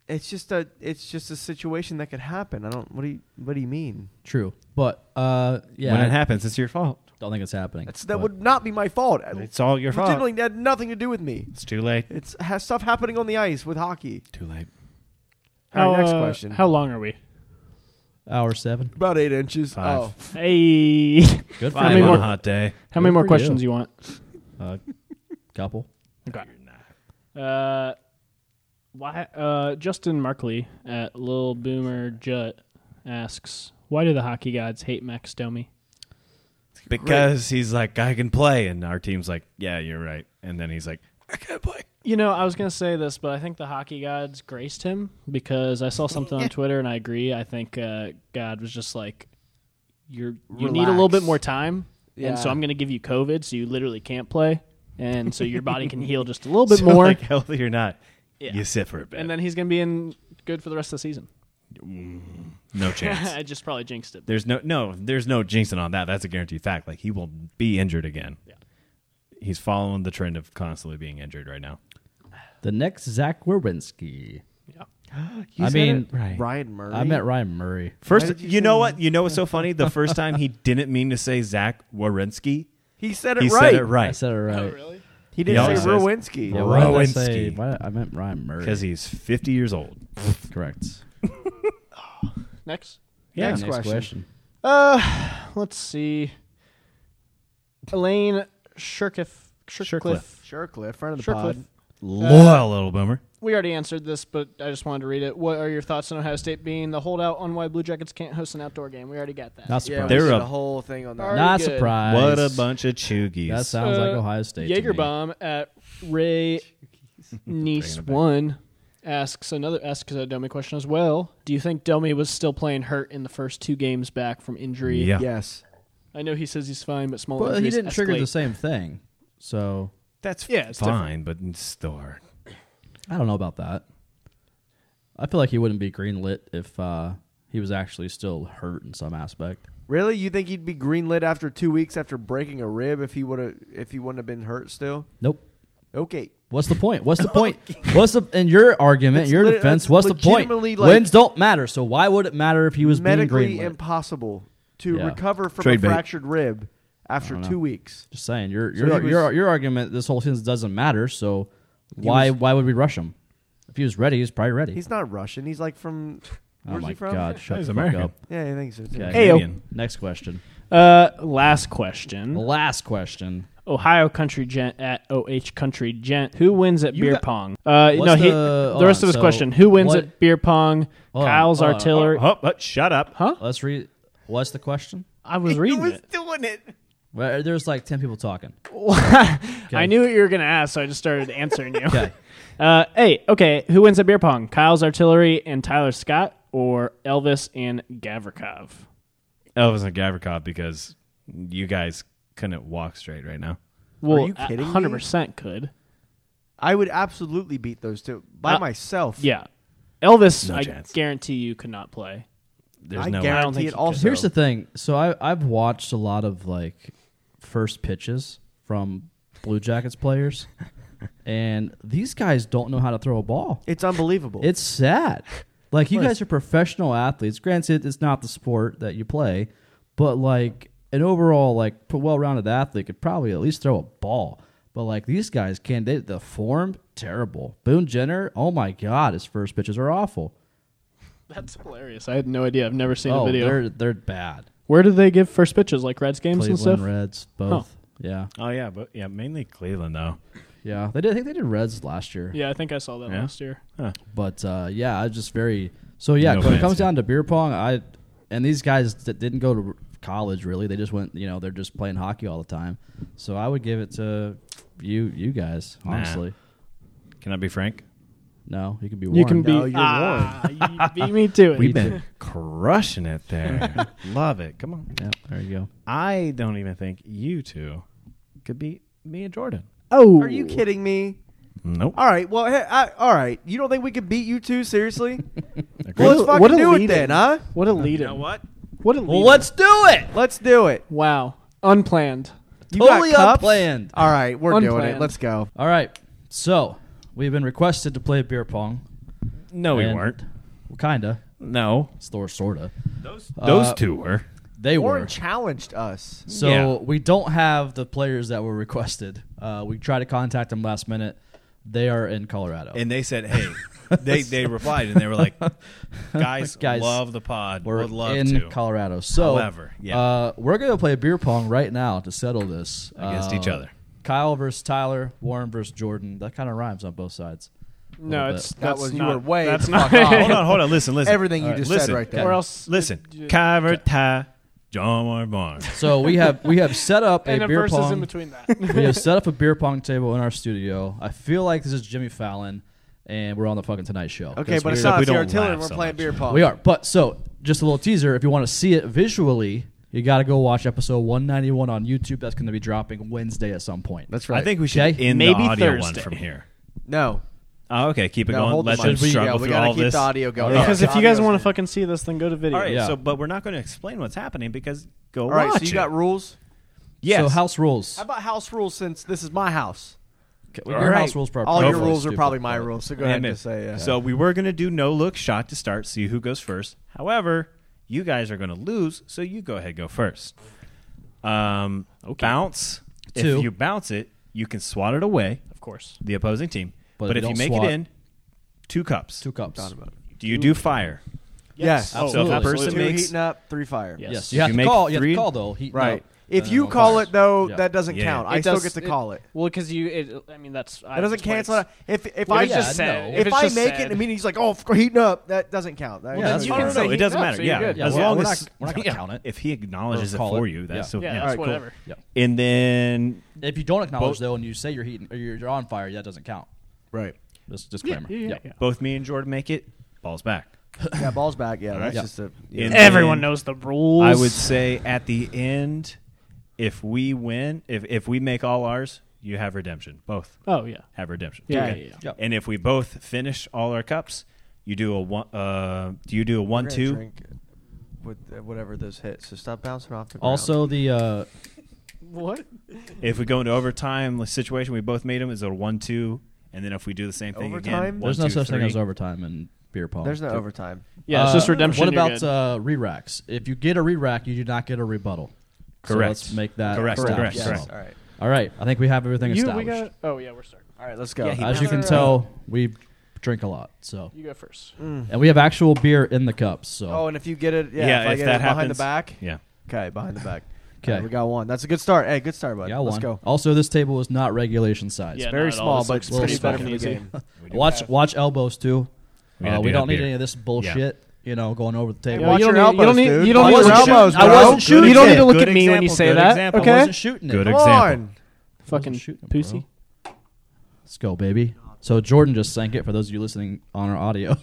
C: It's just a it's just a situation that could happen. I don't. What do you What do you mean?
A: True, but uh, yeah,
B: when
A: I
B: it happens, it's your fault.
A: don't think it's happening.
C: That's that
A: but-
C: would not be my fault.
B: It's all your fault.
C: Legitimately, that had nothing to do with me.
B: It's too late.
C: It's has stuff happening on the ice with hockey.
B: Too late.
C: All right, next
D: uh,
C: question.
D: How long are we?
A: hour seven.
C: About eight inches.
B: Five.
C: Oh,
D: Hey,
A: Good for
D: Five
B: Five
D: I mean,
A: you.
B: on
D: more-
B: a hot day.
D: how many more
A: for you.
D: questions you want?
A: Uh, couple.
D: Okay. Uh, why? Uh, Justin Markley at Lil Boomer Jut asks, "Why do the hockey gods hate Max Domi?"
B: Because he's like, I can play, and our team's like, Yeah, you're right. And then he's like, I can't play.
D: You know, I was gonna say this, but I think the hockey gods graced him because I saw something on Twitter, and I agree. I think uh, God was just like, "You're you need a little bit
C: Relax.
D: more time,
C: Yeah.
D: and so I'm gonna give you COVID, so you literally can't play, and so your body can heal just a little bit
B: So,
D: more,
B: like healthy or not,
D: Yeah.
B: you sit for a bit.
D: and then he's gonna be in good for the rest of the season."
B: no chance.
D: I just probably jinxed it.
B: there's no no. There's no jinxing on that. That's a guaranteed fact. Like he will be injured again.
D: Yeah.
B: He's following the trend of constantly being injured right now.
A: The next Zach Werwinski.
D: Yeah.
A: I mean,
C: Ryan Murray.
A: I met Ryan Murray.
B: First,
C: did you
B: you,
C: say
B: know
C: that?
B: what? You know what's so funny? The first time he didn't mean to say Zach Warinsky,
C: he said it
B: he
C: right.
B: said it
A: I
B: right
A: said it right.
C: He
B: He
C: didn't
B: always
C: say
B: says-
C: Rowinski.
A: Yeah, why did I
B: Rowinsky.
A: say? Why, I meant Ryan Murray.
B: because he's 50 years old.
A: correct.
D: Next.
B: Yeah.
C: Next
A: Next question.
C: question.
D: Uh, let's see. Elaine Sherkiff. Shercliffe.
C: Shercliffe, friend of the
D: Shercliffe.
C: pod.
B: Loyal little boomer.
D: We already answered this, but I just wanted to read it. What are your thoughts on Ohio State being the holdout on why Blue Jackets can't host an outdoor game? We already got that.
A: Not
C: Yeah,
A: surprised.
C: we
B: They're
C: did
B: a-
C: a whole thing on that.
D: Alright.
A: Not
D: good.
A: surprised.
B: What a bunch of chuggies.
A: That sounds like
D: Uh,
A: Ohio State. to
D: Jaeger
A: me.
D: bomb at Ray Nice
B: Bringing it back.
D: One asks another asks a Domi question as well. Do you think Domi was still playing hurt in the first two games back from injury?
B: Yeah.
C: Yes.
D: I know he says he's fine, but small
A: Well, he
D: injuries
A: didn't trigger
D: escalate.
A: the same thing, so
B: That's
D: Yeah, it's
B: fine, but it's still hard.
A: I don't know about that. I feel like he wouldn't be greenlit if uh, he was actually still hurt in some aspect.
C: Really? You think he'd be greenlit after two weeks after breaking a rib if he would have if he wouldn't have been hurt still?
A: Nope.
C: Okay.
A: What's the point? What's the point? What's the in your argument,
C: It's
A: your
C: lit-
A: defense?
C: it's
A: What's the point?
C: legitimately, like-
A: Wins don't matter, so why would it matter if he was being
C: Medically
A: greenlit?
C: impossible to
A: Yeah.
C: recover from
B: Trade
C: a
B: bait.
C: fractured rib after two weeks.
A: Just saying, your
C: So
A: your
C: he was-
A: your your argument this whole season doesn't matter. So why why would we rush him? If he was ready, he's probably ready.
C: He's not Russian. He's like from.
A: oh
C: Where's
A: my
C: he from?
A: god, shut
B: He's
A: the
B: American.
A: fuck up.
C: Yeah, I think so. Too.
A: Okay.
D: Ayo.
B: Canadian.
A: Next question.
D: Uh, last question.
A: Last question.
D: Ohio country gent at OH country gent. Who wins at beer
A: got-
D: pong? Uh,
A: What's
D: no,
A: the-
D: he, the,
A: hold
D: rest
A: on,
D: of his
A: so
D: question. Who wins
A: what-
D: at beer pong?
A: Hold on,
D: Kyle's
A: hold on.
D: artillery.
B: Oh, oh, shut up.
D: Huh?
A: Let's read. What's the question?
D: I was reading it.
B: doing it.
A: Well, there's like ten people talking.
D: I knew what you were going to ask, so I just started answering you.
A: Okay.
D: Uh, hey, okay. Who wins at beer pong? Kyle's artillery and Tyler Scott, or Elvis and Gavrikov?
B: Elvis and Gavrikov because you guys couldn't walk straight right now.
D: Well,
C: you kidding me?
D: Hundred percent could.
C: I would absolutely beat those two by
D: Uh,
C: myself.
D: Yeah, Elvis.
B: No
D: I
B: chance.
D: guarantee you could not play.
B: There's
C: I
B: no
C: guarantee
D: I don't think
C: it.
D: you
C: Also,
A: Here's the thing. So I, I've watched a lot of like first pitches from Blue Jackets players, and these guys don't know how to throw a ball.
C: it's unbelievable.
A: It's sad. Like you guys are professional athletes. Granted, it's not the sport that you play, but like an overall like well-rounded athlete could probably at least throw a ball. But like these guys can't. They, the form terrible. Boone Jenner. Oh my God, his first pitches are awful.
D: That's hilarious. I had no idea. I've never seen
A: oh,
D: a video.
A: they're they're bad.
D: Where do they give first pitches? Like Reds games and stuff.
A: Cleveland Reds both. Yeah,
B: Oh yeah, but yeah, mainly Cleveland though.
A: yeah. They did. I think they did Reds last year.
D: Yeah, I think I saw that
B: Yeah.
D: last year.
A: But uh, yeah, I just very so yeah.
B: No
A: when it comes
B: offense.
A: down to beer pong, I and these guys that didn't go to college really, they just went. You know, they're just playing hockey all the time. So I would give it to you, you guys. Honestly,
B: Can I be frank?
A: no, you can be. Warm.
D: You can be.
C: No, you're
D: ah, you beat me to it.
B: We've been crushing it there. Love it. Come on.
A: Yeah, there you go.
B: I don't even think you two could beat me and Jordan.
D: Oh,
C: Are you kidding me?
B: Nope.
C: All right. Well, hey, I, all right. You don't think we could beat you two? Seriously?
B: Agreed.
C: well, let's fucking
D: what a
C: do it
D: lead-in.
C: then, huh?
D: What a lead!
B: You know what?
D: What a lead!
A: do it.
C: Let's do it.
D: Wow, unplanned.
C: You got
A: Totally
C: cups?
A: unplanned.
C: All right, we're doing
D: Unplanned.
C: it. Let's go.
A: All right. So we've been requested to play beer pong.
B: No, we
A: And-
B: weren't.
A: Well, kinda.
B: No,
A: Store sorta.
B: those those
A: Uh,
B: two were.
A: They
C: Warren
A: were.
C: challenged us.
A: So
B: Yeah.
A: we don't have the players that were requested. Uh, we tried to contact them last minute. They are in Colorado.
B: And they said, "Hey," they they replied and they were like, "Guys,
A: Guys,
B: love the pod.
A: we're
B: Would love
A: in
B: to."
A: Colorado. So,
B: However, yeah.
A: uh, we're gonna play beer pong right now to settle this
B: Against
A: Uh,
B: each other.
A: Kyle versus Tyler, Warren versus Jordan. That kind of rhymes on both sides. A
D: No,
A: little
D: it's
A: bit.
C: That
D: that's
C: was you
D: not,
C: were way
D: that's
C: the
D: not
C: fuck off.
B: hold on, hold on. Listen, listen.
C: Everything you
B: All right,
C: just
B: listen,
C: said right there.
D: Or else,
B: Listen, Kyver Ty, John Moore Barnes.
A: so we have we have set up a
D: and a
A: beer
D: verse is
A: pong.
D: in between that.
A: we have set up a beer pong table in our studio. I feel like this is Jimmy Fallon, and we're on the fucking Tonight Show.
C: Okay, but
B: we're-
C: it's not
B: we
C: the
B: don't
C: artillery.
B: laugh
C: We're
B: so
C: playing
B: much.
C: beer pong.
A: We are. But so, just a little teaser. If you want to see it visually, you got to go watch episode 191 on YouTube. That's going to be dropping Wednesday at some point.
C: That's
B: I
C: right.
B: think we should
A: Okay.
B: end
D: Maybe
B: the audio one
D: Thursday.
B: from here.
C: no.
B: Oh, okay. Keep it
C: No,
B: going.
C: hold
B: Let
C: the
B: them
C: mic.
A: Should we-
B: struggle
C: yeah, we
B: through
C: gotta
B: all
C: keep
B: this.
C: the audio going.
D: because if you
C: Audio's
D: guys want
C: good.
D: to fucking see this, then go to video.
B: All right.
A: Yeah.
B: So, but we're not going to explain what's happening because go
C: All right,
B: watch
C: so you
B: it.
C: got rules?
B: yes.
A: So house rules.
C: How about house rules since this is my house?
A: Your
B: All right.
A: house rules probably.
C: All
B: Go
C: your
B: for it,
C: rules are
A: stupid,
C: probably my
A: but-
C: rules, so go
B: Yeah,
C: ahead
B: man.
C: and say uh, yeah.
B: So we were going to do no look shot to start, see who goes first. However, you guys are going to lose, so you go ahead go first. Um, bounce.
A: Two.
B: If you bounce it, you can swat it away
D: Of course.
B: the opposing team.
A: But
B: But,
A: if
B: if
A: you
B: you
A: don't
B: make
A: swat-
B: it in, two cups.
A: Two cups.
B: Do you do fire?
A: Yes.
C: Yes.
B: So if the
A: Absolutely.
B: person
C: Two
B: makes
C: heating up, three fire.
D: Yes.
A: Yes.
D: Yes.
A: You have
B: You
A: to
B: make
A: call. You have to
B: three?
A: call though. Heat,
C: Right.
A: no.
C: If
A: Uh,
C: you
A: no
C: call
A: fires.
C: it though,
A: Yeah.
C: that doesn't
B: Yeah.
C: count.
D: It
C: I still
D: does-
C: get to call it.
D: Well, because you, it, I mean, that's.
C: That doesn't cancel it. out. If if
D: Well,
C: I
D: it's
A: yeah,
D: just
A: no.
D: said.
C: if,
D: it's
C: I
D: just
C: make
D: said.
C: it, mean he's like, oh, f- heating up. That doesn't count. That,
A: Yeah,
C: that
A: that's fine.
C: doesn't
B: No,
A: can
B: no,
D: say
B: no, it
D: heat
B: doesn't
D: up,
B: matter.
D: so you're
B: yeah,
D: good.
A: Yeah,
B: as
A: we're-
B: long
A: we're
B: as
A: not- we're not gonna
B: yeah,
A: count it.
B: If he acknowledges
A: We'll
B: it
A: call
B: for
A: it.
B: you,
A: Yeah.
B: that's so
D: Yeah,
B: yeah,
D: that's
B: cool.
D: whatever.
A: Yep.
B: And then
A: If you don't acknowledge
B: Both-
A: though, and you say you're heating or you're, you're on fire, that doesn't count.
C: Right.
A: Just disclaimer.
D: Yeah, yeah,
A: Yep.
D: yeah.
B: both me and Jordan make it. Balls back.
C: Yeah, balls back. Yeah, that's
A: Yeah.
C: just a.
B: And
D: Everyone
B: then-
D: knows the rules.
B: I would say at the end, if we win, if if we make all ours, you have redemption. Both
D: Oh yeah.
B: have redemption.
D: Yeah, yeah, yeah.
A: Yep.
B: And if we both finish all our cups, you do a one. Uh, do you do a one two?
C: With uh, whatever those hit, so stop bouncing off the ground.
A: Also, the uh,
D: What?
B: If we go into overtime the situation, we both made them is a one two. And then if we do the same thing
C: Overtime?
B: again, one,
A: there's no
B: two,
A: such thing
B: three.
A: as overtime in beer pong.
C: there's no overtime.
D: Yeah, it's
A: Uh,
D: just redemption.
A: What
D: you're
A: about
D: good.
A: uh, re-racks? If you get a re-rack, you do not get a rebuttal. So
B: Correct.
A: let's make that
B: Correct,
A: established.
B: correct,
C: Yes.
B: correct.
C: All right.
A: All right. I think we have everything
D: you? We
A: established.
D: got. Oh yeah, we're starting.
C: All right. Let's go.
A: As you can tell, we drink a lot. So,
D: You go first.
A: and we have actual beer in the cups. So,
C: oh, and if you get it, yeah,
B: Yeah,
C: if, I
B: if
C: get
B: that
C: it behind
B: happens-
C: the back.
B: Yeah.
C: Okay, behind the back.
A: Okay.
C: we got one. That's a good start. Hey, good start, bud.
A: Yeah,
C: Let's
A: one.
C: go.
A: Also, this table is not regulation size.
D: Yeah,
C: Very
D: not at all.
C: small,
D: This
C: but
D: looks
C: it's pretty
D: pretty
C: better for
D: fucking
C: the
D: easy.
C: game.
A: Watch watch elbows too.
B: We
A: Uh,
B: gotta
A: we
B: do
A: don't
B: that
A: need
B: here.
A: any of this bullshit. You know, going over the table.
C: Watch
D: you
C: your
D: don't need-
C: elbows,
D: you don't
C: dude.
D: need- you don't
C: Watch
D: need
C: your
D: to-
C: elbows,
D: I
C: bro.
D: wasn't shooting.
B: Good
D: You don't need to
B: example,
D: look at
B: good
D: me when you
B: example,
D: say
B: good
D: that.
B: example.
A: I
D: Okay,
A: wasn't shooting it.
B: Good
A: I
C: Come
B: example.
C: on.
A: wasn't
D: fucking
A: shooting it,
D: pussy.
A: bro. Let's go, baby. So Jordan just sank it. For those of you listening on our audio,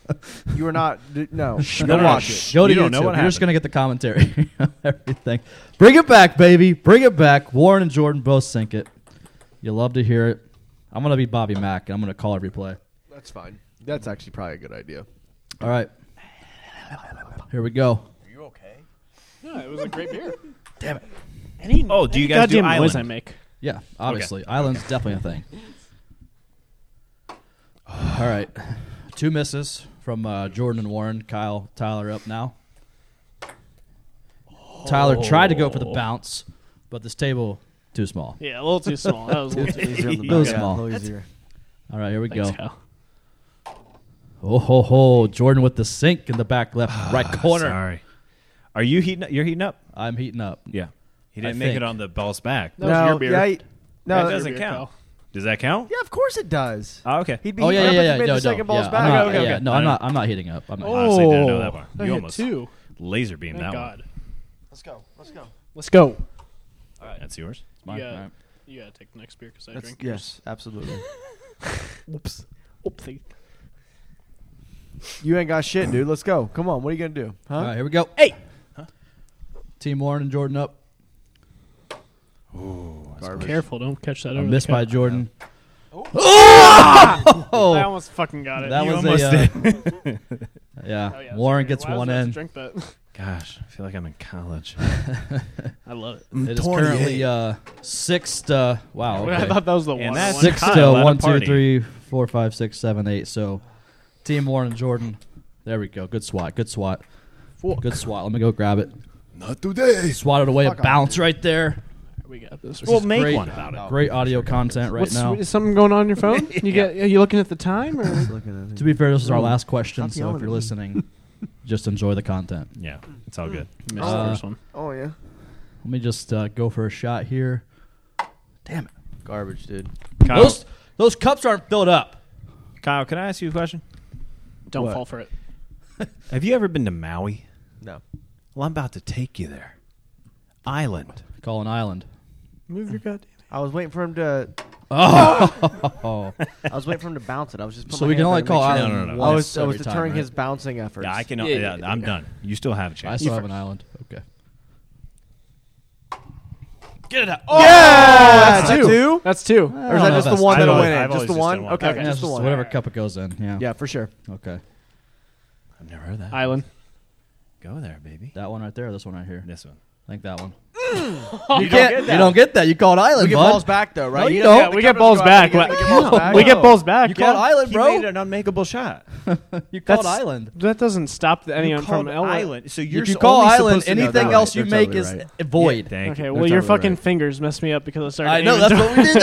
C: You were not. d- No.
B: No,
C: Go
B: no,
C: watch it.
B: shh.
A: go to
B: You
A: YouTube.
B: don't know what
A: You're just gonna
B: happened.
A: get the commentary, everything. Bring it back, baby. Bring it back. Warren and Jordan both sink it. You love to hear it. I'm gonna be Bobby Mack. and I'm gonna call every play.
C: That's fine. That's actually probably a good idea.
A: All right. Here we go.
D: Yeah, it was a great beer.
B: Oh, do you guys do
D: Goddamn noise
B: island?
D: I make.
A: Yeah, obviously. Island's definitely a thing. All right. Two misses from uh, Jordan and Warren. Kyle, Tyler up now. Tyler tried to go for the
B: Oh.
A: bounce, but this table too small.
D: Yeah, a little too small. That was a little too easy.
C: Easier on the
A: Little
C: back. Yeah,
A: small.
C: a little easier.
A: All right, here we
D: Thanks,
A: go.
D: Kyle.
A: Oh ho ho! Jordan with the sink in the back left right corner.
B: Sorry. Are you heating up? You're heating up?
A: I'm heating up.
B: Yeah. He
A: I
B: didn't make
A: think.
B: it on the balls back.
D: That was your beer.
C: yeah, he- no,
B: that doesn't count. Does that count?
C: Yeah, of course it does.
B: Oh, okay.
C: He'd be
A: Oh yeah,
C: heating
A: yeah,
C: up
A: yeah.
C: if he made
A: No, no,
C: the second ball's
A: yeah,
C: back.
A: I'm not,
B: Okay, okay,
A: yeah,
B: okay.
A: No,
B: I
A: I'm
B: don't-
A: not. I'm not heating up. I'm not.
D: Oh,
B: Honestly, didn't know that part.
D: I
B: You
D: hit
B: almost
D: two.
B: laser beam
D: Thank
B: that
D: God.
B: one.
C: Let's go. Let's go.
D: Let's go.
B: That's yours.
A: It's mine.
D: Yeah.
A: All right.
D: You gotta take the next beer because I
C: That's,
D: drink.
C: yes, absolutely.
D: Oops. Oopsie.
C: you ain't got shit, dude. Let's go. Come on. What are you gonna do? Huh?
A: All right, here we go. Hey, Team Warren and Jordan up.
D: Careful, don't catch that.
B: Oh,
A: I
D: over
A: missed
D: the
A: by
D: cup.
A: Jordan.
D: I
A: Oh,
D: almost fucking got it.
A: that was
B: almost
A: a, uh, yeah.
D: Oh, yeah, that's
A: Warren
D: okay.
A: gets
D: Why was
A: one
D: I
A: in.
D: Drink that.
B: Gosh, I feel like I'm in college.
D: I love it.
A: It is currently uh, six. To, wow,
D: I
A: okay.
D: thought that was the
B: And
D: one.
B: that's-
A: six
B: Kyle
A: to
B: at a
A: one, two,
B: party.
A: three, four, five, six, seven, eight. So, Team Warren and Jordan. There we go. Good swat. Good swat. Good swat. Let me go grab it.
E: Not today.
A: Swatted away a
C: Fuck off,
A: bounce right there.
D: we got this.
B: We'll make
A: great.
B: one about it.
A: Great audio content right
D: What's,
A: now.
D: Is something going on in your phone? You get? Are you looking at the time? Or?
A: To be fair, this is our last question,
C: Stop
A: so
C: yelling
A: if you're
C: at me.
A: listening, just enjoy the content.
B: Yeah, it's all good.
D: Missed
A: Uh,
D: the first one.
C: Oh yeah.
A: Let me just uh, go for a shot here. Damn it.
C: Garbage, dude.
B: Kyle,
A: Those those cups aren't filled up.
B: Kyle, can I ask you a question?
D: Don't
C: What?
D: fall for it.
B: Have you ever been to Maui?
C: No.
B: Well, I'm about to take you there. Island.
A: Call an island.
D: Move your goddamn.
C: I was waiting for him to.
A: Oh,
C: I was waiting for him to bounce it. I was just. putting
A: so
C: my
A: we can
C: hand
A: only
C: up there to
A: call
C: make
A: island.
B: No, no, no, no.
C: sure- I
A: once
C: was. I was
A: every time,
C: deterring
A: right?
C: his bouncing efforts.
B: Yeah, I can.
D: Yeah, yeah,
B: yeah, I'm done. You still have a
A: I
B: chance.
A: still have an island. Okay. Get it out.
C: That's two.
D: That's two.
C: Or is
A: I
C: that
A: don't
C: just
A: know
C: the
A: if
B: that's- I've
C: one that'll win
B: always-
C: it?
B: I've
C: Just the
B: always
C: one?
B: done one.
C: Okay,
B: Okay.
A: Yeah,
C: just
A: just
C: the one.
A: whatever cup it goes in. Yeah.
C: Yeah, for sure.
A: Okay.
B: I've never heard that.
D: Island.
B: Go there, baby.
A: That one right there. This one right here.
B: This one.
A: I think that one.
B: You don't get
A: Oh, You don't get that. You call it island,
C: We get
A: bud.
C: balls back though, right?
A: you
C: He
A: don't.
C: doesn't
A: Yeah,
C: have the
D: we get
C: coverage
D: balls
C: guard, but
D: back.
C: We get balls back.
D: We get balls back.
A: You called
D: yeah.
A: island, bro.
B: an unmakeable shot.
A: You called
D: That's-
A: island.
D: That doesn't stop the, anyone
B: called
D: from L-
B: island. So you're
A: if you call
B: only
A: island,
B: supposed to know that
A: anything
B: one.
A: else you
C: They're
A: make
C: totally
A: is
C: right.
A: void.
B: Thank
D: Okay,
B: you.
D: well,
C: They're
D: your
C: totally
D: fucking
C: right.
D: fingers messed me up because I started.
A: I know
D: aiming
A: that's
D: toward-
A: what we did.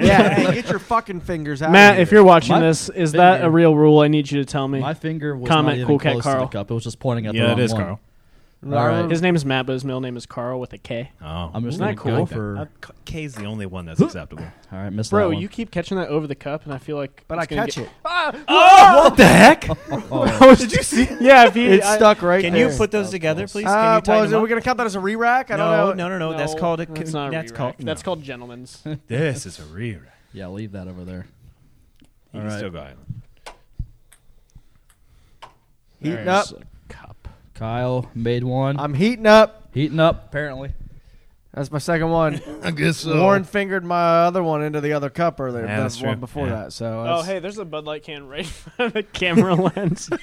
A: though.
C: Yeah, hey, get your fucking fingers out.
D: Matt,
C: of
D: if
C: here.
D: you're watching
A: My
D: this, is that a
A: finger-
D: real rule? I need you to tell me.
A: My finger was
D: Comment,
A: not even
D: Cool Cat
A: close
D: Carl.
A: to the cup. It was just pointing at the
B: Yeah,
A: wrong
B: it is,
A: one.
B: Carl.
A: All right.
D: His name is Matt, but his middle name is Carl with a K.
B: Oh,
A: I'm just gonna
D: Isn't that
A: go
D: cool?
A: for.
B: Uh, K- K's the only one that's acceptable.
A: All right, missed
D: Bro,
A: that one.
D: you keep catching that over the cup, and I feel like.
C: but I
D: it's gonna
C: catch
D: get-
C: it.
B: What the heck?
A: Oh,
D: Did you see? Yeah, if he,
C: It's
D: I-
C: stuck right
B: Can
C: there.
B: you put those together, please? Can
C: Uh,
B: you
C: well,
B: tie
C: is
B: them
C: it, we're
B: up?
C: gonna count that as a re-rack. I
B: No,
C: don't know.
B: no, no, no. That's called a.
D: That's not a
B: that's
D: re-rack.
B: called.
D: That's
B: no.
D: called gentlemen's.
B: This is a rewrite.
A: yeah, leave that over there. All
B: You can
A: right.
B: still go island.
C: Heating up.
D: cup.
A: Kyle made one.
C: I'm heating up.
A: Heating up, apparently.
C: That's my second one.
E: I guess
C: Warren fingered my other one into the other cup earlier.
B: Yeah,
C: the
B: that's
C: one
B: true.
C: before
B: Yeah.
C: that. So
D: Oh,
C: that's-
D: hey, there's a Bud Light can right in front of the camera lens.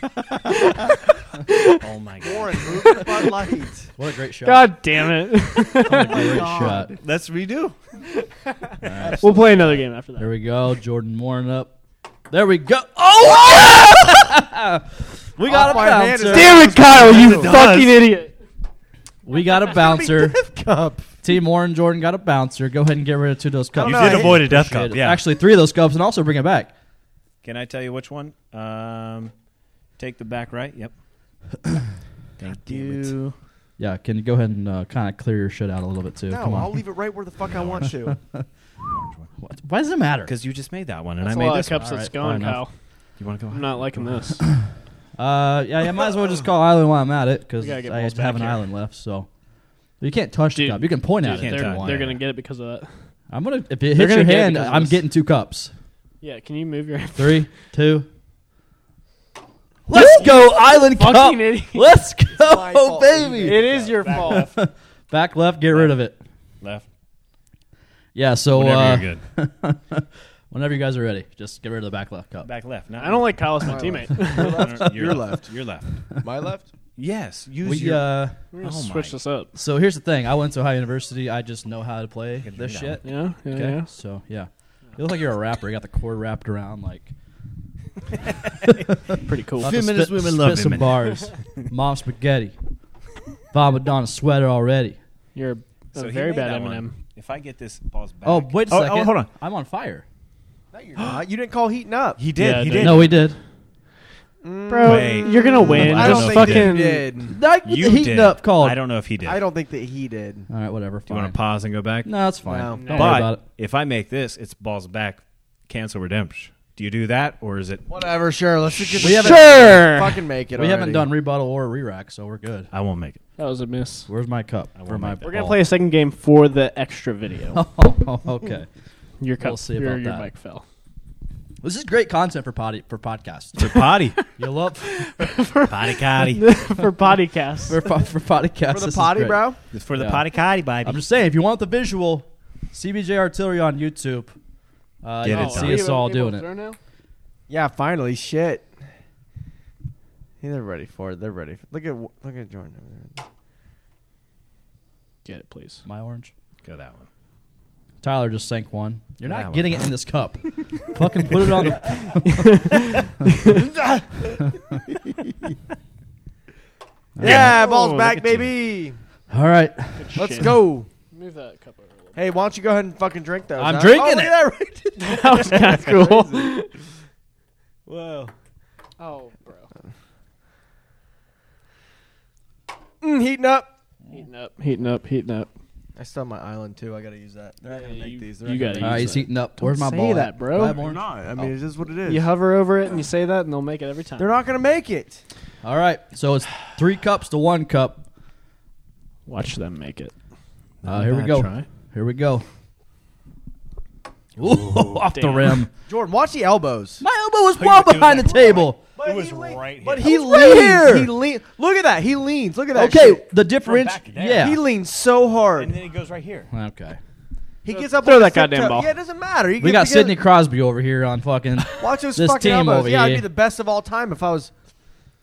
B: Oh my god.
C: Warren, move the Bud Light.
A: What a great shot.
D: God damn it.
A: what a great shot.
B: Let's redo.
D: we'll play another game after
A: There
D: that.
A: we go. Jordan Warren up. There we go. Oh, yeah! we got a
C: Off my hand
A: bouncer.
C: is there.
D: Damn it, Kyle, you
B: It does.
D: fucking idiot.
A: We got a bouncer.
C: Cup.
A: Team Warren Jordan got a bouncer. Go ahead and get rid of two of those cups.
B: You
C: no, I
B: did
C: hate-
B: avoid a death
A: Appreciate
B: cup.
A: it.
B: Yeah.
A: Actually, three of those cups and also bring it back.
B: Can I tell you which one? Um, take the back right. Yep. Thank you.
A: Yeah, can you go ahead and uh, kind of clear your shit out a little bit too?
C: No,
A: Come on.
C: I'll leave it right where the fuck I want to.
A: What? Why does it matter?
B: Because you just made that one, and
D: That's
B: I
D: a
B: made
D: lot
B: this
D: of cups
B: one.
D: that's
A: All right,
D: gone,
A: fine
D: Kyle.
B: You want to go?
D: I'm not liking this.
A: Uh, yeah, yeah, might as well just call island while I'm at it because
D: We gotta get
A: I
D: balls
A: have
D: back
A: an
D: here.
A: island left. So you can't touch
D: Dude,
A: the cup. You can point
D: Dude,
A: at it. if you
D: they're
B: touch
A: want.
D: they're
B: it.
D: gonna get it because of that.
A: I'm gonna. If it
D: They're
A: hits
D: gonna
A: your
D: get it
A: hand,
D: because of
A: I'm
D: this.
A: getting two cups.
D: Yeah, can you move your
A: Three, two. Let's go, island cup.
D: fucking idiot?
A: Let's
C: my
A: go,
C: fault.
A: baby.
D: It is your fault.
A: Back left, get rid of it.
B: Left.
A: Yeah. So
B: Whenever
A: uh,
B: you're good.
A: whenever you guys are ready, just get rid of the back left cup.
B: Back left. Not
D: I don't like Kyle as my teammate.
C: Your left.
B: You're
C: Your
B: left. You're left.
C: My left.
B: Yes. Use
A: We
B: your.
A: uh.
D: We're gonna
B: Oh my
D: switch this up.
A: So here's the thing. I went to Ohio University. I just know how to play
B: Good
A: this
B: job.
A: shit.
D: Yeah, yeah,
A: Okay.
D: yeah.
A: So yeah, you look like you're a rapper. You got the cord wrapped around like.
D: Pretty cool.
A: About to
B: Feminist
A: spit-
B: women
A: spit
B: love him,
A: some
B: man.
A: bars. Mom spaghetti. Bob done a sweater already.
D: You're a
B: So he
D: very
B: made
D: bad
B: that one.
D: Eminem.
B: If I get this balls back.
A: Oh wait a
B: Oh, oh,
A: second.
B: hold on.
A: I'm on fire.
C: No, you're not. You didn't call heating up.
B: He did.
D: Yeah,
B: he
D: dude.
B: did.
A: No, we did.
D: Bro,
B: Wait.
D: you're gonna win.
B: I
C: I
B: don't
D: Just
C: don't think
D: fucking.
C: that he did.
A: Like with
B: you
A: the heating
B: did.
A: up called.
B: I don't know if he did.
C: I don't think that he did.
A: All right, whatever.
B: Do you
A: Fine.
B: want to pause and go back?
A: no, it's fine.
C: No.
A: Don't
D: No.
A: worry
B: But
A: about it.
B: if I make this, it's balls back, cancel redemption. Do you do that, or is it?
C: Whatever. Sure. Let's just
A: We haven't-
D: Sure.
C: fucking make it.
A: We haven't
C: already.
A: done rebuttal or re-rack, so we're good.
B: I won't make it.
D: That was a miss.
A: Where's my cup?
B: won't
A: for my
B: make that.
D: We're gonna
A: ball?
D: play a second game for the extra video.
A: Oh, okay.
D: Your cup,
A: We'll see
D: your,
A: about
D: your
A: that.
D: mic fell.
A: This is great content for potty for podcasts.
B: The potty,
A: You love
B: potty potty.
D: for bodycast.
A: for, po- for podcasts.
C: for
A: this
C: the
A: is
C: potty,
A: great.
C: bro.
B: It's for
A: Yeah.
B: the potty potty,
A: I'm
B: baby.
A: just saying, if you want the visual, CBJ Artillery on YouTube. Uh, you
B: Get
A: can
B: it
A: see
B: done.
A: us all doing it.
C: Yeah. Finally, shit. Yeah, they're ready for it. They're ready. For Look at look at Jordan. over there.
D: Get it, please.
A: My orange.
B: Go that one.
A: Tyler just sank one. You're
B: That
A: not
B: one.
A: getting it in this cup. Fucking put it on. The,
C: Yeah, balls
B: Oh,
C: back,
B: look at
C: baby.
A: all right.
C: Let's go.
D: Move that cup over a little.
C: Hey, why don't you go ahead and fucking drink those?
A: I'm
C: huh?
A: drinking
C: Oh, look
A: it.
C: at that right there.
D: That was kind of cool.
B: Whoa.
D: Oh, bro,
C: Mm, heating up.
D: heating up, heating up, heating up.
C: I still have my island too. I gotta use that. They're not gonna
D: Yeah,
C: make
D: you-
C: these.
D: you
A: All
D: gotta
A: right, he's
D: Use it.
A: heating up. Where's my
D: say
A: ball?
D: that,
A: at?
D: bro.
A: Do I have
D: You're
A: orange?
C: not. I mean, it's just what it is.
D: You hover over it and you say that, and they'll make it every time.
C: They're not gonna make it.
A: All right. So it's three cups to one cup.
D: Watch them make it.
A: Uh, here we
B: bad
A: go.
B: try.
A: Here we go. Ooh, off the
D: damn.
A: rim.
C: Jordan, watch the elbows.
A: My elbow was
B: you
A: well
B: were doing
A: behind the
B: that
A: table.
C: But
B: It was
C: he lean-
B: right
C: But
B: here.
C: he
A: It was right
C: leans.
A: here.
C: He leans. Look at that. He leans. Look at that.
A: Okay,
C: shit.
A: the difference.
B: back down.
A: Yeah.
C: He leans so hard.
B: it goes right here.
A: Okay.
C: he gets up.
D: Throw
C: on
D: that
C: his tip
D: goddamn
C: toe.
D: ball.
C: Yeah, it doesn't matter. He
A: We
C: gets
A: got
C: to get-
A: Sidney Crosby over here on fucking.
C: Watch those
A: this
C: fucking
A: team
C: elbows.
A: over
C: yeah, I'd
A: here.
C: be the best of all time if I was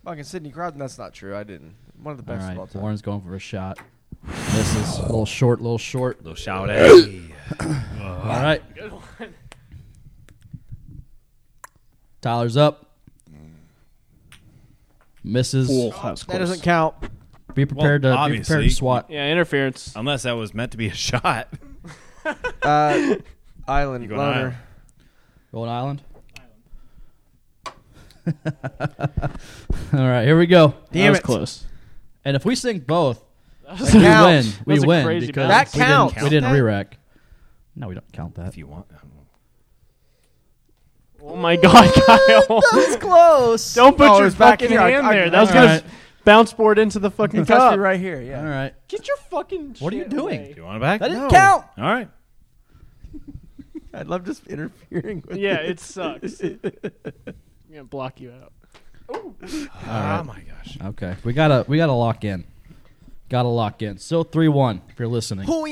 C: fucking Sidney Crosby. That's not true. I didn't. One of the
A: All
C: best
A: right,
C: of all time.
A: Warren's going for a shot. Misses. little short, little short.
B: Little shout out.
A: All right. Tyler's up. Misses.
C: That doesn't count.
A: Be prepared
B: Well,
A: to be prepared
B: obviously.
A: to swat.
D: Yeah,
C: Oh,
D: interference.
B: Unless that was meant to be a shot.
C: Uh, island
B: You going
C: loner.
A: Golden Island. All right, here we go.
D: that
C: Damn
D: was
C: it.
D: close.
A: And if we sink both,
D: That
A: we
D: was-
A: win.
C: counts.
A: We
D: That's a
A: win
D: crazy
A: because
C: balance. That
A: we didn't-
C: counts.
A: We didn't,
C: That-
A: re-rack. No, we don't count that.
B: if you want.
D: oh my god, Kyle!
C: It's close.
D: Don't put
C: Oh, it
D: your
C: was back
D: fucking
C: here. I-
D: hand
C: I-
D: there.
C: I-
D: That was
C: I-
D: gonna
A: All right.
D: bounce board into the fucking
C: It touched
D: cup.
C: me right here. Yeah.
A: All right,
D: Get your fucking.
A: What are you
D: shit
A: doing?
D: away.
B: Do you want it back?
A: that didn't
C: No.
A: count.
B: All right.
C: I'd love just interfering with
D: Yeah, it sucks. I'm gonna block you out.
B: Oh my gosh.
A: Okay, we gotta we gotta lock in. Gotta lock in. Still three one. If you're listening,
D: Oh.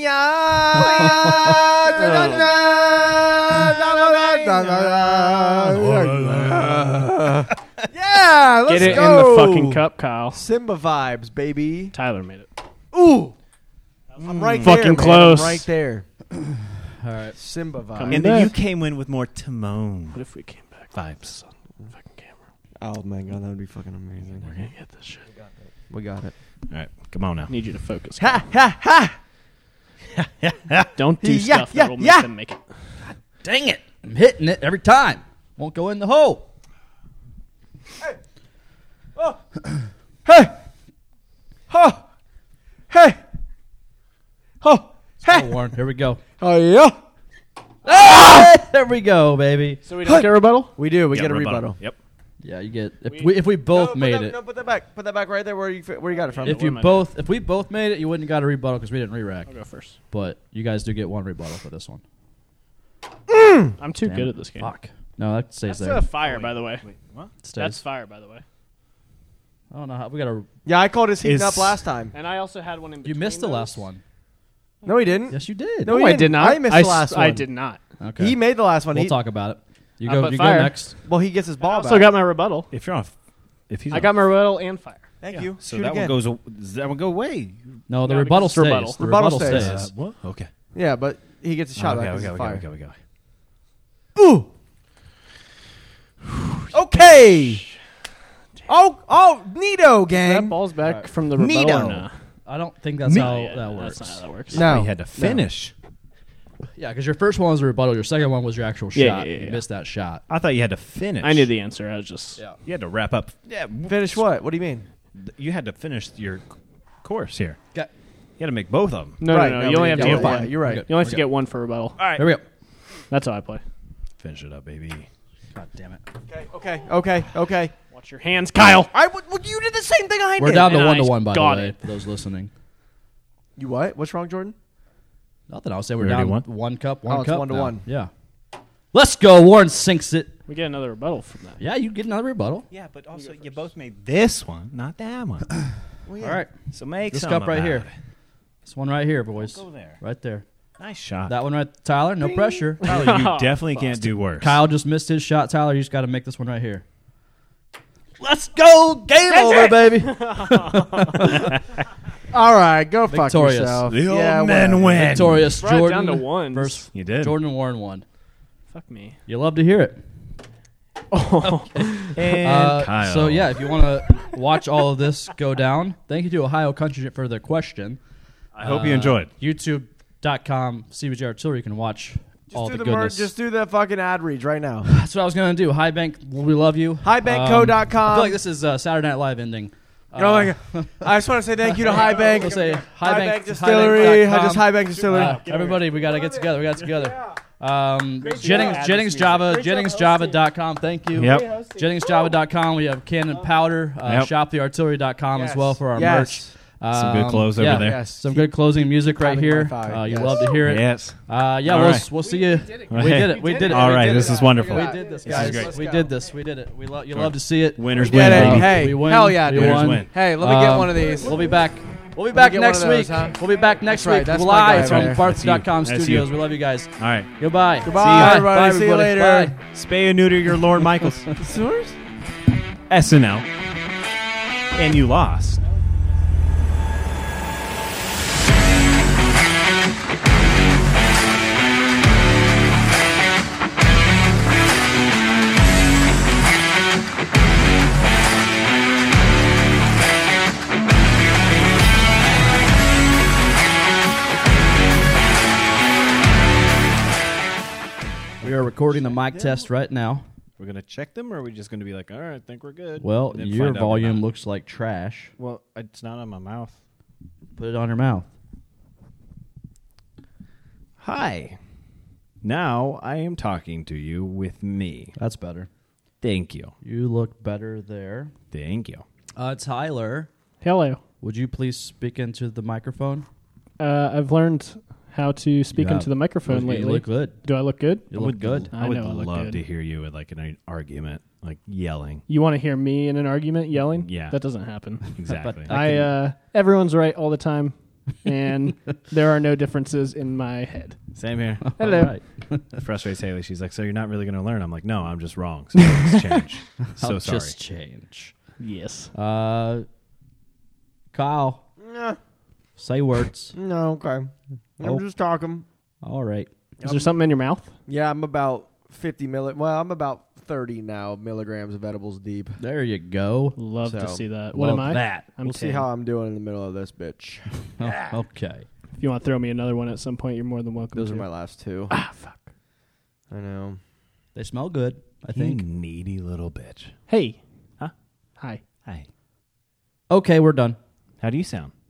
C: Yeah, let's
D: Get it
C: go.
D: in the fucking cup, Kyle.
C: Simba vibes, baby.
D: Tyler made it.
C: Ooh, Hmm. I'm right there.
D: Fucking
C: man.
D: close.
C: I'm right there.
A: all right.
C: Simba vibes.
D: Come
B: And
D: back.
B: then you came in with more Timon
D: What if we came back
B: vibes.
D: with the fucking camera?
C: Oh my god, that would be fucking amazing.
D: We're gonna get this shit.
C: We got it.
B: All right. Come on now.
D: Need you to focus.
C: Ha ha ha!
D: Don't do
C: Yeah,
D: stuff
C: yeah,
D: that will make
C: yeah.
D: them make it.
A: Dang it! I'm hitting it every time. Won't go in the hole.
C: Hey! Ha! Hey. Oh.
A: Oh, Warren, here we go.
C: Oh yeah.
A: There we go, baby.
D: So we don't get a rebuttal?
C: We do. We
B: Yeah,
C: get a rebuttal.
B: Yep.
A: Yeah, you get if we, if we both
C: No, put
A: made
C: that,
A: it.
C: No, put that back. Put that back right there where you fi- where you got it from.
A: if
B: what
A: you
B: am I
A: both if we both made it, you wouldn't got a rebuttal because we didn't re-rack.
D: I'll go first.
A: But you guys do get one rebuttal for this one.
D: I'm too
A: Damn
D: good
A: it.
D: at this game.
A: Fuck. No, that stays
D: That's
A: there.
D: uh, fire, by the way.
B: What?
A: It stays.
D: That's fire, by the way.
A: I don't know how we got a.
C: yeah, I called his heating
B: Is-
C: up last time.
D: And I also had one in
A: You
D: between
A: missed the
D: those.
A: last one.
C: No, he didn't.
A: Yes, you did.
C: No,
D: No, I did
C: didn't.
D: not.
C: I missed the
D: s-
C: last
D: I
C: one.
D: did not.
A: Okay.
C: He made the last one.
A: we'll
C: he,
A: talk about it. You
D: Uh,
A: go.
D: but
A: You
D: fire.
A: go next.
C: Well, he gets his
D: I
C: ball
D: also
C: back.
D: got my rebuttal.
B: If you're on, f- if he's
D: I
B: on
D: got my rebuttal and fire.
C: Thank
B: Yeah.
C: you.
B: So
C: Shoot
B: that
C: again.
B: one goes. aw- Does that one go away?
A: No, the
D: Yeah,
A: rebuttal
D: because it's
A: stays.
D: rebuttal.
A: The
C: Rebuttal
A: rebuttal
C: stays.
A: stays.
B: Uh, what? Okay.
C: Yeah, but he gets a shot
B: okay,
C: back. 'cause
B: okay,
C: it's
B: okay,
C: fire.
B: okay, okay, okay.
C: Okay. Oh, oh, Nito
D: That
C: gang.
D: ball's back from the rebuttal.
C: Neato.
D: or nah?
A: I don't think that's how
D: Yeah,
A: Oh, that
D: that's
A: works.
D: not how that works.
C: Oh. No,
B: We had to finish.
A: Yeah, because your first one was a rebuttal. Your second one was your actual
D: Yeah,
A: shot.
D: yeah, yeah.
A: You missed that shot.
B: I thought you had to finish.
D: I knew the answer. I was just.
A: Yeah.
B: You had to wrap up. Yeah.
C: No. Finish what? What do you mean?
B: You had to finish your c- course here.
A: Okay.
B: You had to make both of them.
D: No,
C: right,
D: no, no.
C: no,
D: You only
C: we
D: have to
C: didn't.
D: get
C: Yeah,
D: one.
C: you're right.
D: You only have to
A: Okay.
D: get one for rebuttal.
B: All right.
A: Here we go.
D: That's how I play.
B: Finish it up, baby.
A: God damn it.
C: Okay, okay, okay, okay.
D: Watch your hands, Kyle.
C: I w- well, you did the same thing I
A: We're
C: did.
A: down to
D: and
A: one
D: I
A: to one by the
D: got
A: way.
D: it.
A: For those listening.
C: You what? What's wrong, Jordan?
A: Nothing. I'll say we're
B: We
A: down
B: already
A: one
B: won?
A: cup.
C: Oh,
A: One
C: it's
A: cup.
C: one to
A: now.
C: one.
A: Yeah. Let's go. Warren sinks it.
D: We get another rebuttal from that.
A: Yeah, you get another rebuttal.
B: Yeah, but also you both made this one, not that one.
A: All right.
B: So make
A: This
B: something
A: cup right
B: about
A: here.
B: it.
A: This one right here, boys.
B: Go there.
A: Right there.
B: Nice shot.
A: That one right, Tyler. No pressure.
B: Tyler, you definitely can't do worse.
A: Kyle just missed his shot. Tyler, you just got to make this one right here.
B: let's go. Game
A: Over, baby.
C: All right, go fuck
A: Victorious.
C: yourself.
B: The old
C: yeah,
B: men
C: whatever.
B: win.
A: Victorious
D: Brought it
A: Jordan.
D: down to ones.
A: versus
B: You did.
A: Jordan Warren won.
D: Fuck me.
A: You love to hear it.
D: Oh,
B: And
A: Uh,
B: Kyle.
A: So yeah, if you want to watch all of this go down, thank you to Ohio Country for the question.
B: I hope you enjoyed.
A: Uh, YouTube.com CBJ Artillery. You can watch all
C: Just do
A: the
C: the mer-
A: goodness.
C: just do that fucking ad read right now.
A: That's what I was gonna do. Hi Bank, we love you. Um,
C: Highbankco.com.
A: I feel like this is uh, Saturday Night Live ending. Uh,
C: oh my god! I just want to say thank you to High Bank,
A: We'll say High
C: High
A: Bank-
C: Bank Distillery,
A: highbank.com.
C: Hi- just High Bank Distillery.
A: Uh, everybody, we gotta get together. We got together. Um,
D: Great
A: Jennings,
D: job.
A: Jennings Java, JenningsJava.com. Thank you.
B: Yep.
A: JenningsJava.com. We have Cannon Powder. Uh,
B: Yep.
A: ShopTheArtillery.com as
C: Yes.
A: well for our
C: Yes.
A: merch.
B: Some good
A: Um,
B: clothes over
A: yeah.
B: there.
C: Yes.
A: Some good closing music right
C: Clapping
A: here.
C: by fire.
A: Uh, you
C: Yes.
A: love to hear it.
B: Yes.
A: Uh, yeah,
B: All
A: we'll,
B: right.
A: we'll see you. We did it. We did it.
B: All
A: We
B: right,
A: did
B: this
A: it.
B: is wonderful.
A: We did this,
B: This
A: guys.
B: is great.
A: We did this. We did it. We love you. Love to see it.
B: Winners
A: We
B: win,
A: did it.
B: baby.
C: Hey,
A: we win.
C: hell yeah,
A: we
C: dude.
A: won.
B: win.
C: Hey, let me get
A: Um,
C: one of these.
A: We'll be back. We'll be back
C: get one
A: next
C: of those,
A: week.
C: huh?
A: We'll be back next
C: That's right.
A: week
C: That's my
A: live
C: guy
A: from
C: there.
B: That's you.
A: Barth.com
B: That's you.
A: studios. We love you guys.
B: All right.
A: Goodbye.
C: Goodbye,
A: See ya.
C: everybody.
A: Bye,
C: See you
A: everybody.
C: later.
A: Bye.
B: Spay and neuter your Lorne Michaels. SNL. And you lost.
A: We are recording the mic test right now.
B: We're gonna check them, or are we just gonna be like, all right, I think we're good?
A: Well,
B: And then
A: your
B: find out
A: volume
B: about-
A: looks like trash.
B: Well, it's not on my mouth.
A: Put it on your mouth.
B: Hi. Now I am talking to you with me.
A: That's better.
B: Thank you.
A: You look better there.
B: Thank you.
A: Uh, Tyler,
D: hello.
A: would you please speak into the microphone?
D: Uh, I've learned how to speak
A: You
D: into
A: have.
D: the microphone
A: You
D: lately.
A: look good.
D: Do I look good?
A: You look good.
B: I,
D: I
B: would
D: know I look
B: love
D: good.
B: to hear you at like an, an argument, like yelling.
D: You want to hear me in an argument yelling?
B: Yeah.
D: That doesn't happen.
B: Exactly.
D: I uh, everyone's right all the time, and there are no differences in my head.
B: Same here.
D: Hello.
A: All right.
B: It frustrates Haley. She's like, "So you're not really going to learn?" I'm like, "No, I'm just wrong. So let's change." so
A: I'll
B: sorry.
A: Just change.
D: Yes.
A: Uh, Kyle, say words.
C: No, okay.
A: Oh.
C: I'm just talking.
A: All right.
D: Is there something in your mouth?
C: Yeah, I'm about 50 milli. Well, I'm about 30 now milligrams of edibles deep.
A: There you go.
D: Love to
C: So,
D: see that. What am
A: love
D: I?
A: that.
D: I'm
C: we'll see
D: 10.
C: how I'm doing in the middle of this bitch.
A: Oh, okay.
D: If you want to throw me another one at some point, you're more than welcome.
C: Those
D: to.
C: are my last two.
D: Ah, fuck.
C: I know.
A: They smell good, I
B: You
A: think.
B: needy little bitch.
D: Hey.
B: Huh?
D: Hi.
B: Hi.
A: Okay, we're done.
B: How do you sound?